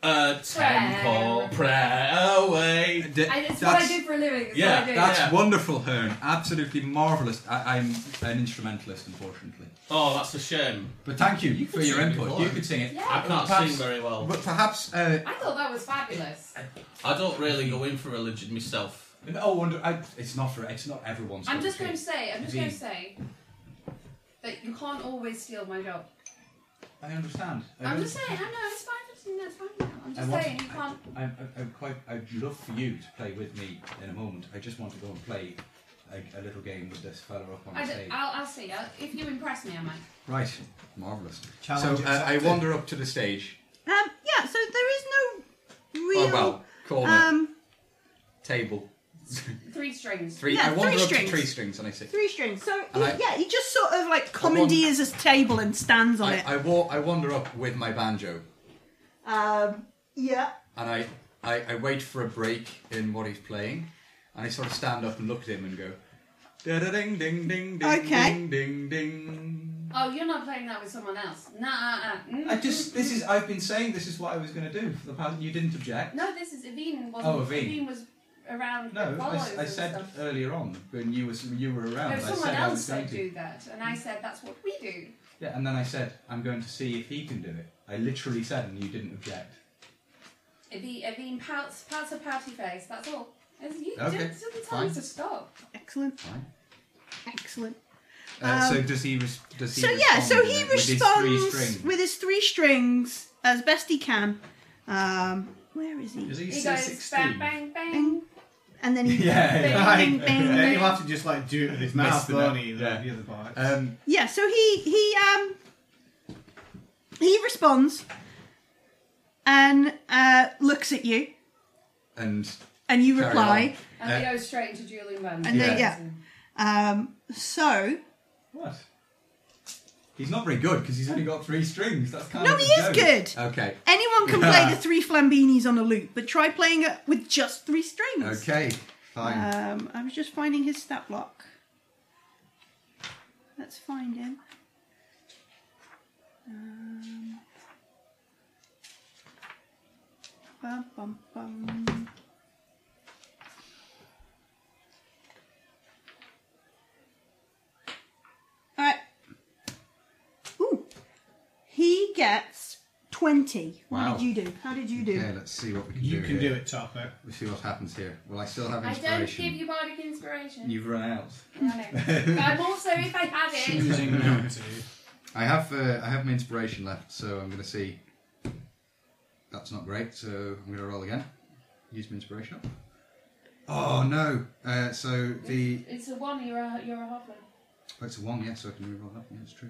a temple prayer away. D- And it's what I that's- do for a living. It's Yeah, what I do. That's Yeah. wonderful, Hearn. Absolutely marvellous. I, I'm an instrumentalist, unfortunately. Oh, that's a shame. But thank you, for your sing input. before. You could sing it. Yeah. I can't Perhaps- sing very well. But perhaps. Uh, I thought that was fabulous. I don't really go in for religion myself. oh, wonder, I, it's not for. It's not everyone's. I'm cup just of going to tea. say, I'm just Indeed. going to say that you can't always steal my job. I understand. I I'm know- just saying, I know, it's fine, it's, it's fine now. I'm I just want- saying, you can't. I, I, I'm quite. I'd love for you to play with me in a moment. I just want to go and play a, a little game with this fella up on I the d- stage. I'll, I'll see. I'll, if you impress me, I might. Right, marvelous. Challenge so uh, I accepted. wander up to the stage. Um, yeah, so there is no real. Oh well, corner um, table Three strings. three. Yeah, I wander three up strings. to three strings and I sit. three strings. So And I- yeah, he just sort of like commandeers a table and stands on I, it. I, wa- I wander up with my banjo um, yeah. and I, I, I wait for a break in what he's playing and I sort of stand up and look at him and go da da ding ding ding ding Okay. ding ding ding. Oh, you're not playing that with someone else. Nah, uh, uh. Mm. I just this is I've been saying this is what I was going to do for the past. You didn't object. No, this is Evine. Wasn't, Oh, Evine. was around. No, the I, follows s- I and said stuff. earlier on when you were you were around. No, I someone said I else was going said to. do that, and I said that's what we do. Yeah, and then I said I'm going to see if he can do it. I literally said, and you didn't object. Evine, Evine pouts, pouts a pouty face. That's all. As you Okay, just sometimes fine. to stop. Excellent. Fine. Excellent. Uh, so Um, does he? Res- does he? So yeah, so respond he with his responds three strings? with his three strings as best he can. Um, where is he? Is he He goes bang, 16? bang, bang. Bang. And then he Yeah, bang, yeah. bang, Right. bang, Then bang. you'll have to just like do it with his mouth, the won't nut, he? The, yeah. the other part. Um, Yeah, so he he um he responds and uh, looks at you, and and you Carry reply. And he goes straight into dueling bands. And then- Yeah. Um, so What? He's not very good because he's only got three strings. That's kind no, of he a is joke. good. okay, Anyone can play the three flambinis on a loop, but try playing it with just three strings. okay, fine. Um, I was just finding his stat block. Let's find him. Um, bum, bum, bum. All right. Ooh, he gets twenty. Wow. What did you do? How did you do? okay, let's see what we can you do. can here. do it, Topper. Let's see what happens here. Well, I still have I don't give inspiration. you bardic inspiration. You've run out. I know. I'm also, if I had it, Choosing not to. I have uh, I have my inspiration left, so I'm going to see. That's not great, so I'm going to roll again. Use my inspiration up. Oh no! Uh, so the it's a one. You're a you're a hoffman. oh, it's a one, yeah. So I can reroll that. Yeah, that's true.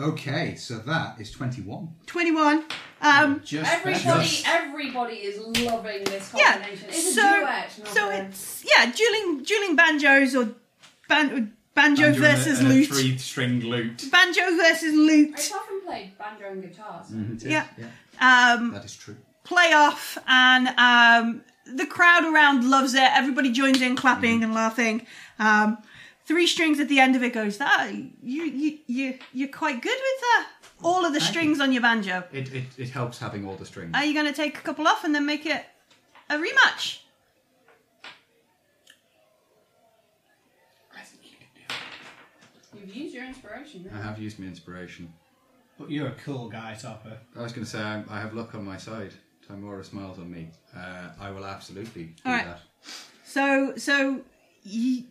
Okay, so that is twenty-one. Twenty-one. Um, Just Everybody, better. everybody is loving this Yeah, combination. It's so- a duet, not So a- it's yeah, dueling dueling banjos or ban, banjo And you're in a- versus in a lute. Three-string lute. Banjo versus It's lute. often played banjo and guitars. Mm-hmm. Yeah. yeah. Um, That is true. play off and um, the crowd around loves it. Everybody joins in clapping and laughing. Um, three strings at the end of it goes that you you you you're quite good with that. All of the strings on your banjo. It, it, it helps having all the strings. Are you going to take a couple off and then make it a rematch? You've used your inspiration. I Then. have used my inspiration. But you're a cool guy, Topper. I was going to say I, I have luck on my side. Timora smiles on me. Uh, I will absolutely do All right. that. So so you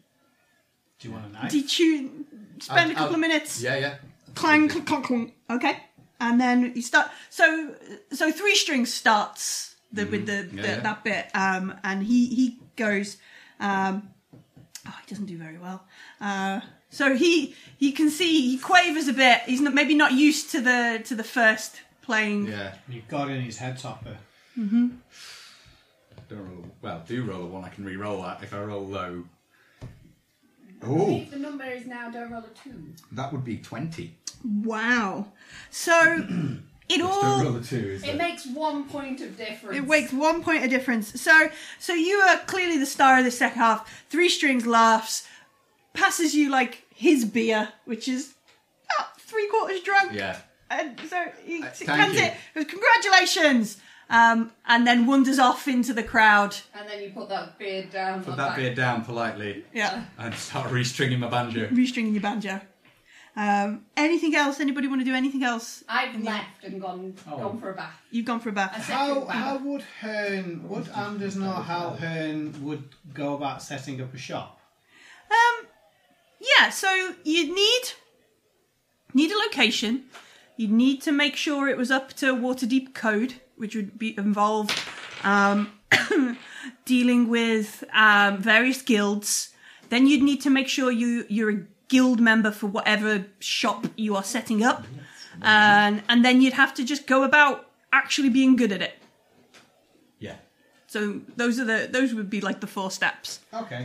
Do you want a knife? detune. Spend a I'll- couple of minutes. Yeah, yeah. clang, clunk, clunk, clunk. Okay, and then you start. So, so three strings starts the, with the, Mm-hmm. Yeah, the yeah. that bit, um, and he he goes. Um, oh, he doesn't do very well. Uh, so he you can see he quavers a bit. He's not, maybe not used to the to the first playing. Yeah. You've got it in his head, Topper. Don't roll. A, well, do roll a one. I can re-roll that if I roll low. Oh, The number is now don't roll a two. that would be twenty. Wow. So it all Don't roll a two. Is It it? makes one point of difference. It makes one point of difference. So, so you are clearly the star of the second half. Three strings laughs, passes you like his beer, which is about three quarters drunk. Yeah. And so he Uh, he thank cans you. it. Goes, Congratulations! Um, and then wanders off into the crowd. And then you put that beard down. Put like that beard down politely Yeah, and start restringing my banjo. restringing your banjo. Um, anything else? Anybody want to do anything else? I've left and gone Oh. gone for a bath. You've gone for a bath. A How second bath. how would Hearn would Anders know how Hearn would go about setting up a shop? Um, yeah. So you'd need need a location. You'd need to make sure it was up to Waterdeep code, which would be involve um, dealing with um, various guilds. Then you'd need to make sure you you're a guild member for whatever shop you are setting up, and and then you'd have to just go about actually being good at it. Yeah. So those are the uh, those would be like the four steps. Okay.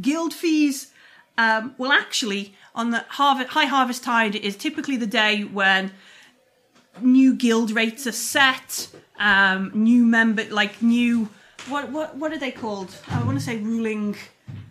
guild fees um, well actually on the harvest, high harvest tide is typically the day when new guild rates are set um, new member like new what what what are they called Uh, i want to say ruling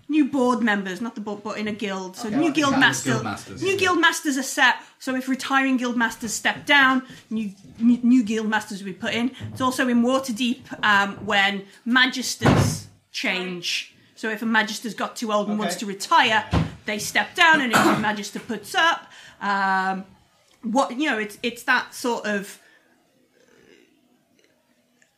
new board members not the board but in a guild so new guild master guild masters, new yeah. guild masters are set so if retiring guild masters step down new new, new guild masters will be put in it's also in waterdeep um, when magisters change so if a magister's got too old and wants Okay. to retire they step down and a new magister puts up um, what you know it's it's that sort of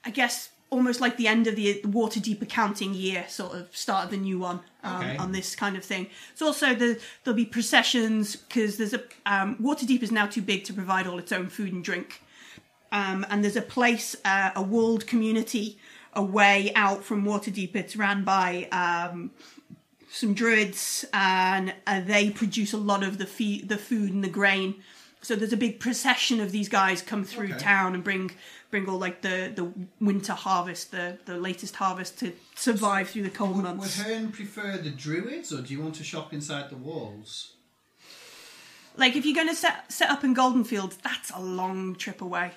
I guess almost like the end of the water deep accounting year, sort of start of the new one um, Okay. on this kind of thing. It's also the there'll be processions because there's a um, water deep is now too big to provide all its own food and drink, um, and there's a place uh, a walled community away out from Waterdeep. It's ran by um, some druids, and uh, they produce a lot of the fe- the food and the grain. So there's a big procession of these guys come through town and bring bring all like the, the winter harvest, the, the latest harvest to survive through the cold Would months. Hearn prefer the druids, or do you want to shop inside the walls? Like if you're going to set set up in Goldenfield, that's a long trip away.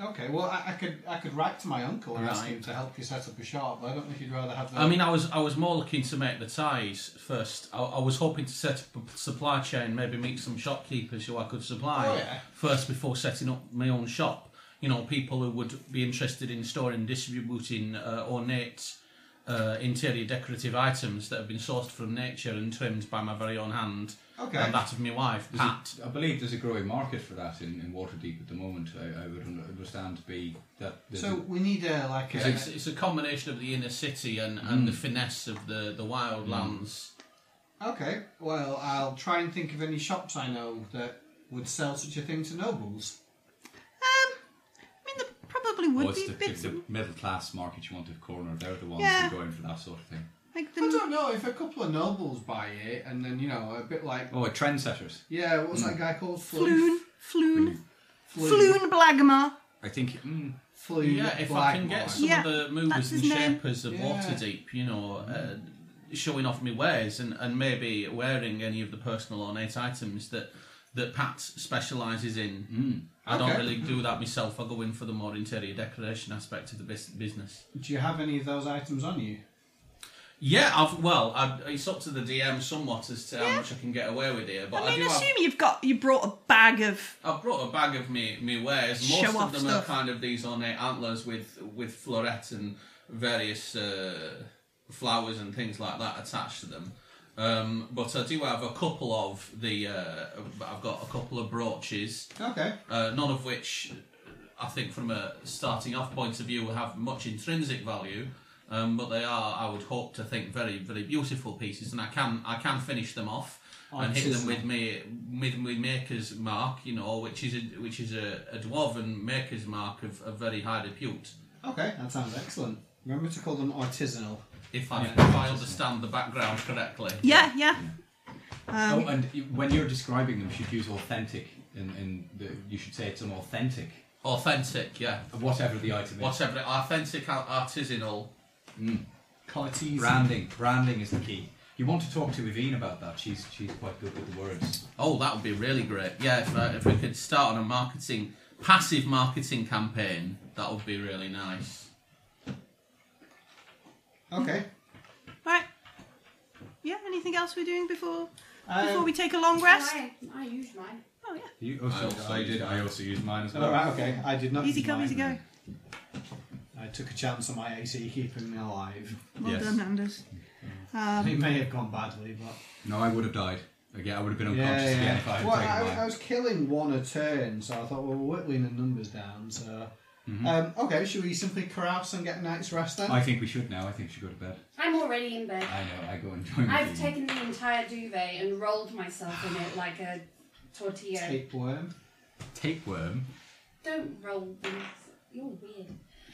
Okay, well, I, I could I could write to my uncle and ask Right. him to help you set up a shop. But I don't know if you'd rather have. The... I mean, I was I was more looking to make the ties first. I, I was hoping to set up a supply chain, maybe meet some shopkeepers who I could supply Oh, yeah. first before setting up my own shop. You know, people who would be interested in storing and distributing uh, ornate uh, interior decorative items that have been sourced from nature and trimmed by my very own hand Okay. and that of my wife, Pat. I believe there's a growing market for that in, in Waterdeep at the moment. I, I would un- understand to be that. there's so we need a like a. It's, it's a combination of the inner city and, and the finesse of the, the wildlands. Okay, well, I'll try and think of any shops I know that would sell such a thing to nobles. I mean, there probably would Well, it's be the, bits. it's the middle class market you want to corner. They're the ones Yeah. who go in for that sort of thing. like I the, don't know if a couple of nobles buy it, and then you know a bit like Oh, trendsetters. yeah, what was that guy called? Floon, Floon, Floon, Floon Blagmar. I think. Mm, Floon Yeah, if I can get Blackmore. some Yeah, of the that's movers and his name. shapers of Yeah. Mm. Waterdeep, you know, uh, showing off me wares and, and maybe wearing any of the personal ornate items that that Pat specialises in. I don't Mm. Okay. really do that myself. I go in for the more interior decoration aspect of the bus- business. Do you have any of those items on you? Yeah, I've, well, I, it's up to the DM somewhat as to how much I can get away with here. But I, I mean, do have, assume you've got you brought a bag of I've brought a bag of me me wares. Most Show of off them stuff. are kind of these ornate antlers with with florets and various uh, flowers and things like that attached to them. Um, but I do have a couple of the. Uh, I've got a couple of brooches, Okay. uh, none of which I think, from a starting off point of view, have much intrinsic value. Um, but they are, I would hope to think, very very beautiful pieces, and I can I can finish them off and hit them Artisanal. with me with, with Maker's mark, you know, which is a, which is a, a dwarven Maker's mark of, of very high repute. Okay, that sounds excellent. Remember to call them artisanal. If I if I understand the background correctly. yeah, yeah. Um, oh, and you- when you're describing them, you should use authentic, and, and the, you should say it's an authentic, Authentic, yeah. whatever the item is. Whatever, authentic, artisanal. Cartesian. branding? Branding is the key. You want to talk to Evine about that. She's she's quite good with the words. Oh, that would be really great. Yeah, if, uh, if we could start on a marketing, passive marketing campaign, that would be really nice. Okay. Right. Yeah. Anything else we're doing before Um, before we take a long rest? I, I used mine. Oh yeah. You I, also did. I also used mine as well. All right. Okay. I did not. Easy use come, mine. easy go. I took a chance on my AC keeping me alive. Well Yes. done, Anders. It may have gone badly, but No, I would have died. Again, I would have been yeah, unconscious yeah. again if I had Well, taken I, mine. I was killing one a turn, so I thought well, we're whittling the numbers down. So, um, okay, should we simply carouse and get a night's rest then? Mm-hmm. I think we should now. I think we should go to bed. I'm already in bed. I know. I go and join. I've with you. taken the entire duvet and rolled myself in it like a tortilla. Tapeworm. tapeworm. Don't roll them. You're weird.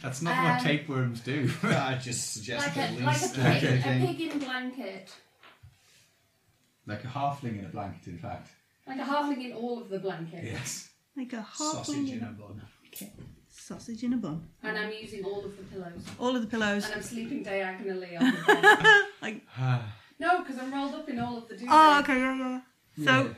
That's not Um, what tapeworms do. I just Like suggested a, at like a least uh, pig, a anything. pig in blanket. like a halfling in a blanket, in fact. Like a halfling in all of the blanket. Yes. Like a sausage in a halfling. bun. Sausage in a bun. And I'm using all of the pillows. All of the pillows. And I'm sleeping diagonally on the bed. Like no, because I'm rolled up in all of the duvet. oh Ah. okay yeah yeah. yeah. So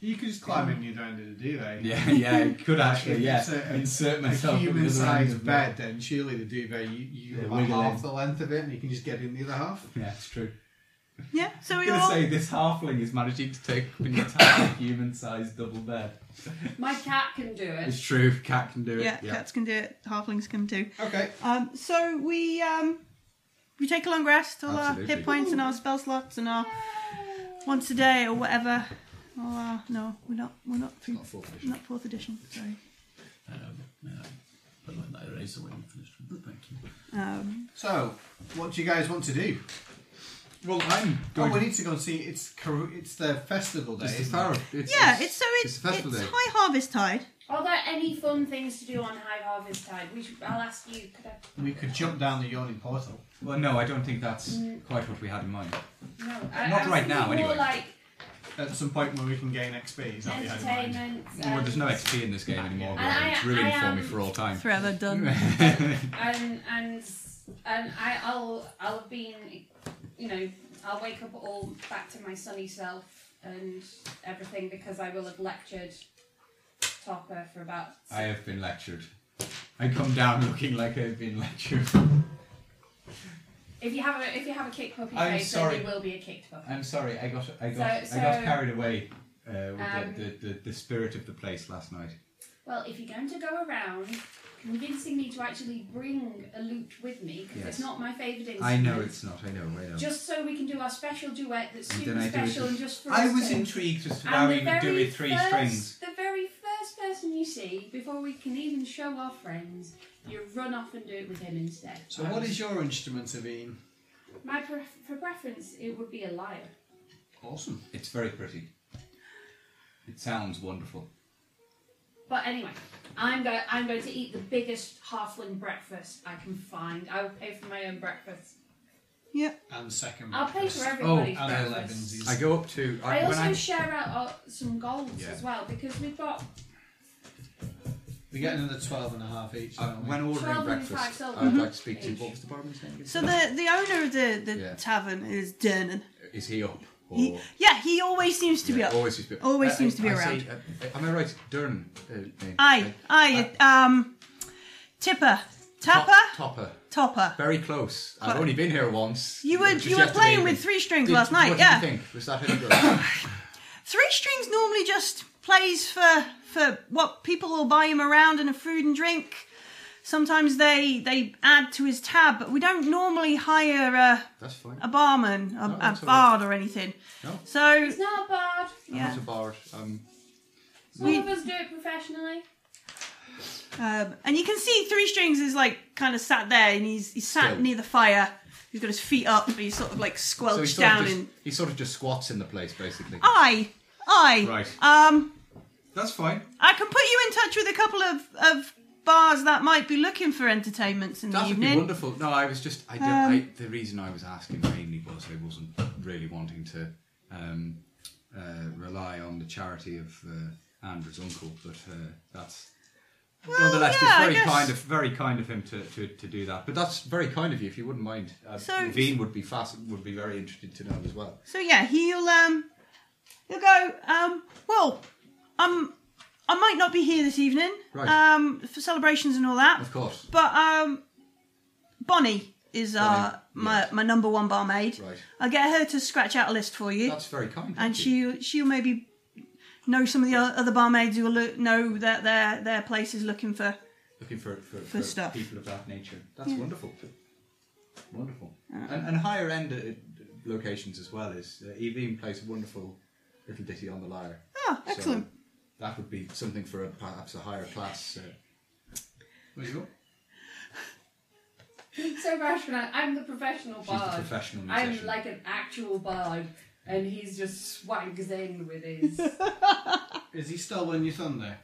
You could just climb in the end of the duvet. Yeah, yeah, it could actually, If yeah. it's a- Insert A myself in the other human end sized of bed, then surely the duvet, you, you Yeah, have wiggle half in. the length of it and you can just get in the other half. the- Yeah, it's true. yeah. So we I'm gonna all say this halfling is managing to take up an entire human sized double bed. My cat can do it. It's true, cat can do it. yeah. Cats can do it. Halflings can too. Okay. Um. So we um. We take a long rest, all our Absolutely. hit points and our spell slots and our once a day or whatever. All our, no, we're not. We're not. Food, Not full fish. not fourth edition. Sorry. Um, yeah. But when I raise the wing, finished. Thank you. Um, So, what do you guys want to do? Well, I'm Oh, going. we to, need to go and see. It's Karu- it's the festival day. it's the isn't Thara- it? it's- yeah, it's so it's it's a festival it's day. High Harvest Tide. Are there any fun things to do on High Harvest Tide? We should, I'll ask you. Could I? We could jump down the yawning portal. Well, no, I don't think that's Mm. quite what we had in mind. No, I, Not I was right now, thinking More anyway. like At some point where we can gain XP. Is that the idea? entertainment. Well, um, there's no XP in this game anymore. And I- really. It's ruined I for am- me for all time. Forever done. and and and I, I'll I'll be in, you know I'll wake up all back to my sunny self and everything because I will have lectured Topper for about I have been lectured. I come down looking like I've been lectured. if you have a if you have a kicked puppy I'm face sorry. then you will be a kicked puppy. I'm sorry, I got I got- got So- I got so- carried away uh, with Um, the, the, the, the spirit of the place last night. Well, if you're going to go around convincing me to actually bring a lute with me because Yes. it's not my favourite instrument. I know it's not. I know. I know. Just so we can do our special duet that's And super then I do it special with- and just for I us was two. intrigued as to And how the we would do very with three first- strings. The very first person you see, before we can even show our friends, you run off and do it with him instead. So, what is your instrument, Savine? My pre- for preference, it would be a lyre. Awesome. It's very pretty. It sounds wonderful. But anyway, I'm going. I'm going to eat the biggest halfling breakfast I can find. I will pay for my own breakfast. And second. I'll pay breakfast. for Oh, everybody's and breakfast. elevensies. I go up to. I, I when also I, share out uh, some golds Yeah. as well because we've got We get another 12 and a half each. uh, don't we? when ordering Twelve and five breakfast, silver. I would like to speak to. Each. What was the barman's name? So the the owner of the, the Yeah. tavern is Dernan. Is he up? Or, He, yeah, he always seems to be Yeah, up. Always, seems to be, Uh, Always seems to be I around. Say, uh, am I right, Dern? Uh, name, Aye, aye. um, Tipper, Tapper, Uh, Top- Topper. Topper. Very close. I've Clo- only been here once. You were Just you were yesterday playing evening. with three strings Did- last night. What yeah, did you think? Was that any good? three strings normally just plays for for what people will buy him around and a food and drink. Sometimes they they add to his tab, but we don't normally hire a, That's fine. a barman, a, a that's all bard, or anything. No. So It's not bad. I'm yeah, not a bard. Um, Some We- of us do it professionally. Um, and you can see three strings is like kind of sat there, and he's he's sat Still. near the fire. He's got his feet up, but he's sort of like so he squelched sort, down of just, and he sort of just squats in the place, basically. I, I, Right. um, That's fine. I can put you in touch with a couple of of bars that might be looking for entertainments in that the would evening. be wonderful. No, I was just. I, did, Um, I The reason I was asking mainly was I wasn't really wanting to um, uh, rely on the charity of uh, Andrew's uncle, but uh, that's. Nonetheless, yeah, I it's very guess- kind Kind of of very kind of him to, to, to do that. But that's very kind of you, if you wouldn't mind. Uh, So- Naveen would be fast, would be very interested to know as well. So yeah, he'll um, he'll go um, well, um, I might not be here this evening, Right. um, for celebrations and all that. Of course, But um, Bonnie is uh, Bonnie, my yes. my number one barmaid. Right. I'll get her to scratch out a list for you, that's very kind. and thank you. she she'll maybe know some of the o- other barmaids who will lo- know that their their place is looking for. looking for for, for stuff. people of that nature. That's wonderful, wonderful, and, and higher end uh, locations as well. Is uh, Evine plays a wonderful little ditty on the lyre. Oh, excellent. So that would be something for a, perhaps a higher class. Uh, There you go. So Rashman, I'm the professional She's the bard. professional I'm musician. like an actual bard, and he's just swangs in with his. Is he stolen your thunder?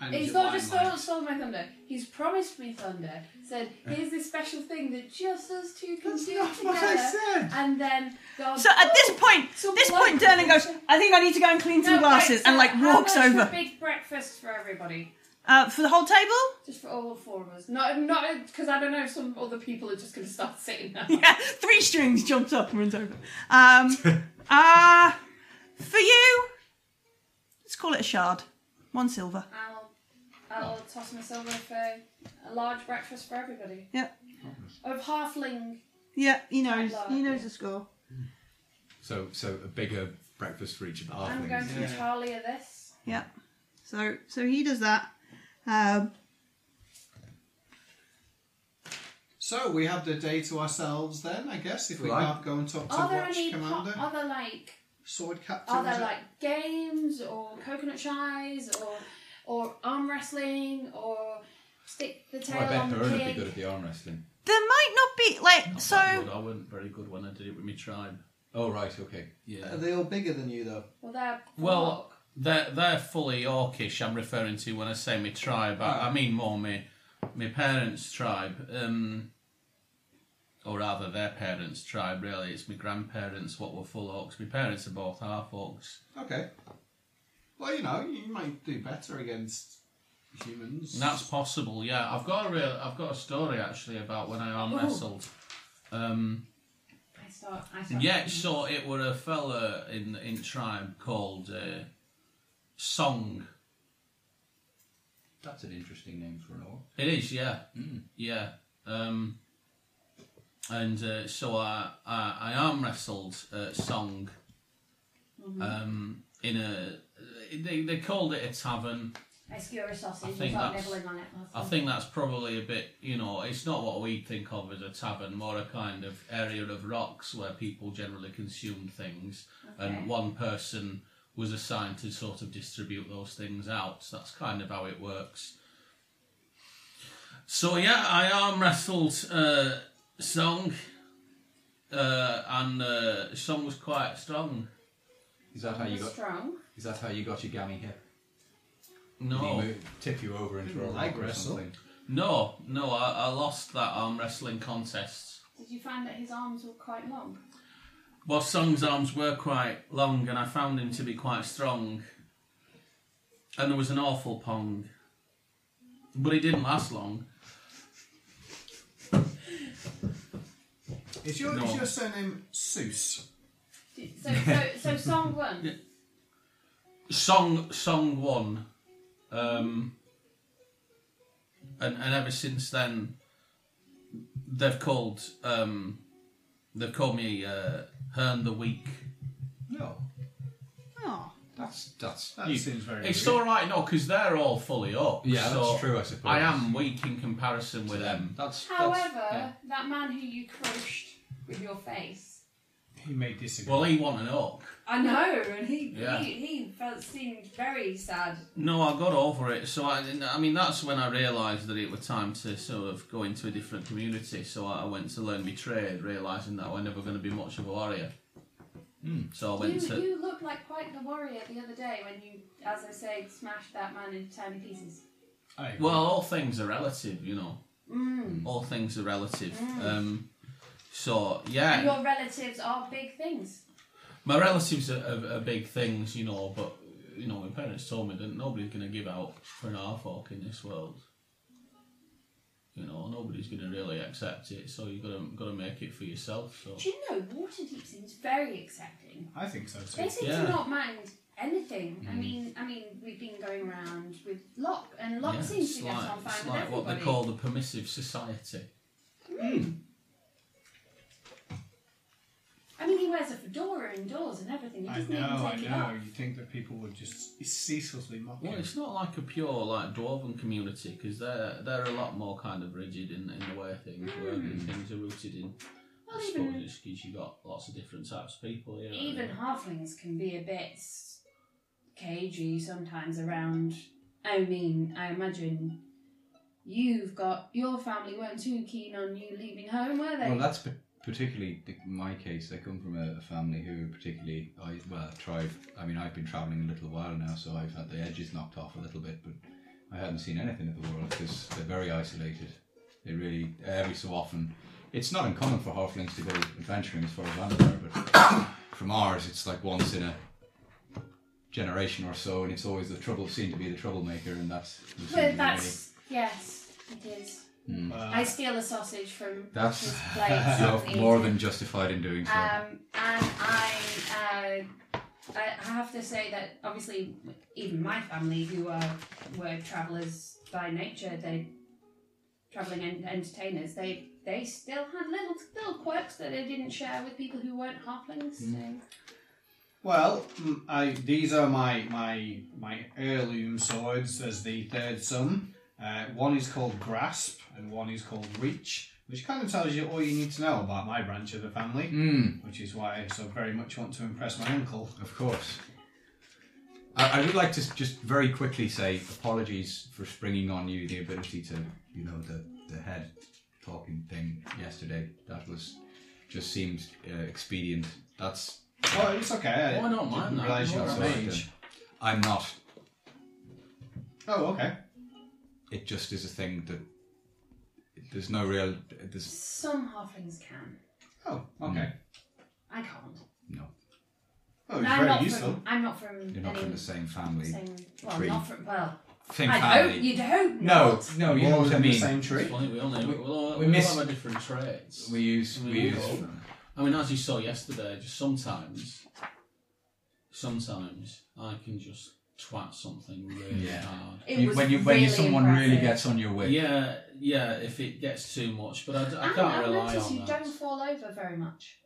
And he's your not just limelight? stole, stole my thunder. He's promised me thunder. Said, "Here's this special thing that just us two can do together." what I said. And then God. So at this point, Some this bloke point, Dernan goes. professor- I think I need to go and clean some No, glasses, right, so and like how walks much for over a big breakfast for everybody, uh, for the whole table. just for all four of us. Not not because I don't know if some other people are just going to start sitting there. Yeah, three strings jumps up and runs over. Um, uh, for you, let's call it a shard. One silver. I'll, I'll toss my silver for a large breakfast for everybody. Yep. Of halfling. Yeah, he knows. I'd like He knows it. the score. So so a bigger breakfast for each of the I'm halflings. going to yeah. Charlie of this. Yeah. So so he does that. Um, So we have the day to ourselves then, I guess, if we Right. can't go and talk to Are there Watch any Commander. po- are there like Sword Captain. are is there it? like games or coconut shies or or arm wrestling or Stick the I Oh, tail bet on the Burn would be pig. good at the arm wrestling. There might not be like Not so. that good. I wasn't very good when I did it with my tribe. Oh, right, okay. Yeah. Are they all bigger than you though? Well, they're Well, they're, they're fully orcish, I'm referring to when I say my tribe. I, I mean more my, my parents' tribe. Um, or rather, their parents' tribe, really. It's my grandparents what were full orcs. My parents are both half orcs. Okay. Well, you know, you might do better against humans. And that's possible, yeah. I've got a real, I've got a story actually about when I arm wrestled. Um, I start. I start. Yeah, so it were a fella in in tribe called uh, Song. That's an interesting name for an orc. It is, yeah, yeah. Um, and uh, so I, I I arm wrestled uh, Song. Um, in a they they called it a tavern. I skewer a sausage I and think start that's- nibbling on it. I think that's probably a bit, you know, it's not what we think of as a tavern, more a kind of area of rocks where people generally consume things, Okay. and one person was assigned to sort of distribute those things out. So that's kind of how it works. So yeah, I arm wrestled uh, Song, uh, and uh, Song was quite strong. Is that how you got? strong. Is that how you got your gammy hip? Did he No, move- tip you over into a Leg rock or wrestle. something? no, no, I, I lost that arm wrestling contest. Did you find that his arms were quite long? Well, Song's arms were quite long, and I found him to be quite strong. And there was an awful pong. But it didn't last long. Is your, No. is your surname Seuss? Did- So, so, so song Yeah. one. Song Song won. Um, and, and ever since then, they've called um, they've called me uh, Hearn the Weak. No, Oh, that's that's. That You- seems very It's weird. all right, no, because they're all fully up. Yeah, so that's true. I suppose. I am weak in comparison with um, them. That's. However, that's, yeah. that man who you crushed with your face. He may disagree. Well, he won an orc. I know, and he Yeah. he, he felt seemed very sad. No, I got over it. So I, I mean, that's when I realised that it was time to sort of go into a different community. So I went to learn my trade, realising that I was never going to be much of a warrior. So I You, went to you looked like quite the warrior the other day when you, as I say, smashed that man into tiny pieces. I agree. well, all things are relative, you know. Mm. All things are relative. Um, so yeah, Your relatives are big things. my relatives are, are, are big things, you know. But you know, my parents told me that nobody's going to give out for an half orc in this world. You know, nobody's going to really accept it. So you got to got to make it for yourself. So. Do you know Waterdeep seems very accepting. I think so They too. seem Yeah. Mm. to not mind anything. I mean, I mean, we've been going around with Locke, and Locke Yeah, seems it's to get like- on fine it's with like what everybody. they call the permissive society. I mean, he wears a fedora indoors and everything. He I doesn't know, I even take it know. off. You think that people would just ceaselessly mock Well, him. it's not like a pure like dwarven community because they're they're a lot more kind of rigid in, in the way things work and things are rooted in. Hmm. Well, I even- suppose it's because you got lots of different types of people here. aren't Even you? halflings can be a bit cagey sometimes around. I mean, I imagine you've got your family weren't too keen on you leaving home, were they? Well, that's p- particularly the, my case. I come from a, a family who are particularly, I, well, tribe. I mean, I've been travelling a little while now, so I've had the edges knocked off a little bit, but I haven't seen anything of the world because they're very isolated. They really, every so often, it's not uncommon for halflings to go adventuring as far as I'm aware, but from ours, it's like once in a generation or so, and it's always the trouble, seem to be the troublemaker, and that's. there seem to But be that's yes, it is. I steal a sausage from Hmm. That's- his plate. many- and You're eat more it. than justified in doing so. Um, and I, uh, I have to say that obviously, even my family, who are were travellers by nature, they travelling en- entertainers, they they still had little little quirks that they didn't share with people who weren't halflings. Mm. So. Well, mm, I, these are my, my my heirloom swords as the third son. Uh, one is called Grasp and one is called Reach, which kind of tells you all you need to know about my branch of the family, Mm, which is why I so very much want to impress my uncle. of course. I, I would like to s- just very quickly say apologies for springing on you the ability to, you know, the, the head talking thing yesterday. That was just seemed uh, expedient. That's Oh, it's okay. Oh, I don't didn't mind that. realise you No were a worries. mage. I'm not. Oh, okay. It just is a thing that there's no real. There's Some halflings can. Oh, okay. I can't. no. Oh, And it's I'm very not useful. from. I'm not from. You're not any from the same family. same- well, tree. not from. Well, Same I family. hope you'd hope. no, not. no, you More know what I than the mean. same tree. Funny, we all know. We, all, we we all miss- have our different traits. We use We we Mm-hmm. use will. I mean, as you saw yesterday, just sometimes, sometimes I can just twat something really Yeah. hard. It you- was when you when you really someone really impressive. gets on your wick. Yeah, yeah. If it gets too much, but I, d- I And can't I've rely noticed on you that. don't fall over very much.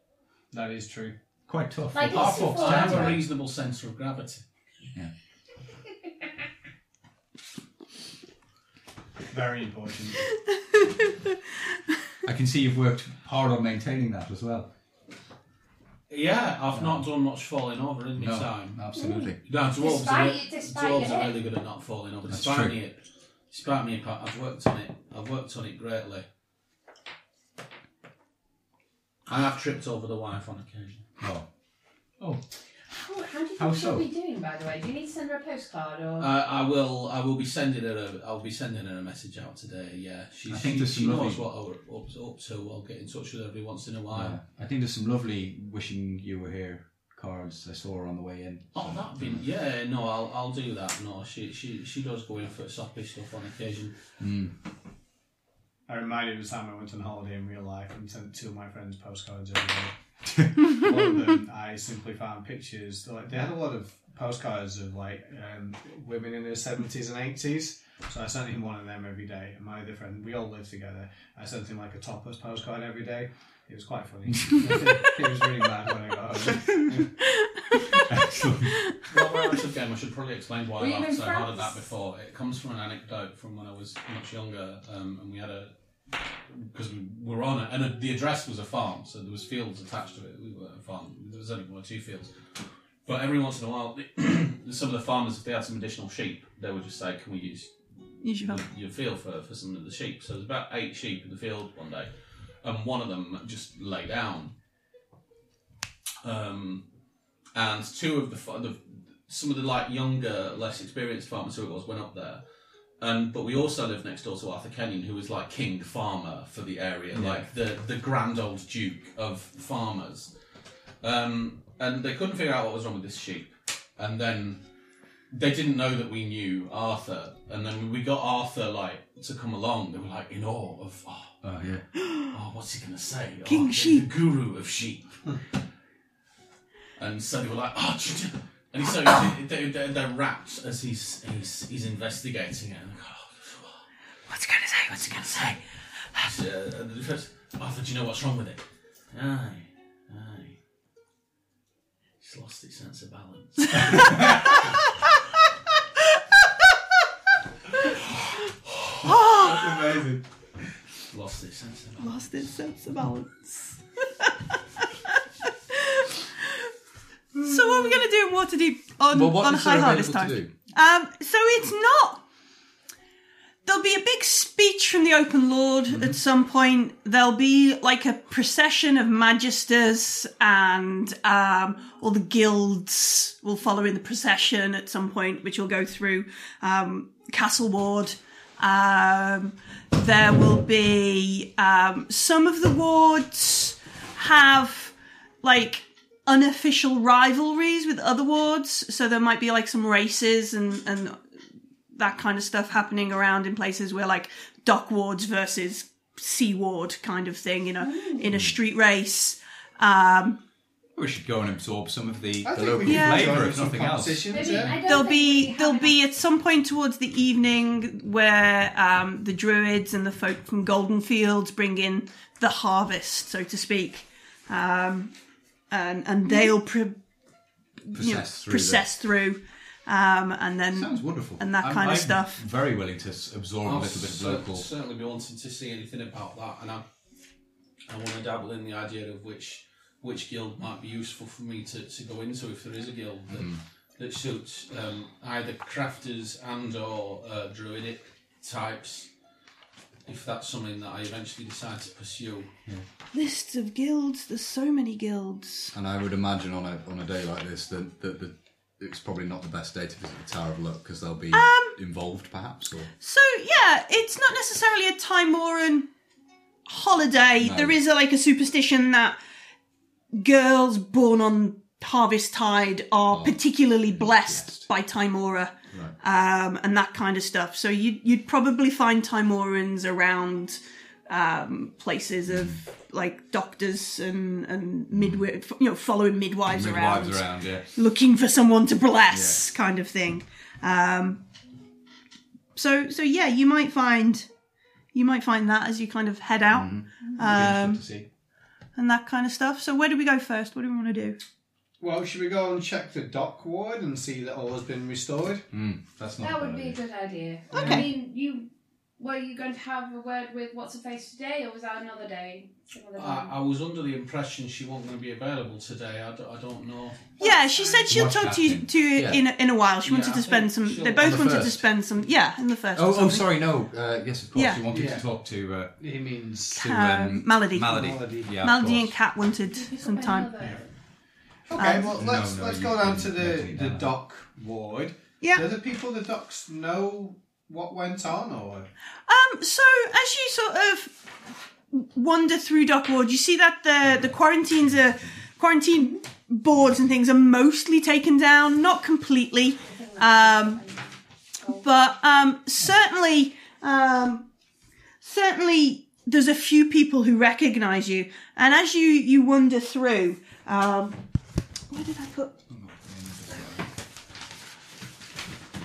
That is true. Quite tough. Like Oh, it's fuck, before, I have a Right. reasonable sense of gravity. Very important. I can see you've worked hard on maintaining that as well. Yeah, I've not done much falling over in my No, time. absolutely. No, dwarves, Despite are, it- despite dwarves it. are really good at not falling over. That's Despite true. me, it, despite me, I've worked on it. I've worked on it greatly. I have tripped over the wife on occasion. Oh, oh, Oh, how do you How think so? she'll be doing, by the way? Do you need to send her a postcard or? Uh, I, I will. I will be sending her. A, I'll be sending her a message out today. Yeah, she. I think she, there's she some knows lovely- what I'm up, up to. I'll get in touch with her every once in a while. yeah. I think there's some lovely wishing you were here cards I saw on the way in. Oh, that'd be yeah. No, I'll I'll do that. No, she she she does go in for soppy stuff on occasion. I reminded of the time I went on holiday in real life and sent two of my friends postcards every day. One of them, I simply found pictures. Like they had a lot of postcards of like um, women in their seventies and eighties. So I sent him one of them every day. And my other friend, we all lived together. I sent him like a topless postcard every day. It was quite funny. it was really mad when I got home. Excellent. Well, we're out of game. I should probably explain why Were I you laughed in so hard at France? that before. It comes from an anecdote from when I was much younger, um, and we had a because we were on it, and a, the address was a farm, so there was fields attached to it. We were a farm. There was only one or two fields, but every once in a while, some of the farmers, if they had some additional sheep, they would just say, "Can we use Use your your, phone. your field for, for some of the sheep. So there's about eight sheep in the field one day, and one of them just lay down. Um, and two of the, fa- the some of the like younger, less experienced farmers who it was went up there. And but we also lived next door to Arthur Kenyon, who was like king farmer for the area, like the the grand old duke of farmers. Um, and they couldn't figure out what was wrong with this sheep. And then they didn't know that we knew Arthur, and then when we got Arthur like to come along. They were like in awe of, oh, Oh yeah. oh, what's he gonna say? Oh, King the- sheep." the guru of sheep. and so they were like, oh, do you know-" and so they- they, they're, they're rapt as he's he's, he's investigating it. And they're like, oh, What's going to say? what's he gonna say? Uh, and the first, Arthur, do you know what's wrong with it? Aye, aye. It's lost its sense of balance. Ah. Amazing. lost its sense of balance. Lost its sense of balance. So what are we going to do in Waterdeep on, Well, what on is there High Heart this available time? to do? Um, so it's not. There'll be a big speech from the Open Lord Mm-hmm. at some point. There'll be like a procession of magisters, and um, all the guilds will follow in the procession at some point, which will go through um, Castle Ward. Um, there will be um, some of the wards have like unofficial rivalries with other wards. So there might be like some races and and that kind of stuff happening around in places where like dock wards versus sea ward kind of thing, you know, in a street race. Um, We should go and absorb some of the, I the think we local can Yeah. join flavour, with if some nothing else. competitions, Maybe- yeah. I don't there'll think we be have there'll enough- be at some point towards the evening where um, the druids and the folk from Golden Fields bring in the harvest, so to speak, um, and and they'll pre- you know, Mm-hmm. Process through. the- process through, um, and then Sounds wonderful. and that I'm- kind of I'm stuff. Very willing to s- absorb a I'll little bit of cer- local. certainly be wanting to see anything about that, and I, I want to dabble in the Mm-hmm. idea of which which guild might be useful for me to, to go into if there is a guild that that suits um, either crafters and or uh, druidic types. If that's something that I eventually decide to pursue. Lists of guilds. There's so many guilds. And I would imagine on a on a day like this that that the, it's probably not the best day to visit the Tower of Luck because they'll be Um, involved, perhaps. Or So yeah, it's not necessarily a Timoran holiday. There is a, like a superstition that girls born on harvest tide are particularly blessed by Timora. Um, and that kind of stuff. So you'd, you'd probably find Timorans around um, places of like doctors and, and midwives, you know, following midwives, Midwives around, yeah. looking for someone to bless kind of thing um so so yeah you might find you might find that as you kind of head out um to see. and that kind of stuff so where do we go first what do we want to do Well, should we go and check the dock ward and see that all has been restored? Mm, That's not That a bad would be a idea. good idea. I mean, you were you going to have a word with what's her face today, or was that another day? Uh, Another time? I, I was under the impression she wasn't going to be available today. I, d- I don't know. yeah she said she'll What's talk to you happening? to you Yeah. in, a, in a while she Yeah, wanted I to think spend some she'll- they On both the wanted to first. spend some yeah in the first Oh, or oh, something. sorry, no. Uh, yes, of course. Yeah. You wanted Yeah. to talk to uh, He means To, Um, Malady. Malady. Malady. Yeah, of melody course. and cat wanted Pick up some time another- okay. Um, well, No, let's no, let's you go down can- to you can the do the that. dock ward. Yeah. Do the people the docks know what went on, or Um, so as you sort of wander through Dock Ward, you see that the the quarantines are quarantine boards and things are mostly taken down, not completely, um, but um, certainly, um, certainly there's a few people who recognise you, and as you you wander through, um, where did I put?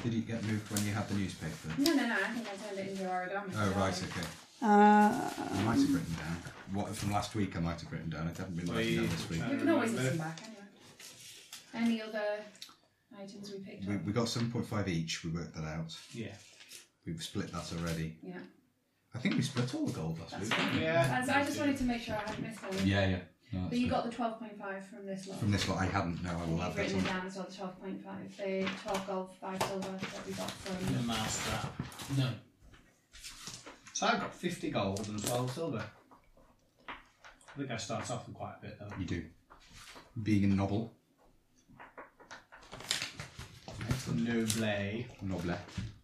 Did it get moved when you had the newspaper? No, no, no. I think I turned it into origami. Oh right, okay. Uh, I might have written down what from last week. I might have written down. I haven't been writing down this week. We can always listen back anyway. Any other items we picked We, up? we got seven point five each. We worked that out. yeah, We've split that already. Yeah. I think we split all the gold last That's week fine. yeah. That's- I just wanted to make sure I hadn't missed one. Yeah, yeah. No, that's But you good. got the 12.5 from this lot. from this lot. I hadn't. No, I And will have you've that. written it on- down as well, the 12.5. The 12 gold, 5 silver that we got The from. mouse trap. No. So I've got fifty gold and twelve silver. I think I start off with quite a bit though. You do. Being a novel, Noble. noble.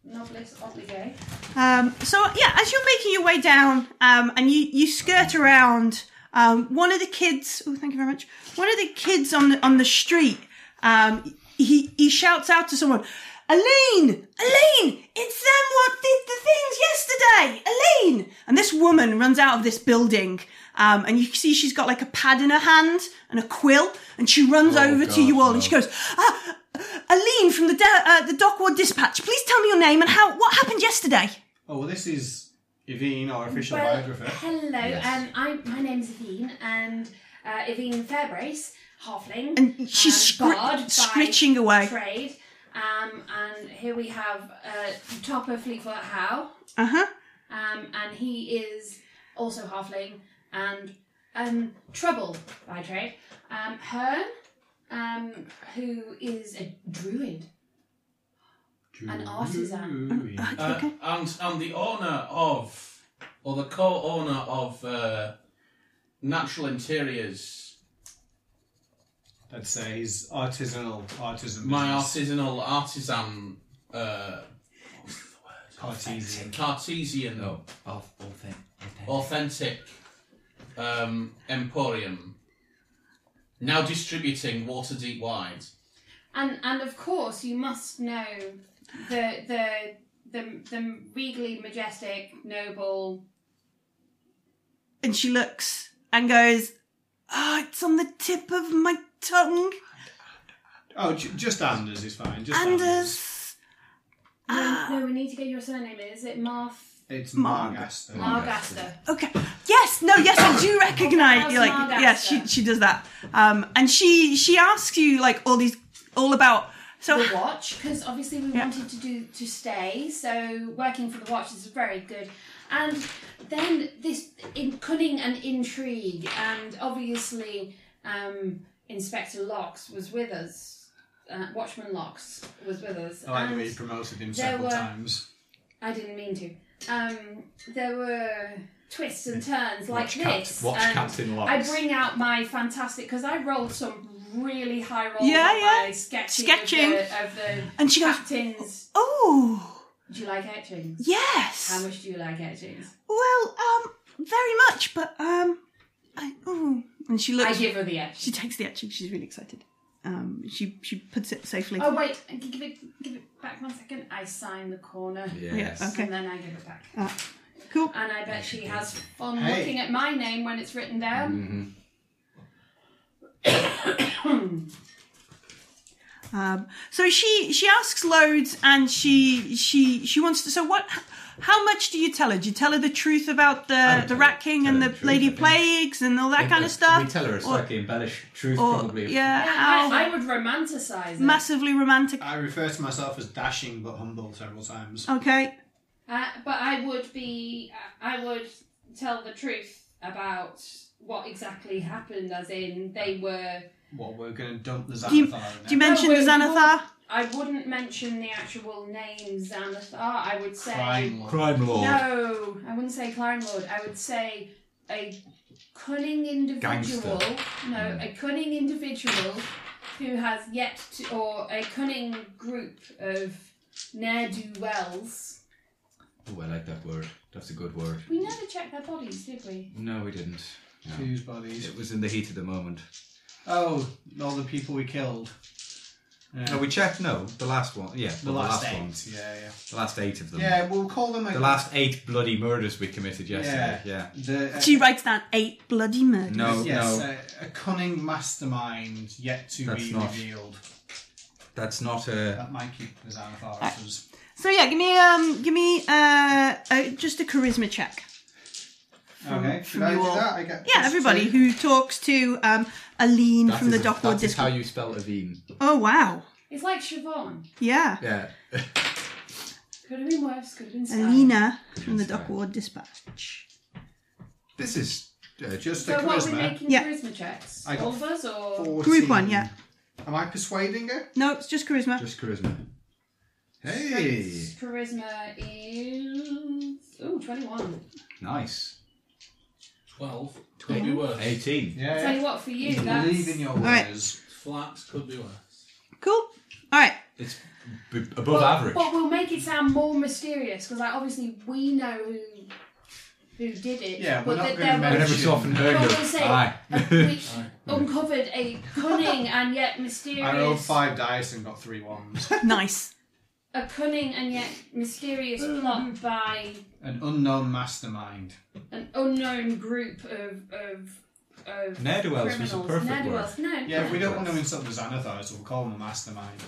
Nobilis obligé. Um, so yeah, as you're making your way down, um, and you you skirt around, um, one of the kids. Oh, thank you very much. One of the kids on the, on the street. Um, he he shouts out to someone, Elaine, Elaine, it's them what did the things yesterday, Elaine. And this woman runs out of this building, um, and you see she's got like a pad in her hand and a quill, and she runs over to you all, and she goes, ah, Aline from the de- uh, the Dockward Dispatch, please tell me your name and how what happened yesterday. Oh well, this is Evine, our official Well, biographer. hello. Um, I my name's Evine, and uh, Evine Fairbrace, halfling, And she's um, scri- bard by screeching away. Trade. Um, and here we have uh, Topper Fleetfoot Howe, Uh huh. um, and he is also halfling and um, Trouble by trade. Um, Hearn, um, who is a druid, an artisan. Ooh, yeah. Uh, Okay. And and the owner of, or the co-owner of, uh, Natural Interiors, I'd say he's artisanal, artisan. my business. artisanal artisan, uh, Cartesian. Cartesian No, off, all thing. all authentic um, emporium, now distributing water deep wide. And and of course, you must know the the the the regally majestic noble. And she looks and goes, "Ah, it's on the tip of my tongue, Oh, j- just Anders is fine. Just Anders. Anders." No, Ah. no, we need to get your surname. in. Is it Marth It's Marg. Margaster. Margaster? Okay. Yes. No. Yes, I do recognise. How's you like, Margaster? yes, she she does that. Um, and she she asks you like all these all about. So The watch, because obviously we Yeah. wanted to do to stay. So working for the watch is very good. And then this in cunning and intrigue, and obviously um, Inspector Locks was with us uh, Watchman Locks was with us. I like the and way you promoted him there several were- times. I didn't mean to. Um, there were twists and turns like watch Cap- this. watch and Captain Locks. I bring out my fantastic because I rolled some really high rolls. Yeah, on yeah. My sketching. Sketching. Of the, of the And she goes, captains. Oh, Do you like etchings? How yes. much do you like etchings? Well, um, very much, but, um, I, ooh. And she I looks, give her the etching. she takes the etching, she's really excited. Um, she, she puts it safely. Oh wait, I can give it give it back one second. I sign the corner. Yes. Yeah, okay. And then I give it back. Ah, Cool. And I bet she has fun Hey. looking at my name when it's written down. Mm-hmm. Um, so she, she asks loads and she, she, she wants to, so what, how much do you tell her? Do you tell her the truth about the, Oh, the Rat King tell and her the the truth, Lady I think. Plagues and all that kind of stuff? We tell her a Or- slightly embellished truth, or, probably. yeah, how I, I would romanticize it. massively romantic. I refer to myself as dashing but humble several times. Okay. Uh, but I would be, I would tell the truth about what exactly happened, as in they were. What we're going to dump the Xanathar Do you, in do there. you mention No, the we- Xanathar? I wouldn't mention the actual name Xanathar. I would say Crime lord. Crime lord. no. I wouldn't say crime lord. I would say a cunning individual. No, a cunning individual who has yet to, or a cunning group of ne'er do wells. Oh, I like that word. That's a good word. We never checked their bodies, did we? No, we didn't. No. Whose bodies? It was in the heat of the moment. Oh, all the people we killed. Yeah. No, we checked. No, the last one. Yeah, the well, last, eight. ones. Yeah, The last eight of yeah. them. Yeah, we'll call them a, The last eight bloody murders we committed yesterday. Yeah. The, uh, She writes down eight bloody murders. No, yes, uh, no, a, a cunning mastermind yet to That's be not- revealed. that's not a. That might keep the Xanathar off us. So yeah, give me um, give me uh, uh just a charisma check. Okay, should from I you do all. that? I get Yeah, plus everybody two. who talks to um Aline That from the is- Dockwood that is Disco. how you spell Aveen. Oh wow, It's like Siobhan. yeah, Yeah. Could have been worse, could have been sad. Alina from the That's right. Dockwood Dispatch. this is uh, just So what are we making Yeah. charisma checks? I got All of us or 14. one, yeah. Am I persuading her? No, it's just charisma. just charisma. Hey, charisma is Ooh, 21. nice. Twelve could be worse. Eighteen. Yeah. Tell you what, for you, Believe that's in your right. ways. Flats could be worse. Cool. All right. It's b- above but, average. But we'll make it sound more mysterious because, like, obviously we know who who did it. Yeah, but we're not that gonna there I mention- never was. so often heard Well, of. we'll say- Aye. We uncovered a cunning and yet mysterious. I rolled five dice and got three ones. Nice. A cunning and yet mysterious plot by An unknown mastermind. an unknown group of of, of Ne'er-do-wells was criminals. a perfect Ne'er-do-wells. No, Yeah, we don't want to insult the Xanathar, so we'll call him a mastermind.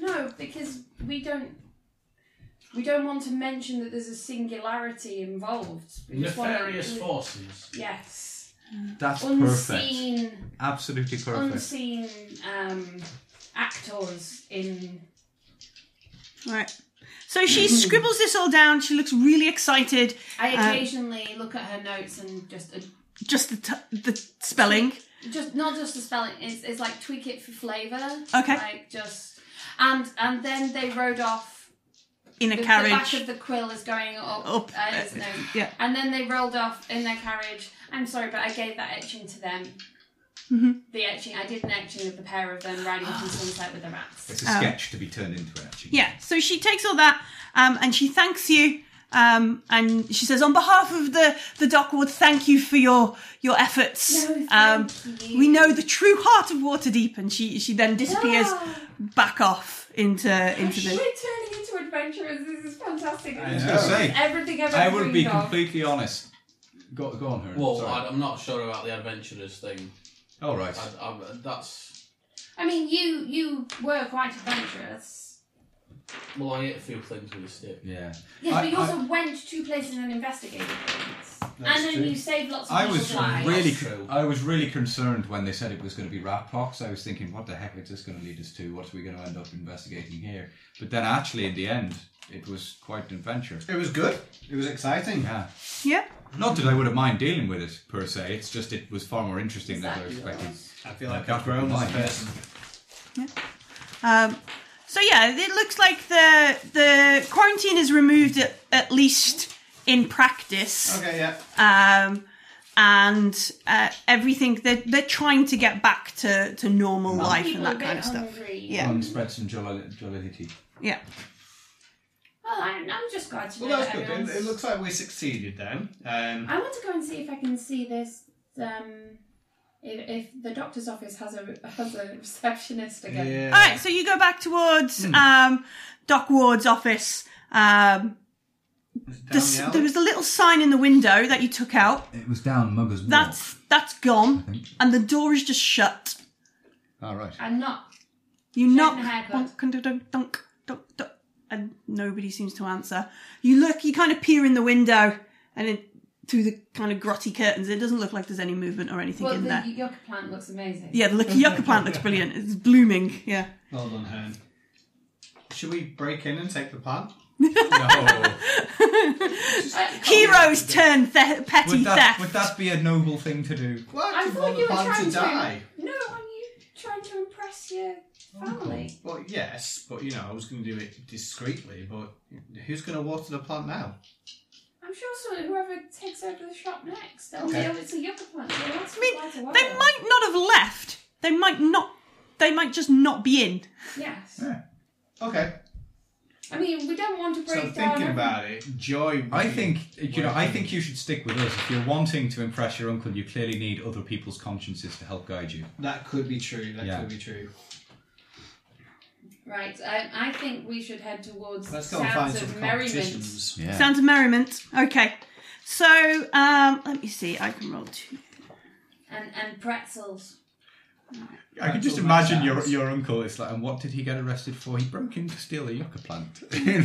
no, because we don't. We don't want to mention that there's a singularity involved. We just want to- Nefarious we- forces. Yes. That's perfect. Unseen, Absolutely perfect. unseen um, actors in. All right. So she scribbles this all down. She looks really excited. I Um, occasionally look at her notes and just uh, Just the t- the spelling. just not just the spelling. It's, it's like tweak it for flavour. Okay. Like just and and then they rode off. in a the, the back carriage. of the quill is going up. Up. uh, his nose. yeah. And then they rolled off in their carriage. I'm sorry, but I gave that etching to them. The etching, I did an etching of the pair of them riding through sunset with the rats. It's a sketch to be turned into an action. yeah, so she takes all that um, and she thanks you. Um, and she says, on behalf of the, the Dockwood, thank you for your your efforts. No, thank um, you. We know the true heart of Waterdeep, and she she then disappears Ah. back off into into We're the. turning into adventurers. This is fantastic. I I know. was gonna say, Everything I've ever I will be dreamed of. completely honest. Go, go on, her. Well, I, I'm not sure about the adventurers thing. All right. I, I, that's I mean, you you were quite adventurous. well, I hit a few things with a stick. Yeah. Yes, I- but you I- also went to places and investigated things. That's and then true. you saved lots of I people's was lives. really, That's true. I was really concerned when they said it was going to be rat pox. I was thinking, what the heck is this going to lead us to? What are we going to end up investigating here? But then, actually, in the end, it was quite an adventure. It was good. It was exciting. Yeah. Yeah, Not that I would have mind dealing with it per se. It's just it was far more interesting than I Exactly. expected. I feel like That's I've grown as a mine. person. Um, so yeah, it looks like the the quarantine is removed at, at least in practice, Okay, yeah. um, and uh, everything they're they're trying to get back to, to normal life and People are that a bit kind of stuff. hungry. Yeah, And spread some jolli- jollity. yeah. Well, I'm, I'm just glad to Oh, know Well, that's that good. It, everyone's- it looks like we succeeded then. Um, I want to go and see if I can see this. Um, if, if the doctor's office has a has a receptionist again. yeah. All right, so you go back towards um, Doc Ward's office. Um, the s- Down the there was a little sign in the window that you took out. It was down Mugger's Walk. That's that's gone, and the door is just shut. All Ah, right. I'm not. You knock, the haircut. donk, dunk, dunk, dunk, dunk, dunk, and nobody seems to answer. You look, you kind of peer in the window, and it, through the kind of grotty curtains, it doesn't look like there's any movement or anything Well, in the there. yucca plant looks amazing. Yeah, the lucky yucca plant looks brilliant. It's blooming. Yeah. Well done, Hearn. Should we break in and take the plant? No. Uh, Heroes turn the- petty would, that, theft. would that be a noble thing to do? What? I You thought want you the were plant trying to to. die? No, are you trying to impress your Oh, family? Well, yes, but you know, I was going to do it discreetly. But who's going to water the plant now? I'm sure someone, whoever takes over the shop next, they'll Okay. know it's a yucca plant. They'll last I for quite a mean, while. they might not have left. They might not. They might just not be in. Yes. Okay. I mean, we don't want to break So down. thinking every- about it, Joy. I would- think you know. I think you should stick with us. If you're wanting to impress your uncle, you clearly need other people's consciences to help guide you. that could be true. That Yeah. could be true. Right. I, I think we should head towards Let's go and find sounds some of merriment. competitions. Yeah. Sounds of merriment. Okay. So um, let me see. I can roll two. and and pretzels. I can just That's all that imagine your sounds. your uncle. It's like, and what did he get arrested for? He broke in to steal a yucca plant. yeah,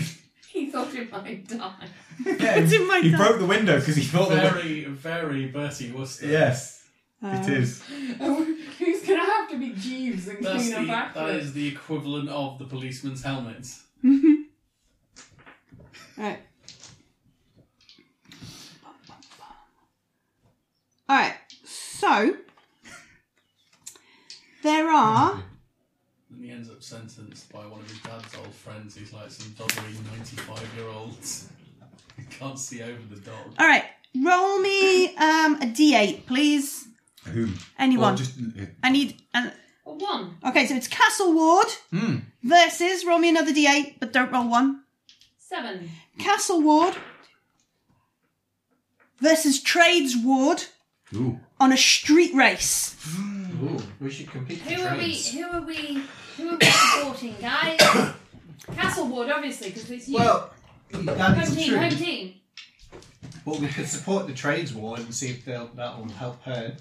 He thought it might die. It's he, in my he dice. broke the window because he thought. The wi- Very, very Bertie Wooster. Oh, yes, Um, it is. Who's gonna have to be Jeeves and That's clean the, up that after? is the equivalent of the policeman's helmet. Alright. Alright, so there are And he ends up sentenced by one of his dad's old friends who's like some doddering 95 year old. He can't see over the dog. Alright, roll me um a D eight, please. Whom? Anyone. Or just uh, I need an One Okay, so it's Castle Ward Hmm. versus roll me another D eight, but don't roll one. seven. Castle Ward versus Trades Ward ooh. on a street race. Ooh, we should compete. for Who are we? trades. Who are we? Who are we supporting, guys? Castlewood, obviously, because it's you. Well, that home is team, true. home team. But we could support the trades ward and see if they'll, that will help her.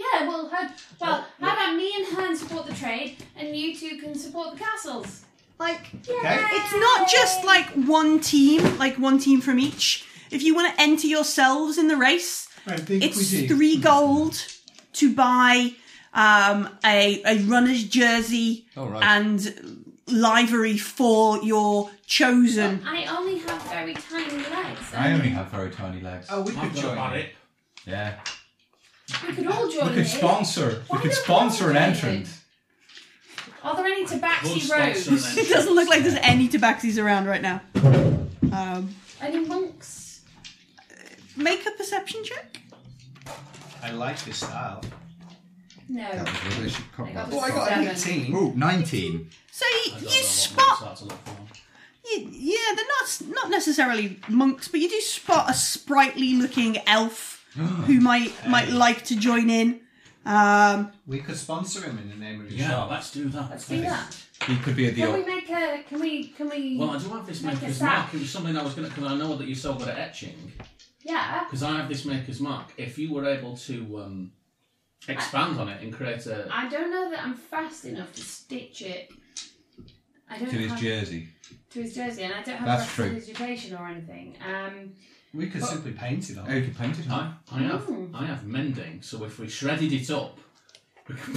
Yeah, well, her, well, how about me and Hearn support the trade, and you two can support the castles. Like Okay. It's not just like one team, like one team from each. If you want to enter yourselves in the race, I think it's three gold to buy um, a, a runner's jersey Oh, right. and livery for your chosen. I only have very tiny legs. I only have very tiny legs. Oh, we I've could got a join. bad in. it. Yeah. We could all join We could in. sponsor. Why we could don't we sponsor an all do it? entrant. Are there any We'll tabaxi sponsor an roads? It entrance. doesn't look like there's any tabaxis around right now. Um, Any monks? make a perception check. I like this style. No. Well, they should cut I that. got Oh, I got an seven. 18. Ooh, 19. So I you, don't know you what spot monks are to look for. Y yeah, they're not not necessarily monks, but you do spot a sprightly-looking elf who might might like to join in. Um, We could sponsor him in the name of the Yeah, shop. let's do that. Let's do that. He could be at the. Can we Old, make a? Can we? Can we? Well, I do have this Make maker's us that. mark. It was something I was going to, because I know that you're so good at etching. yeah. Because I have this maker's mark. If you were able to um, expand on it and create a, I don't know that I'm fast enough to stitch it. I don't to his have, jersey. to his jersey, and I don't have That's a true. education or anything. Um, We could But- simply paint it on. Oh, you could paint it. huh? I, I have Mm. I have mending. So if we shredded it up, we could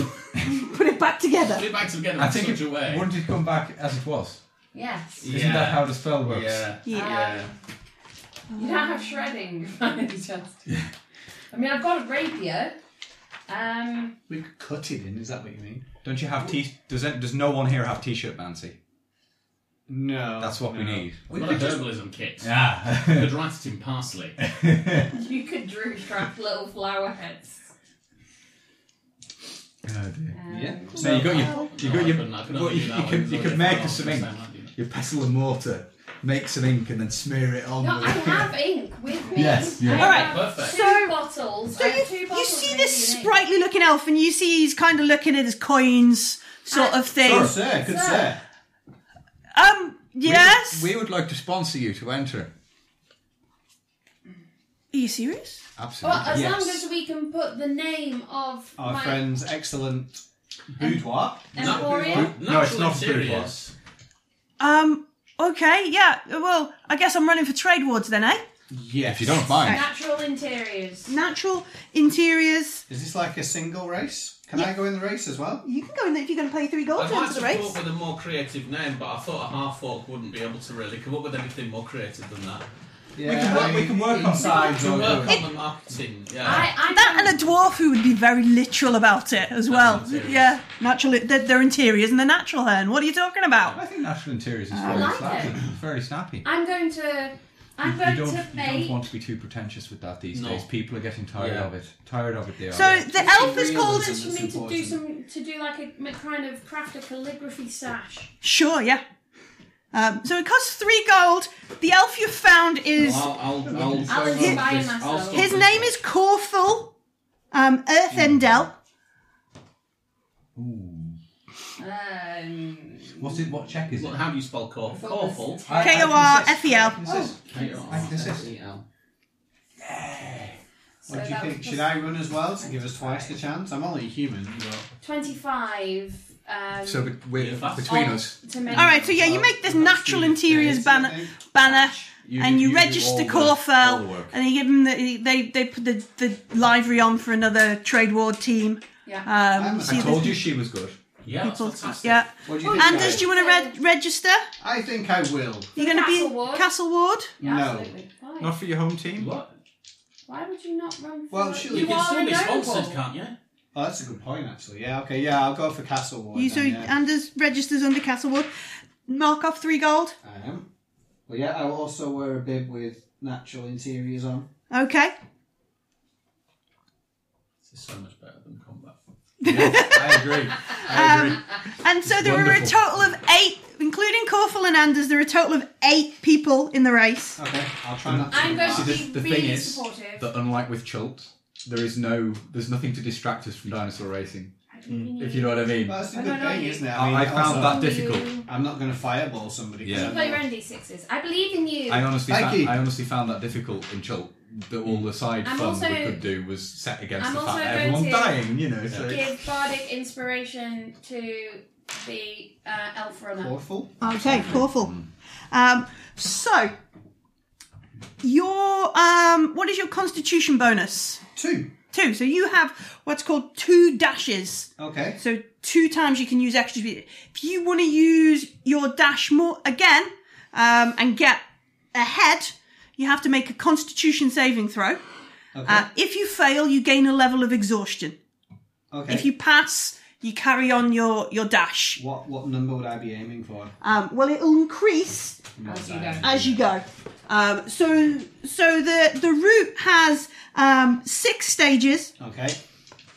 put it back together. put it back together I think in such it a way. wouldn't it come back as it was. yes. Isn't that how the spell works? Yeah. Yeah. yeah. You don't have shredding by any chance. I mean, I've got a rapier. Um, We could cut it in. Is that what you mean? Don't you have t? Does it, does no one here have t-shirt Nancy? No. That's what we no. need. We've got a herbalism kit. Yeah. Could rat it in parsley. you could drew draft little flower heads. Um, Yeah. So you got your you got your No, I couldn't- I couldn't well, you, do that you one. could you It's could already make gone. some ink. Same idea. You pestle and mortar, make some ink, and then smear it on. No, with- I have ink with me. Yes, yeah. I All right, have perfect. Two so- bottles. So I you, have two you bottles see of this Indian ink. sprightly looking elf, and you see he's kind of looking at his coins, sort of thing. Good sir. Good Sir. sir. Um, yes. We would like to sponsor you to enter. Are you serious? Absolutely. Well, as long Yes. as we can put the name of Our my friend's excellent boudoir. emporium. No, it's Natural not a boudoir. interiors. Um, okay, yeah. Well, I guess I'm running for trade wards then, eh? Yes. if you don't mind. Natural interiors. Natural interiors. Is this like a single race? Can I go in the race as well? You can go in there if you're going to play three gold I'd into like the to race. come up with a more creative name, but I thought a half orc wouldn't be able to really come up with anything more creative than that. Yeah, can work- we can work on inside To or work on the marketing, yeah. I, I That and a dwarf who would be very literal about it as well. interiors. Yeah, natural. They're, they're interiors and they're natural. Hen, what are you talking about? I think natural interiors is I very like snappy. it. It's very snappy. I'm going to. I'm you, going don't, to you don't make. want to be too pretentious with that these No. days. People are getting tired Yeah. of it. Tired of it, they are. So the elf is Realism called. is for me to do important. some to do like a kind of craft a calligraphy sash. Sure, yeah. Um, so it costs three gold. The elf you found is I'll, I'll, I'll, I'll stop inspire this. myself. I'll stop his this. name is Corful um, Hmm. Earthendel. Um, What's it? What check is Well, how do you spell corf? Corful. I- I K O R F E L. Insist. E I insist. K-O-R-F-E-L. so What do you that think? was Should I run as well to give us twice the chance? I'm only human. Twenty-five. Um, So be- we- Yeah. between Oh. on- us, To make, All right, so yeah, you make this natural interiors banner, banner, and you, register Corfell, and you give them the they they put the, the livery on for another trade ward team. Yeah. I'm- Um, I see I the told you she was good. Yeah, that's people- fantastic. yeah. What do you think? And guys? do you want to reg- register? I think I will. You're going to Castle be Ward. Castle Ward. Yeah, No. absolutely. Why? Not for your home team. What? Why would you not run? For Well, sure, you, you can are still a be noble. sponsored, can't you? Oh, that's a good point, actually. Yeah, okay, yeah, I'll go for Castle Ward. You so then, yeah. Anders registers under Castle Ward. Mark off three gold. I am. Um, Well, yeah, I will also wear a bib with natural interiors on. Okay. This is so much better than combat. I agree. I agree. Um, And so there were a Wonderful. total of eight, including Corfel and Anders. There were a total of eight people in the race. Okay, I'll try not to. I'm going See, to the- be the really thing is supportive. that unlike with Chult, there is no, there's nothing to distract us from dinosaur racing. I believe in Mm. If you know what I mean. Well, that's a I good don't know thing, you. isn't it? I- I found also- that difficult. You. I'm not going to fireball somebody. 'cause Yeah. I'm Play not- round d6s. I believe in you. I honestly, Thank found, you. I honestly found that difficult in Chult. That all the side I'm fun also- we could do was set against I'm the fact also that going everyone's to- dying. You know, so give bardic inspiration to the uh, elf runner. Awful. Okay, Corfel. Um, so your um, what is your Constitution bonus? Two. Two. So you have what's called two dashes. Okay. So two times you can use extra speed. If you want to use your dash more again um, and get ahead, you have to make a Constitution saving throw. Okay. Uh, if you fail, you gain a level of exhaustion. okay. If you pass, you carry on your your dash. What what number would I be aiming for? Um, well, it'll increase As you go. as you go. Um, so so the the route has um, six stages. Okay.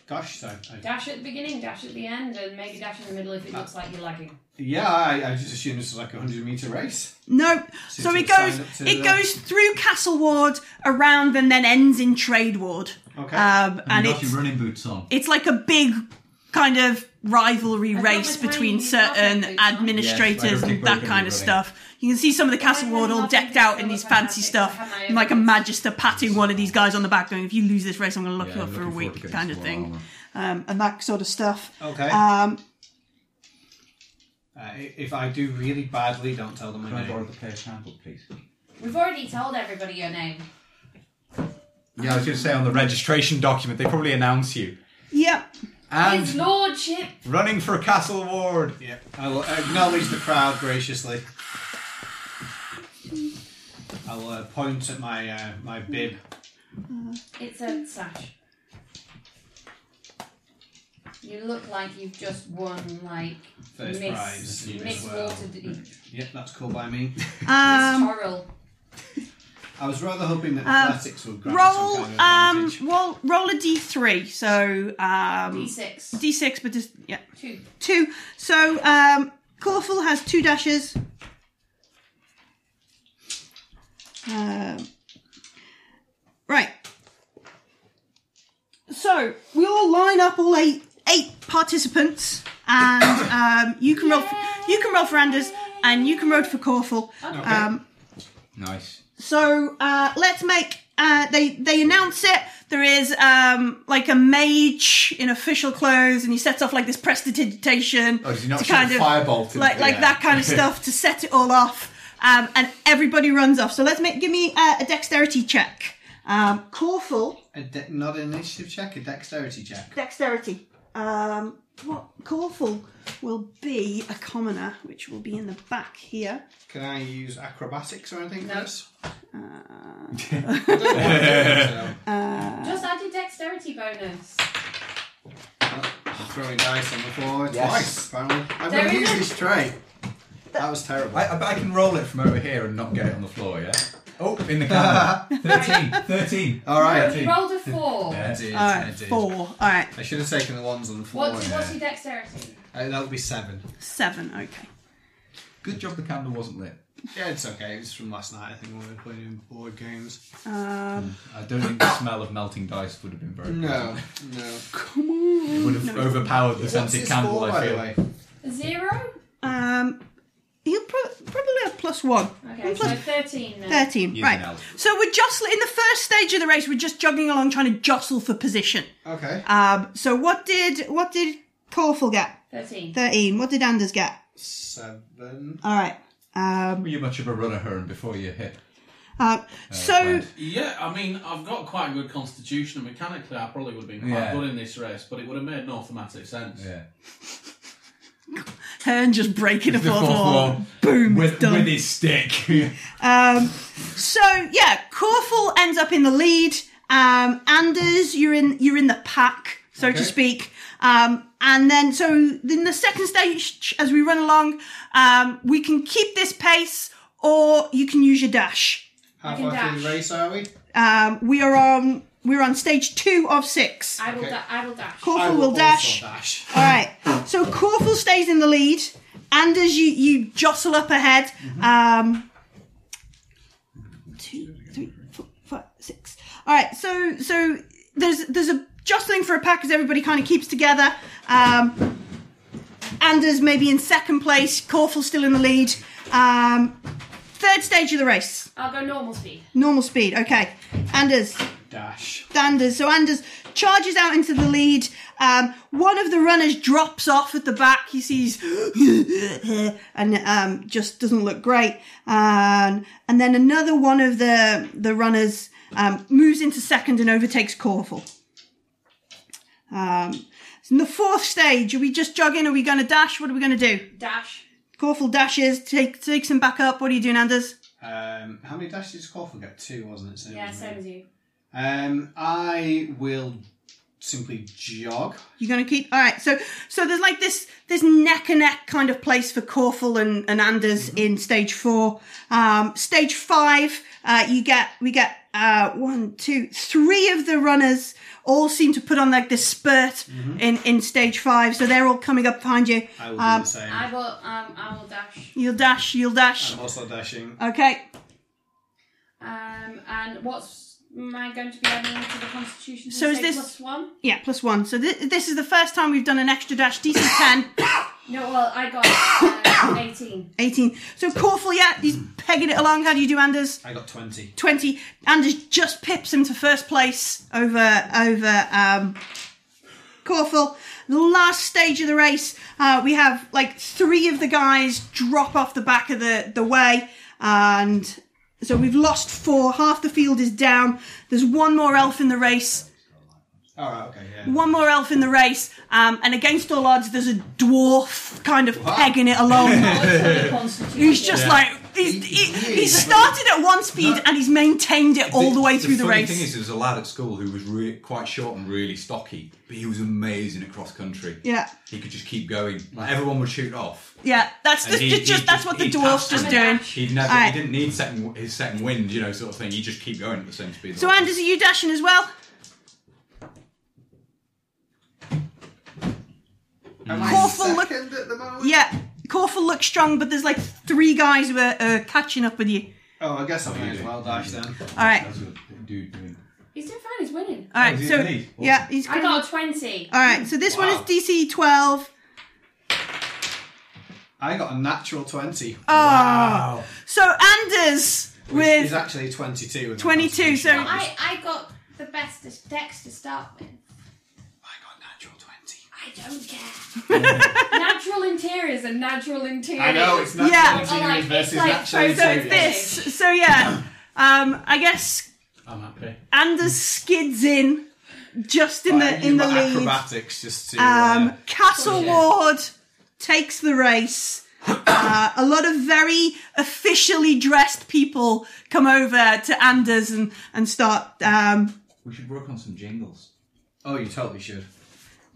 Gosh, so I, Dash at the beginning, dash at the end, and maybe dash in the middle if it looks like you're lagging. yeah, I, I just assumed this was like a hundred meter race. No, So so to it goes sign up to it the- goes through Castle Ward, around, and then ends in Trade Ward. Okay. Uh, Um, and and you got it's your running boots on. it's like a big kind of rivalry I've got race my between tiny lovely certain boots on. Yes, administrators like a and big that broken kind of running. stuff. You can see some of the castle I've ward got all my decked lovely out boots in on these with my fancy outfits. stuff, I have my and like a own- magister patting one of these guys on the back, going, "If you lose this race, I'm going to lock you Yeah, up for a looking forward to week," getting kind of some thing, armor. um, and that sort of stuff. okay. Um, uh, i- if I do really badly, don't tell them Can my I borrow name. the player's handbook, please? We've already told everybody your name. Yeah, I was going to say on the registration document they probably announce you. yeah, His And lordship. running for Castle Ward. Yeah, I will acknowledge the crowd graciously. I will uh, point at my uh, my bib. It's a sash. You look like you've just won, like First Miss prize. you Miss as well. Waterdeep, Yep, that's cool by me. Miss Um, Torrell. I was rather hoping that Um, athletics would grant roll some kind of um advantage. roll roll a d3. So um D6. d6, but just yeah Two. two. So um Corful has two dashes. Um, right. So we all line up, all eight eight participants, and um, you can roll. For, you can roll for Anders, and you can roll for Corful. Um, Nice. so uh, let's make. Uh, they they announce it. There is um, like a mage in official clothes, and he sets off like this prestidigitation Oh, did you not to shoot kind a of fireball to like like that kind of stuff to set it all off. Um, and everybody runs off. So let's make give me uh, a dexterity check. Um, Corful A de- not an initiative check, a dexterity check. dexterity. Um, what Corful will be a commoner, which will be in the back here. Can I use acrobatics or anything? No. Yes. Uh, Just add your dexterity bonus. Throwing dice on the floor Yes. twice, apparently. I'm There going to is use a- this tray. That was terrible. I, I bet I can roll it from over here and not get it on the floor, yeah? Oh, in the camera. 13, 13. All right. You rolled a four. I did, all I right, did. four. All right, I should have taken the ones on the floor. What's, there. what's your dexterity? Uh, that would be seven. seven. Okay. Good job the candle wasn't lit. Yeah, it's okay. It's from last night. I think when we were playing board games. Um, I don't think the smell of melting dice would have been very No, no. come on. It would Mm, have overpowered the What's scented this candle, for, by I the feel. way? Zero? Um, he'll pro- probably have plus one. Okay, so 13 then. 13, Using right. elf. So we're jostling, in the first stage of the race, we're just jogging along trying to jostle for position. Okay. Um, so what did, what did Corful get? 13. 13. What did Anders get? Seven. All right. Um, Were you much of a runner, Hearn, before you hit? uh, so, Brad? Yeah, I mean, I've got quite a good constitution, and mechanically, I probably would have been quite Yeah. good in this race, but it would have made no thematic sense. Yeah. Hearn just breaking a The fourth fourth oh, wall. wall. Boom. With, done. with his stick. Um, so yeah, Corful ends up in the lead. Um, Anders, you're in you're in the pack, so to speak. Um, and then so in the second stage, as we run along, um, we can keep this pace, or you can use your dash. Halfway can through the dash. race, are we? Um, we are on we're on stage two of six. I will, Okay. da- I will dash. I Corful will will also dash. dash. All right. So Corful stays in the lead. Anders, you you jostle up ahead. Um, two, three, four, five, six. All right. So so there's there's a jostling for a pack as everybody kind of keeps together. Um, Anders maybe in second place. Corful still in the lead. Um, third stage of the race, I'll go normal speed. normal speed. Okay. Anders, Dash. Anders. So Anders charges out into the lead. Um, one of the runners drops off at the back. He sees and um, just doesn't look great. Um, and then another one of the the runners um, moves into second and overtakes Corful. Um, in the fourth stage, are we just jogging? Are we going to dash? What are we going to do? Dash. Corful dashes, take, takes him back up. What are you doing, Anders? Um, how many dashes did Corfu get? Two, wasn't it? Same Yeah, as me. same as you. Um, I will simply jog. You're gonna keep all right. So so there's like this this neck and neck kind of place for Corfel and, and Anders in stage four. Um, stage five, uh, you get we get uh, one, two, three of the runners all seem to put on like this spurt in in stage five. So they're all coming up behind you. I will Um, do the same. I will, um, I will dash. You'll dash. You'll dash. I'm also dashing. Okay. Um, and what's my going to be adding to the constitution? So is Say this- plus one? Yeah. Plus one. So th- this is the first time we've done an extra dash. DC ten. No, well, I got uh, 18. 18. So Corfel, yeah, he's pegging it along. How do you do, Anders? I got 20. 20 Anders just pips him to first place over over um Corfel. The last stage of the race, uh, we have like three of the guys drop off the back of the the way, and so we've lost four. Half the field is down. There's one more elf in the race. Alright, okay, yeah. One more elf in the race, um, and against all odds, there's a dwarf kind of pegging it along. What's the constitution? He's just like He's, He- he, he he's is. started at one speed and he's maintained it all the way through the, the funny race. thing is, there was a lad at school who was re- quite short and really stocky, but he was amazing at cross country. Yeah. He could just keep going. Like everyone would shoot off. yeah, that's and just, he- just, he just that's what the he dwarf's passed just him. doing. He'd never, Alright. he didn't need second, his second wind, you know, sort of thing. He just keep going at the same speed. So Anders, are you dashing as well? Am Corfu look- second at the moment? Yeah. Corfu looks strong, but there's like three guys who are uh, catching up with you. Oh, I guess I may as well dash then. All right, That's what the dude doing. He's doing fine. He's winning. all right. Oh, is he So in these? yeah, he's I gonna- got a twenty. All right. So this one Wow. is DC 12. I got a natural 20. Oh. So Anders Which with is actually 22. with 22, so- concentration. I, I got the best of Dex to start with. I got natural 20. I don't care. natural interiors and natural interiors. I know, it's natural Yeah. interiors Oh, like, versus it's like- natural so it's interiors. this. So yeah, um, I guess I'm happy. Anders skids in just in I the in use the my lead. acrobatics just to. Um, uh, Castle Ward takes the race. Uh, a lot of very officially dressed people come over to Anders and, and start. uh, Um, We should work on some jingles. oh, you totally should.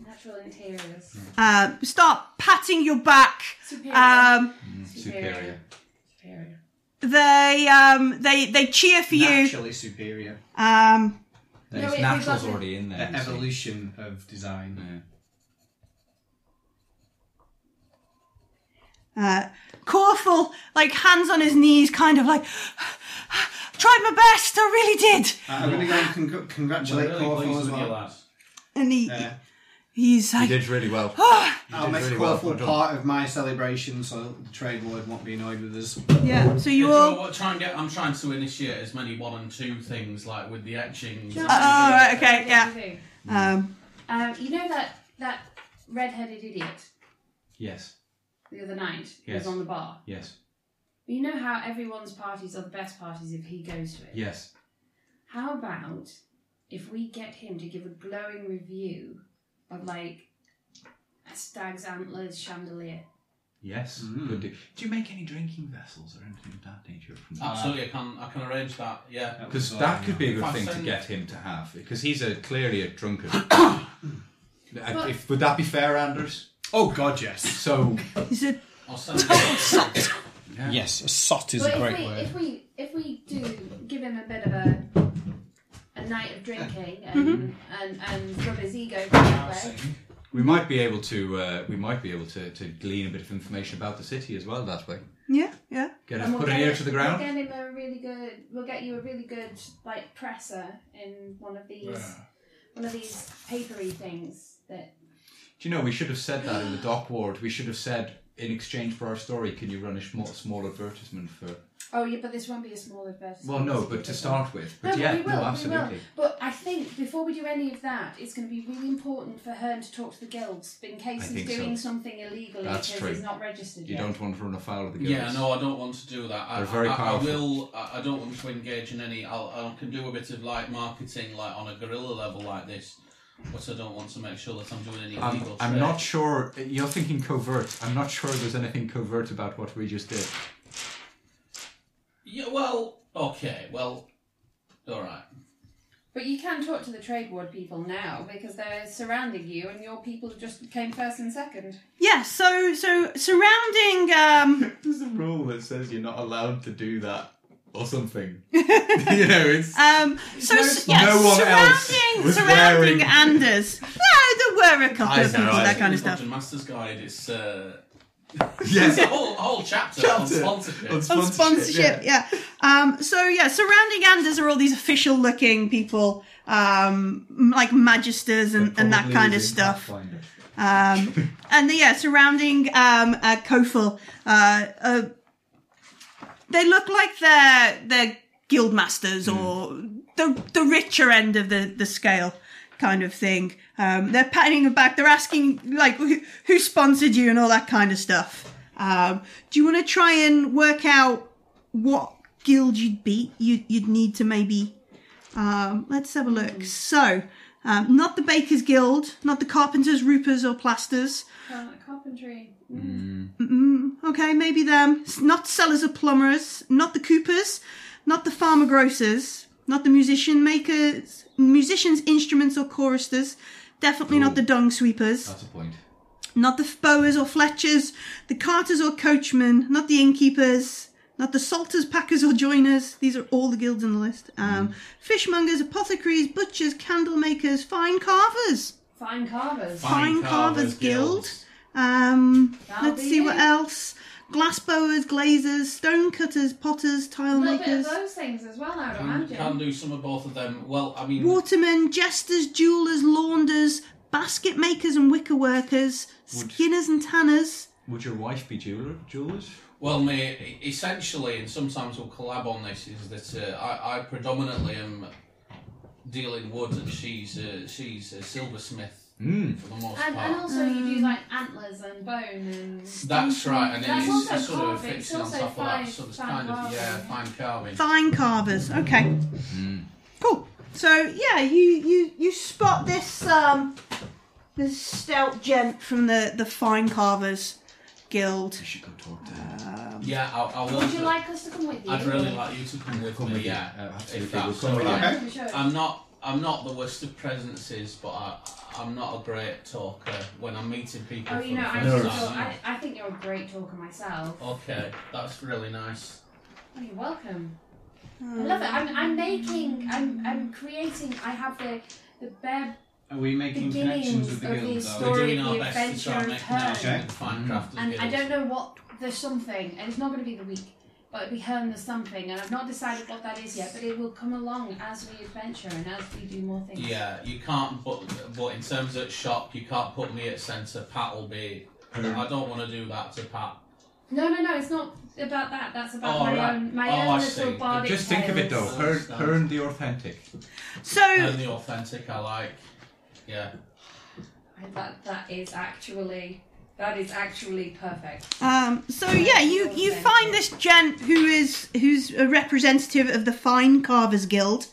Natural interiors. uh, start patting your back. Superior. Um, superior. Superior. they um, they they cheer for you. Naturally superior. Um, Then No, his wait, we natural's got it. already in there. The you see. evolution of design. Yeah. uh, Corfel, like hands on his knees, kind of like tried my best. I really did. I'm going to go and con- congratulate We're Corfu pleased as with you, well. lads. And he Yeah. he's You like, did really well. You I'll did make really well. Corfu Well done. part of my celebration so the trade lord won't be annoyed with us. yeah. So Yeah, you do all know what? Try and get. I'm trying to initiate as many one and two things like with the etchings. Yeah. Oh, all right, okay, yeah. Okay. Um, Um, you know that that red-headed idiot Yes, the other night who Yes. was on the bar. yes, You know how everyone's parties are the best parties if he goes to it. yes. How about if we get him to give a glowing review of like a stag's antlers chandelier? Yes, Mm. good. Do. do you make any drinking vessels or anything of that nature? From that? Absolutely, I can. I can arrange that. Yeah. Because that could be a If I good thing to send- get him to have, because he's a clearly a drunkard. Uh, if- would that be fair, Anders? Oh, God, yes. So he said, I'll send. Yes, a sot is but if we if we if we do give him a bit of a a night of drinking and and, and rub his ego the other way. we might be able to uh, we might be able to, to glean a bit of information about the city as well that way. yeah, yeah. Get And a, we'll put an get ear him- to the ground. We'll get him a really good. We'll get you a really good like presser in one of these one of these papery things that. Do you know we should have said that in the dock ward? We should have said in exchange for our story, can you run a small, small advertisement for? Oh yeah, but this won't be a small advertisement. Well, no, It's a but big to one. start with. No, But yeah, we will, no, we absolutely. will. But I think before we do any of that, it's going to be really important for Hearn to talk to the guilds in I case he's think so. doing something illegal That's because true. he's not registered You yet. don't want to run afoul of the girls. Yeah, no, I don't want to do that. I, They're very I- I, I powerful. will. I I don't want to engage in any. I'll, I can do a bit of like marketing, like on a guerrilla level, like this. But I don't want to make sure that I'm doing any I'm, illegal. I'm trade. not sure. You're thinking covert. I'm not sure there's anything covert about what we just did. Yeah. Well. Okay. Well. All right. But you can talk to the trade ward people now because they're surrounding you and your people just came first and second. Yeah, so so surrounding um There's a rule that says you're not allowed to do that or something. you know, it's. um so s- yeah, No one else surrounding was surrounding wearing- Anders. No, there were a couple I of know, people I that know. kind of Dungeon stuff. Master's Guide. It's uh, yes. a whole whole chapter, on Chapter. sponsorship. On On sponsorship, yeah. Um so yeah, surrounding Anders are all these official looking people, um m- like magisters and, and that Probably kind of using stuff. Pathfinder. Um and yeah, surrounding um uh Kofel, uh, uh they look like they're they're guild masters or the the richer end of the the scale kind of thing. Um, they're patting them back. They're asking like who, who sponsored you and all that kind of stuff. Um, do you want to try and work out what guild you'd be? You, you'd need to maybe. Um, let's have a look. So Um, not the Bakers Guild, not the Carpenters, Roopers, or Plasters. Uh, carpentry. Mm. Mm. Okay, maybe them. S- Not Sellers or Plumbers, not the Coopers, not the Farmer Grocers, not the Musician Makers, Musicians, Instruments, or Choristers. Definitely not the Dung Sweepers. That's a point. not the bowers or fletchers, the carters or coachmen, not the innkeepers, not the salters, packers or joiners. These are all the guilds in the list. Um, Mm. Fishmongers, apothecaries, butchers, candle makers, fine carvers. Fine carvers. Fine, carvers, guild. Um, That'll let's be see what it. else. Glass bowers, glazers, stone cutters, potters, A tile little bit of makers, those things as well, I'd Can, imagine. can do some of both of them. Well, I mean, watermen, jesters, jewelers, launders, basket makers and wicker workers, skinners and tanners. Would your wife be jeweler, jewelers? Well, mate, e- essentially, and sometimes we'll collab on this, is that uh, I, I predominantly am dealing wood, and she's uh, she's a silversmith Mm. for the most And, part. and also Mm. you do like antlers and bone and that's right, and That's it also is sort of carving, it's fixing on also top of that, fine- so there's fine kind of carving, yeah. yeah, fine carving. Fine carvers. Okay. Hmm. Cool. So yeah, you you you spot this um this stout gent from the the fine carvers guild. You should go talk to her. Yeah, I, I will. Would you like us to come with you? I'd really like you to come with Come me. with you. yeah, Uh, if absolutely, that's we'll come with you. all right. We should. I'm not. I'm not the worst of presences, but I, I'm not a great talker when I'm Oh. meeting people. Oh, for you know, the I, first just time. thought- I, I think you're a great talker myself. Okay, that's really nice. Oh, you're welcome. I love Mm. it. I'm, I'm making, I'm, I'm creating, I have the, the bare Are we making beginnings connections with of the guild the though? We're story doing of our the best to adventure try and of make her. connections with fine craft of And I guilds. don't know what, there's something, and it's not going to be the week, but it'll be her and there's something, and I've not decided what that is yet, but it will come along as we adventure and as we do more things. Yeah, you can't. But but in terms of shop, you can't put me at centre. Pat will be. I don't want to do that to Pat. No, no, no, it's not about that. That's about Oh, my right. own, my Oh, own I little see. bardic Just think of it though. tales. Her, her and the authentic. So And the authentic, I like. Yeah. I, that, that is actually, that is actually perfect. um so yeah, you you find this gent who is who's a representative of the fine carvers guild.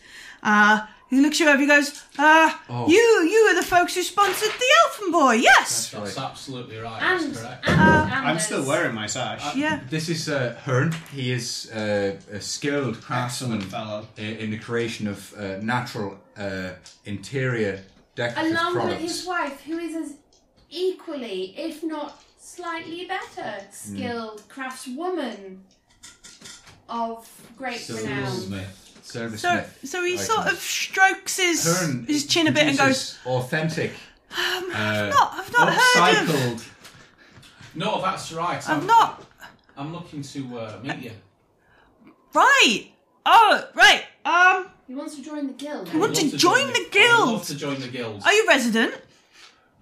Uh he looks you over. He goes, uh, you you are the folks who sponsored the Elfin Boy, yes? That's absolutely right. And, That's correct. and I'm still wearing my sash. Yeah. This is uh, Hearn. He is uh, a skilled craftsman Excellent fellow. i- in the creation of uh, natural uh, interior decorative Along with products. his wife, who is as equally, if not slightly better, skilled craftswoman of great renown. Silversmith. Silversmith. So so he Like sort that. of strokes his Hearn his chin a bit and goes, "Um, produces authentic. uh, not- I've not heard of- upcycled No, that's right. I'm I'm not I'm looking to uh, meet you. right. Oh, right. Um, He wants to join the guild. I would want to love join the guild? I would love to join the guild. are you resident?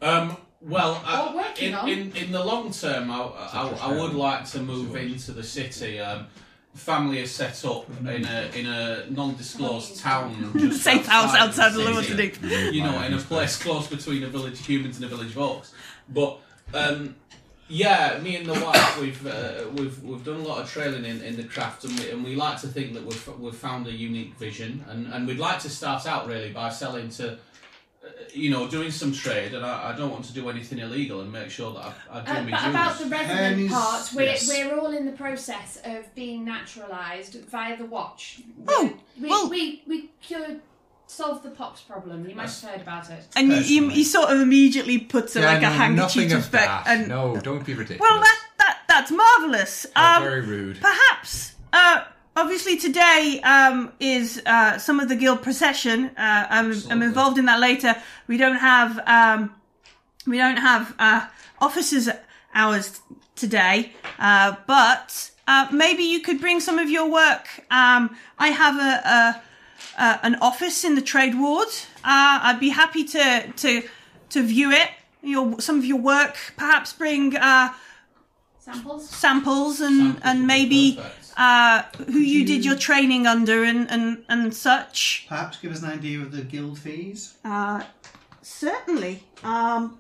Um, well, Or uh, working in, on. in, in the long term, I, I, I would like to move into the city. Um, family is set up in a in a non-disclosed town, just Safe house outside of the city. London. You know, in a place close between a village of humans and a village of orcs. But um, yeah, me and the wife, we've uh, we've we've done a lot of trailing in, in the craft, and we, and we like to think that we've we've found a unique vision, and, and we'd like to start out really by selling to uh, you know, doing some trade, and I, I don't want to do anything illegal and make sure that I, I do Uh, but my duties. about the resident Hermes- part, we're, yes. we're all in the process of being naturalised via the watch. Oh, we, well- we, we cured, solved the pops problem. You might have heard about it. And you, you, you sort of immediately puts a, Yeah, like a no, handkerchief nothing to of back that. and no, don't be ridiculous. well, that that that's marvelous. How Um, Oh, very rude. perhaps uh, obviously today um, is uh, some of the guild procession uh, I'm, I'm Absolutely. involved in that later we don't have um, we don't have uh, officers hours today uh, but uh, maybe you could bring some of your work um, i have a, a uh, an office in the trade ward. Uh, I'd be happy to to to view it. Your some of your work, perhaps bring uh, Samples? samples and Samples would be and maybe perfect. uh, who you did Mm. your training under and and and such. Perhaps give us an idea of the guild fees. Uh, certainly. Um,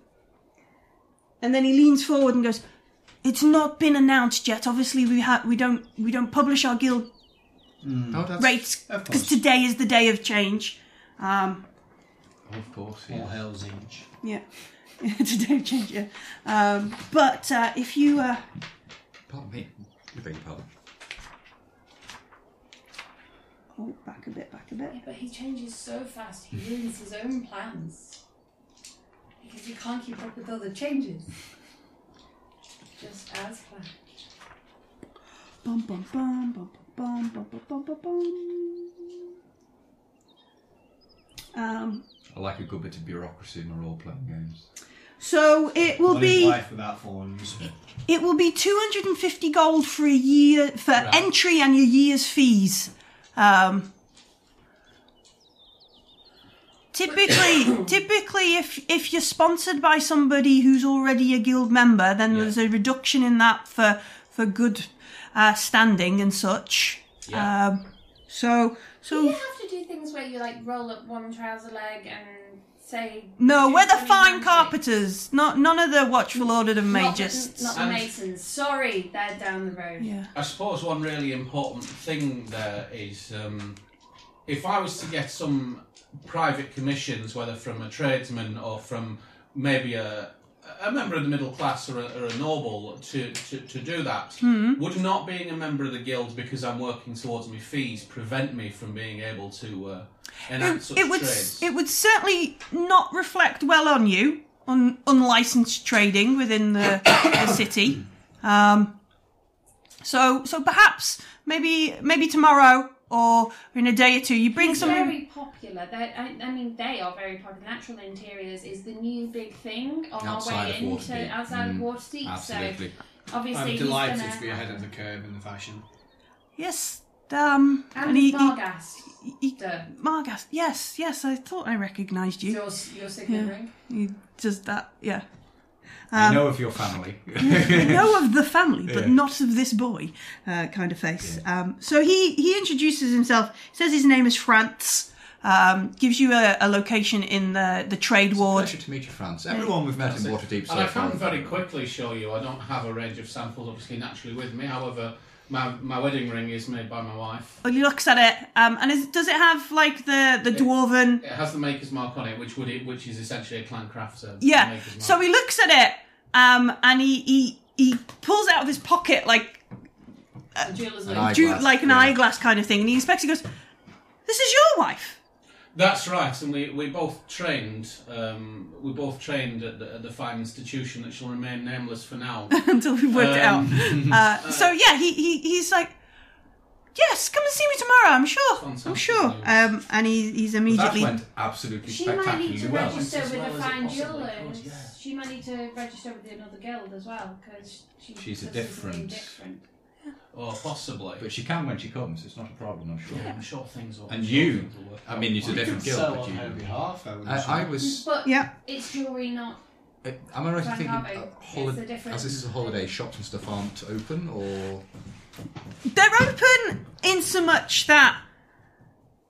and then he leans forward and goes, "It's not been announced yet. Obviously, we ha- we don't we don't publish our guild Oh, that's- Mm. rates Of because course. today is the day of change." Um, Of course, All yeah. hail Zinch. Yeah. Today change yeah. Um, but uh, if you uh, Pardon me. I beg your pardon. oh back a bit, back a bit. Yeah, but he changes so fast, he ruins his own plans. Because he can't keep up with other changes. Just as planned. Bum bum bum bum bum bum bum bum bum bum. Um, I like a good bit of bureaucracy in my role playing games. so it will What is be life without thorns? it will be two hundred and fifty gold for a year for entry and your year's fees. Um, typically, typically, if if you're sponsored by somebody who's already a guild member, then Yeah. there's a reduction in that for for good uh, standing and such. Yeah. Um, so Do you so have to do things where you like roll up one trouser leg and say? no, do we're the something fine fancy? carpenters. Not none of the watchful order of Not the- majists. Not the And- Masons. Sorry, they're down the road. yeah. I suppose one really important thing there is um, if I was to get some private commissions, whether from a tradesman or from maybe a, a member of the middle class or a, or a noble to, to, to do that, Hmm. would not being a member of the guild because I'm working towards my fees prevent me from being able to uh, enact it, such it would trades? it would certainly not reflect well on you on unlicensed trading within the, the city. Um, so so perhaps maybe maybe tomorrow or in a day or two you bring It's some. very popular. They're, I, I mean, they are very popular. Natural interiors is the new big thing on our Outside way of into Waterdeep. outside of Mm, Waterdeep. Absolutely. So obviously, I'm he's delighted gonna... to be ahead of the curve in the fashion. Yes, um, And and he, he, Bargas. he- Duh. Margas. Yes, yes, I thought I recognised you. Your, your signet Yeah. ring. He does that, yeah. I Um, know of your family. know of the family, but Yeah. not of this boy, uh, kind of face. Um, so he he introduces himself, says his name is Franz, um, gives you a, a location in the the trade ward. Pleasure to meet you, France. Everyone we've met in Waterdeep so And I far. can very quickly show you I don't have a range of samples, obviously, naturally with me. However, my, my wedding ring is made by my wife. Well, he looks at it, um, and is, does it have like the the dwarven? It has the maker's mark on it, which would which is essentially a clan craft service. Yeah. So he looks at it, um, and he he he pulls out of his pocket like The jeweler's An ring. eye- ju- Eyeglass, like an yeah. eyeglass kind of thing, and he inspects. He goes, "This is your wife." That's right, and we, we both trained. Um, we both trained at the, at the fine institution that shall remain nameless for now. until we worked it out. Um, Uh, so yeah, he, he he's like, yes, come and see me tomorrow. I'm sure. I'm Fantastic sure. news. Um, and he, he's That immediately. went absolutely She might spectacularly need to well. register As with well as a it fine possibly jeweler. could, and yeah. She might need to register with another guild as well because she She's a does something different- different. or possibly. But she can when she comes. It's not a problem, I'm sure. yeah, I'm sure things will. And I'm sure you- things will work I mean, out it's a fine. different guild, Sell but on her you. behalf, I would I, I assume. was. But Yeah. it's jewelry, not uh, Am I right in Frank thinking Harvey. uh, holi- It's a different- as this is a holiday, shops and stuff aren't open, or They're open in so much that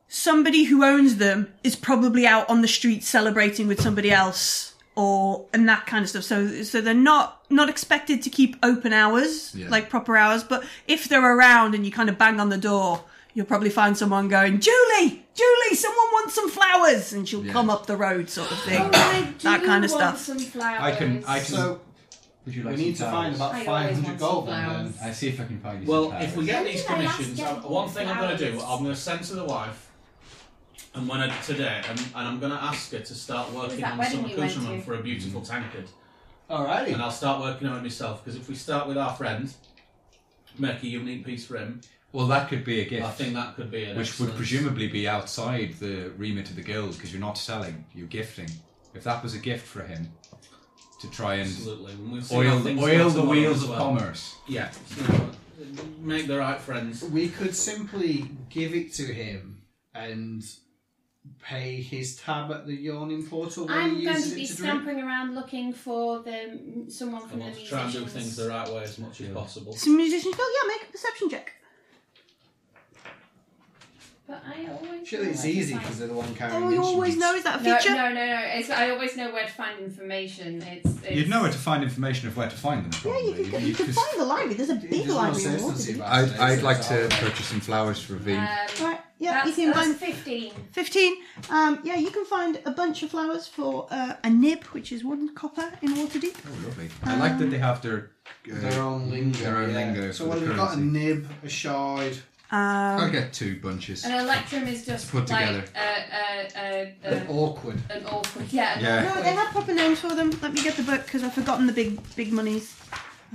somebody who owns them is probably out on the street celebrating with somebody else or and that kind of stuff. So so they're not not expected to keep open hours, Yeah. like proper hours, but if they're around and you kind of bang on the door, you'll probably find someone going, "Julie, Julie, someone wants some flowers." And she'll Yeah. come up the road sort of thing. Oh, I do That kind of want stuff. Some flowers. I can- I can- So would you we like? need to some find flowers? I about always 500 want some gold and flowers. then I see if I can find you. Well, some if we flowers. get When these did I last commissions, get I- one thing I'm going to do, flowers? I'm going to send to the wife, and when I today, and, and I'm going to ask her to start working that on wedding some we went accoutrement to? for a Mm. beautiful tankard, and alrighty. I'll start working on it myself. Because if we start with our friend, make a unique piece for him, well, that could be a gift. I think that could be an which would excellent- presumably be outside the remit of the guild because you're not selling, you're gifting. If that was a gift for him to try and absolutely and we'll see how oil, things go oil the tomorrow wheels as of well. commerce. Yeah, so, uh, make the right friends. We could simply give it to him and pay his tab at the yawning portal when I'm he going uses to be it to drink. scampering around looking for the someone I from want the to try and do musicians. things the right way as much as possible. Some musicians go, "Yeah, make a perception check." But I always Surely know it's where to easy find- because they're the one carrying Oh, you always know instruments. is that a No, feature? no, no, no. It's, I always know where to find information. It's, it's um, You'd know where to find information of where to find them. Yeah, Probably. you could, go- you You'd could just- find the library. There's a big There's no library in sense in Waterdeep. seeing I'd, that. Uh, I'd like to purchase some flowers for V. Um, Right. yeah, you That's, can that's find 15. 15. Um, yeah, you can find a bunch of flowers for uh, a nib, which is one copper in Waterdeep. Oh, lovely. uh, I like that they have their. Uh, Their own lingo. Their own yeah. lingo So for when the we've got a currency. nib, a shard, Um, I'll get two bunches. Uh, An electrum is just Put like together. uh, A, a, a, an awkward. an awkward. Yeah, an Yeah. no, they have proper names for them. Let me get the book because I've forgotten the big big monies.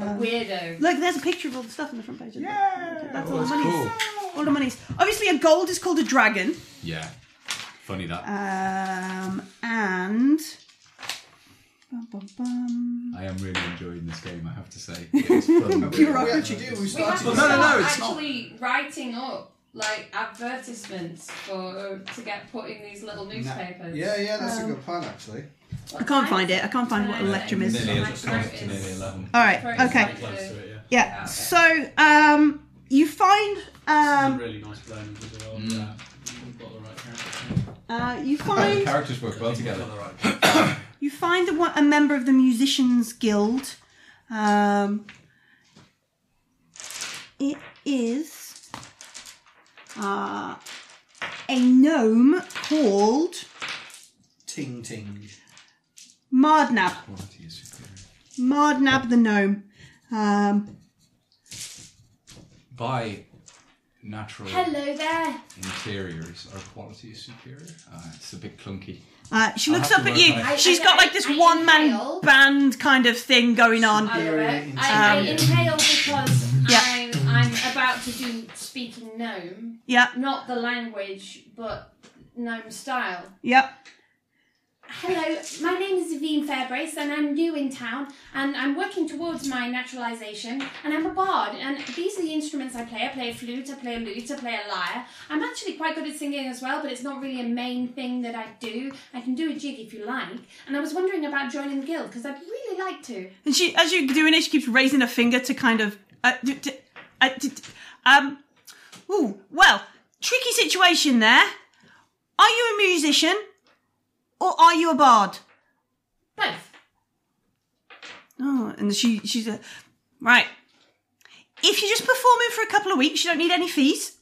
awkward weirdo. Look, there's a picture of all the stuff on the front page. Yeah, that's all Oh, the that's monies. cool. All the monies. Obviously, a gold is called a dragon, Yeah. Funny that. um, and bum, bum, bum. I am really enjoying this game, I have to say. It's fun. We actually do. We We have started. to Well, no, no, no, start it's not. actually writing up like advertisements for to get put in these little newspapers. Yeah, yeah, that's a good plan actually. I can't find it. I can't find what Yeah. electrum is. Nearly All as a size to nearly 11. right. Okay. Close to it, yeah. Yeah. So um, you find this is um, a really nice blend as well. Mm. Yeah. We've got the right character. uh, you The find characters work well We've together. got the right character. you find a, one- a member of the musicians guild. Um, it is uh, a gnome called Ting ting. Mardnab. Quality is superior. Mardnab the gnome. Um, By natural Hello there. interiors, our quality is superior. Ah, it's a bit clunky. uh, she I'll looks have up to at work you. on it. I- She's I- got like this I one man inhale. band kind of thing going on. I love it. I, I Superior inhale because Um, Yeah. I'm, I'm about to do speaking gnome. Yeah. Not the language, but gnome style. Yep. Hello, my name is Yvonne Fairbrace and I'm new in town and I'm working towards my naturalisation and I'm a bard and these are the instruments I play. I play a flute, I play a lute, I play a lyre. I'm actually quite good at singing as well, but it's not really a main thing that I do. I can do a jig if you like. And I was wondering about joining the guild because I'd really like to. And she, as you're doing it, she keeps raising a finger to kind of, uh, d- d- uh, d- d- um, ooh, well, tricky situation there. Are you a musician or are you a bard? Both. Oh, and she, she's a, right. If you're just performing for a couple of weeks, you don't need any fees.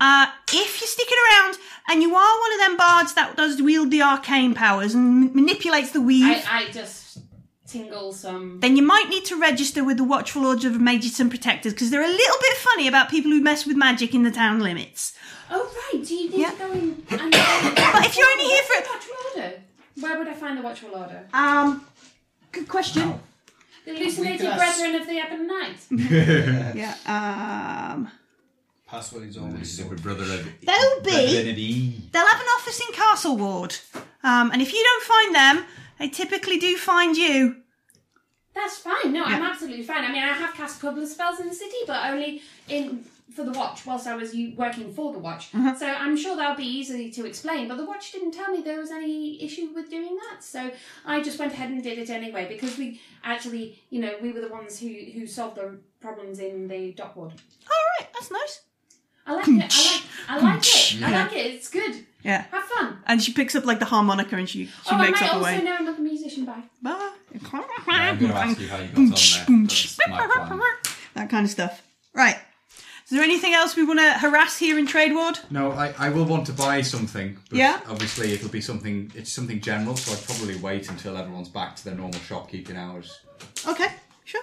Uh, if you're sticking around and you are one of them bards that does wield the arcane powers and manipulates the weave, I, I just tingle some. then you might need to register with the Watchful Lords of Mages and Protectors because they're a little bit funny about people who mess with magic in the town limits. Oh, right, do you need Yeah. to go in and. But if you're only here for- Watchful Order? Where would I find the Watchful Order? Um, good question. The Hallucinated could ask- Brethren of the Ebon Knight. Yeah. Um, Password is always Super brother of they'll be. identity. They'll have an office in Castle Ward. Um, and if you don't find them, they typically do find you. That's fine. No, I'm absolutely fine. I mean, I have cast a couple of spells in the city, but only in for the watch whilst I was u- working for the watch. Mm-hmm. So I'm sure that'll be easy to explain. But the watch didn't tell me there was any issue with doing that, so I just went ahead and did it anyway because we actually, you know, we were the ones who who solved the problems in the dock ward. All right, that's nice. I like it. I like. I like it. I like it. It's good. Yeah. Have fun. And she picks up like the harmonica and she, she oh, I makes might up a also way. know another musician by. Bye. I'm going to ask you how you got on there. That's my plan. That kind of stuff. Right. Is there anything else we want to harass here in Trade Ward? No, I, I will want to buy something. But Yeah? Obviously, it'll be something. It's something general, so I'd probably wait until everyone's back to their normal shopkeeping hours. Okay, sure.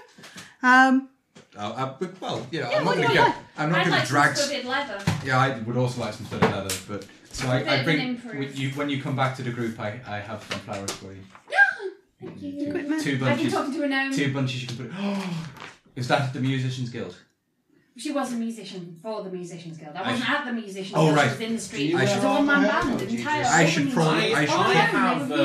Um, Uh, uh, but, well, you know, Yeah, I'm what do not going to you get. want? I'm not I'd going like to drag. some studded leather. Yeah, I would also like some studded leather, but so Bit I, of I an bring improve. when you, when you come back to the group. I, I have some flowers for you. Thank Two, you. two I've been bunches. talking to a gnome. Two bunches. You can put. Oh, is that at the musicians' guild? She was a musician for the Musicians Guild. I I wasn't at the Musicians Oh, Guild. right. She was in the Do street. you She was wear a one-man armor or band. do you entire just- Oh, I should probably. I I, should. Oh, I yeah, have. maybe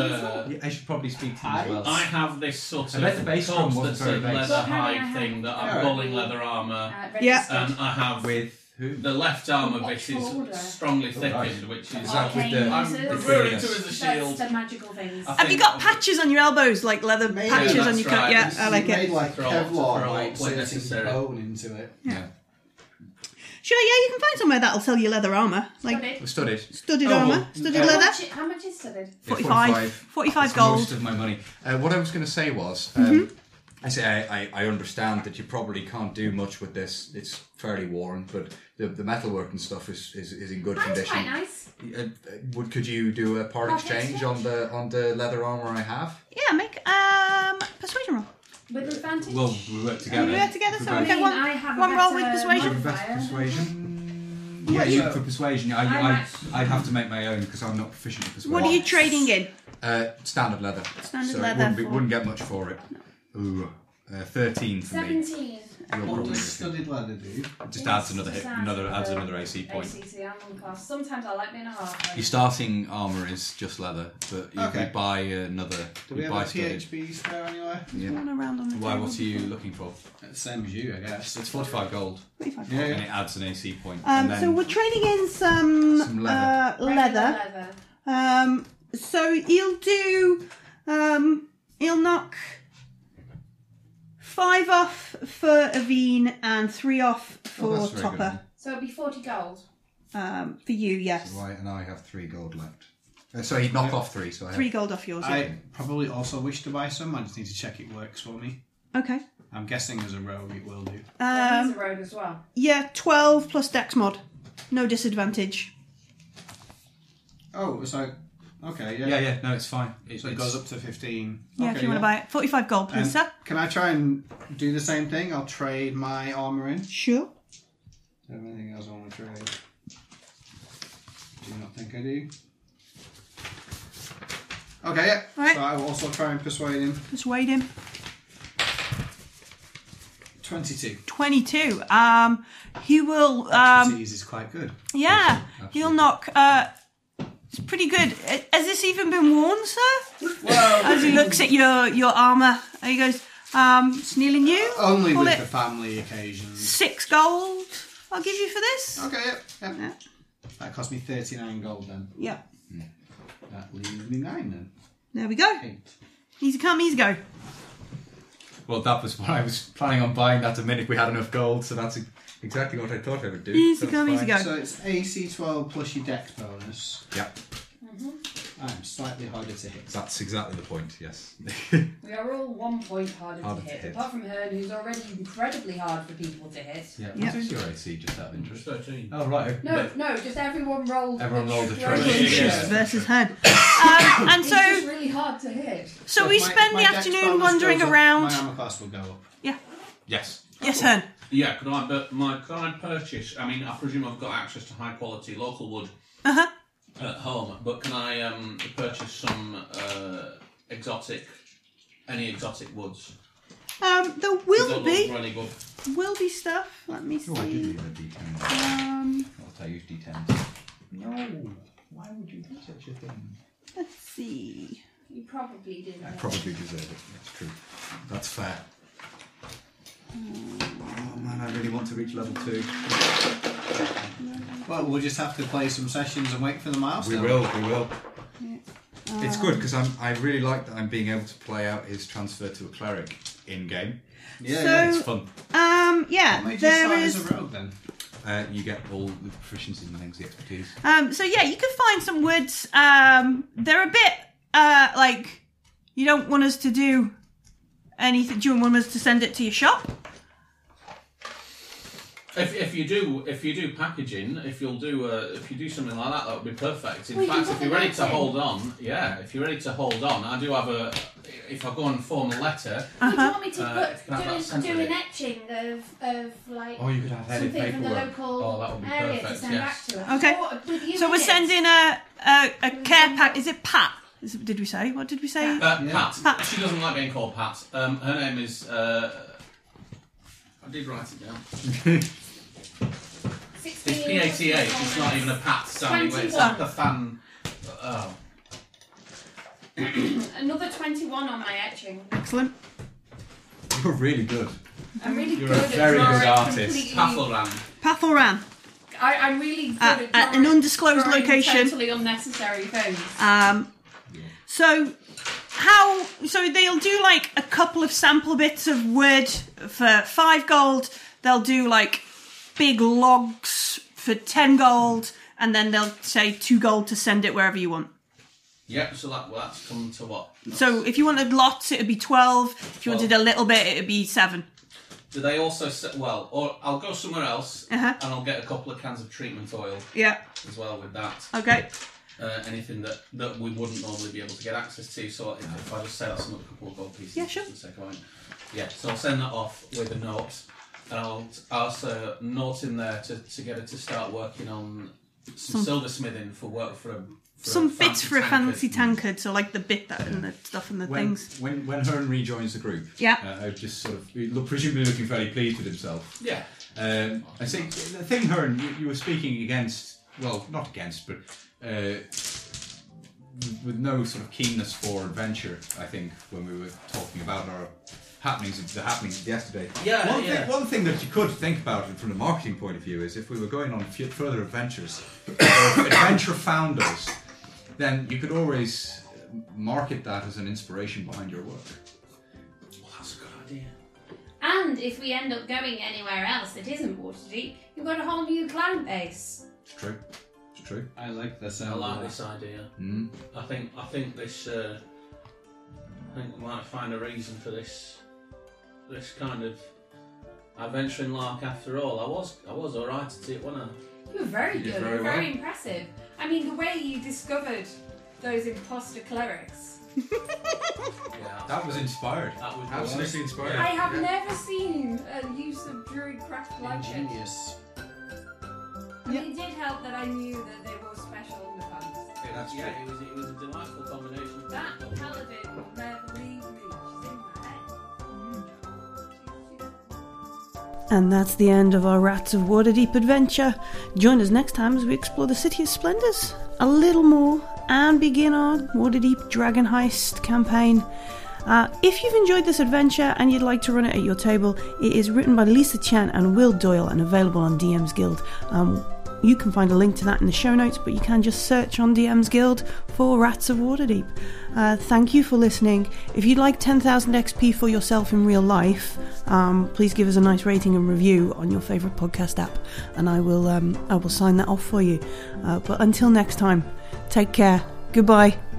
Uh, I should probably speak to them as well. I have this sort I of bet the base drum corpse wasn't that's very a base. leather But honey, I hide thing have- that Yeah. I'm balling leather armor, Uh, Yeah. registered. Um, and I have with who? the left arm of it Watch order. is strongly right. thickened, which is. Is that with Arcane the? I'm users. referring to as a That's shield. the magical things. I Uh, have you think got I've- patches on your elbows, like leather Maybe. patches Yeah, on that's your coat? right. Yeah, This I You like made it. like Throw- Kevlar throw by out when inserting necessary. bone into it. Yeah. Sure, yeah, you can find somewhere that'll sell you leather armor, like Studded. We're studied. studded Oh, armor, well, studded How leather. much- How much is studded? Yeah, 45, 45 That's gold. Mm-hmm. Most of my money. Uh, what I was going to say was, um, I say I, I, I understand that you probably can't do much with this. It's fairly worn, but the, the metalwork and stuff is, is, is in good Mine's condition. quite nice. Uh, uh, would could you do a part Part exchange exchange? on the on the leather armor I have? Yeah, make um persuasion roll. With advantage. Well, we work Can together. we do that together? So I we mean, get one, I have a one roll with better You're the persuasion. best Fire. persuasion. Yeah, you so- for persuasion. I, I'm I, actually- I'd have to make my own because I'm not proficient at persuasion. What are you trading in? Uh, standard leather. Standard so leather It wouldn't, be, for- wouldn't get much for it. Ooh, uh, thirteen for me. 17. You're What probably does studied leather do? Just adds another hit. Another adds another AC point. ACC, I'm on class. Sometimes I like me and a half. Your starting armor is just leather, but you Okay. you buy another. Do we you have buy a studded. PHP spare anywhere? Yeah. One around on the Why? Um, table. What are you looking for? Same as you, I guess. It's forty-five gold, Forty-five. Yeah, and yeah. it adds an AC point. Um, and then so we're trading in some, Some leather. Uh, Regular leather. leather. Um, so he'll do. Um, he'll knock five off for Aveen and three off for that's very Topper. So it'd be 40 gold. Um, for you, yes. Right, and I have three gold left. Uh, so he'd knock off three, so I Three have gold off yours. yeah. I probably also wish to buy some. I just need to check it works for me. Okay. I'm guessing as a rogue it will do. Well, Um, he's a rogue as well. yeah, twelve plus Dex mod, no disadvantage. Oh, so okay, yeah, yeah, yeah. No, it's fine. It, So it it's- goes up to fifteen. Yeah, Okay, if you want to buy it, forty-five gold, Um, please, sir. Can I try and do the same thing? I'll trade my armor in. Sure. Do I have anything else I want to trade? Do you not think I do? Okay, yeah. Right. So I will also try and persuade him. Persuade him. 22. Twenty-two. Um, he will. Um, Expertise is quite good. yeah, he'll knock. Uh, it's pretty good. Uh, Has this even been worn, sir? Well, As he looks at your your armor, and he goes, um, "Snealing you? only Call with it the family occasions. six gold. I'll give you for this." Okay, yep. yep. Yeah. That cost me 39 gold then. Yeah. That leaves me 9 then. There we go. 8. Easy come, easy go. Well, that was what I was planning on buying that the minute we had enough gold, so that's e-, exactly what I thought I would do. Easy so come, it's easy fine. go. So it's AC 12 plus your deck bonus. Yeah, I'm slightly harder to hit. that's exactly the point, yes. We are all one point harder Harder to to hit, hit. apart from Hearn, who's already incredibly hard for people to hit. yeah, Yeah. what is your AC just out of interest? 13. Oh, right. No, no, just everyone rolled. Everyone the rolled a treasure treasure. chest. Yeah. Versus her. Um, and It's just so, really hard to hit. so if we my- spend my the dex afternoon bonus wandering goes up, around. My um, armor class will go up. Yes. Yes, Hern. Yeah, could I, but my, could I purchase? I mean, I presume I've got access to high quality local wood Uh-huh. at home, but can I um, purchase some uh, exotic, any exotic woods? Um, there They will look be Really good. will be stuff. Let me Oh, I did see. leave a D10. Um, Not that I use D10s. No, why would you do such a thing? let's see. You probably didn't. I probably deserve it. That's true. That's fair. Um, Oh man, I really want to reach level two. Well, we'll just have to play some sessions and wait for the We milestone. will, we will. It's good because I'm. I really like that I'm being able to play out his transfer to a cleric in game. Yeah, So- yeah. It's fun. Um, Why don't yeah, you there start is. as a rogue then. Uh, you get all the proficiencies and things, the expertise. Um, so yeah, you can find some woods. Um, they're a bit uh like you don't want us to do anything. Do you want us to send it to your shop? If, if you do if you do packaging, if you'll do uh, if you do something like that, that would be perfect. In We can fact, put if you're the ready notes to in. hold on, yeah, if you're ready to hold on, I do have a. If I go and form a letter, Uh-huh. You want me to Uh, if put, that- that's do, an, do sensitive. an etching of, of like Oh, you could have headed something from the paperwork. local Oh, that would be area to perfect, send yes. back to us. Okay. Or with you So we're in it. sending a a, a care pack. Is it Pat? Is it, did we say? What did we say? uh, Pat. Pat. She doesn't like being called Pat. Um, her name is. Uh, I did write it down. 16 It's P88. It's not even a Pat standing. It's like the fan. Oh, Another 21 on my etching. Excellent. You're really good. I'm really You're good a at very good drawing artist. completely- Pathoran. Pathoran I, I'm really good uh, at at an drawing- undisclosed drawing location. Totally unnecessary things. Um, so how? So they'll do like a couple of sample bits of wood for five gold. They'll do like big logs for ten gold, and then they'll say two gold to send it wherever you want. Yep. So that well, that's come to what? So if you wanted lots, it'd be twelve. If you wanted a little bit, it'd be seven. Do they also se- well? Or I'll go somewhere else Uh-huh. and I'll get a couple of cans of treatment oil Yeah. as well with that. Okay. Uh, anything that, that we wouldn't normally be able to get access to. So if, if I just say that's another couple of gold pieces. Yeah, sure. For the sake of argument. Yeah. So I'll send that off with a note, and I'll ask a note in there to, to get her to start working on some, silversmithing for work for a. For a Some bits fancy for a fancy tankard. tankard. So like the bit that and the stuff and the When, things. when when Hearn rejoins the group, Yeah. uh, I just sort of look, presumably looking fairly pleased with himself. Yeah. Uh, I think the thing, Hearn, you, you were speaking against, well, not against, but uh, with no sort of keenness for adventure. I think when we were talking about our happenings, of- the happenings of yesterday. Yeah, One, yeah. Thing, one thing that you could think about it from a marketing point of view is if we were going on fu- further adventures, or if adventure founders, then you could always uh, market that as an inspiration behind your work. Well, that's a good idea. And if we end up going anywhere else that isn't Waterdeep, you've got a whole new client base. It's true. It's true. I like the I sound. like of this idea. Mm. I think I think this. Uh, I think we might find a reason for this. This kind of adventure in Lark. After all, I was I was all right at it, wasn't I? You were very You did good, very very, well. impressive. I mean, the way you discovered those imposter clerics. Yeah. That was inspired. That was Absolutely inspired. I have Yeah. never seen a use of druidcraft like it. Genius. And It did help that I knew that they were special in the past. It was, That's yeah, it was it was a delightful combination. That paladin will never leave me. She's in my head. Mm. And that's the end of our Rats of Waterdeep adventure. Join us next time as we explore the City of Splendors a little more and begin our Waterdeep Dragon Heist campaign. Uh, if you've enjoyed this adventure and you'd like to run it at your table, it is written by Lisa Chan and Will Doyle and available on DM's Guild. Um, you can find a link to that in the show notes, but you can just search on DM's Guild for Rats of Waterdeep. Uh, thank you for listening. If you'd like 10,000 XP for yourself in real life, um, please give us a nice rating and review on your favourite podcast app, and I will um, I will sign that off for you. Uh, but until next time, take care. Goodbye.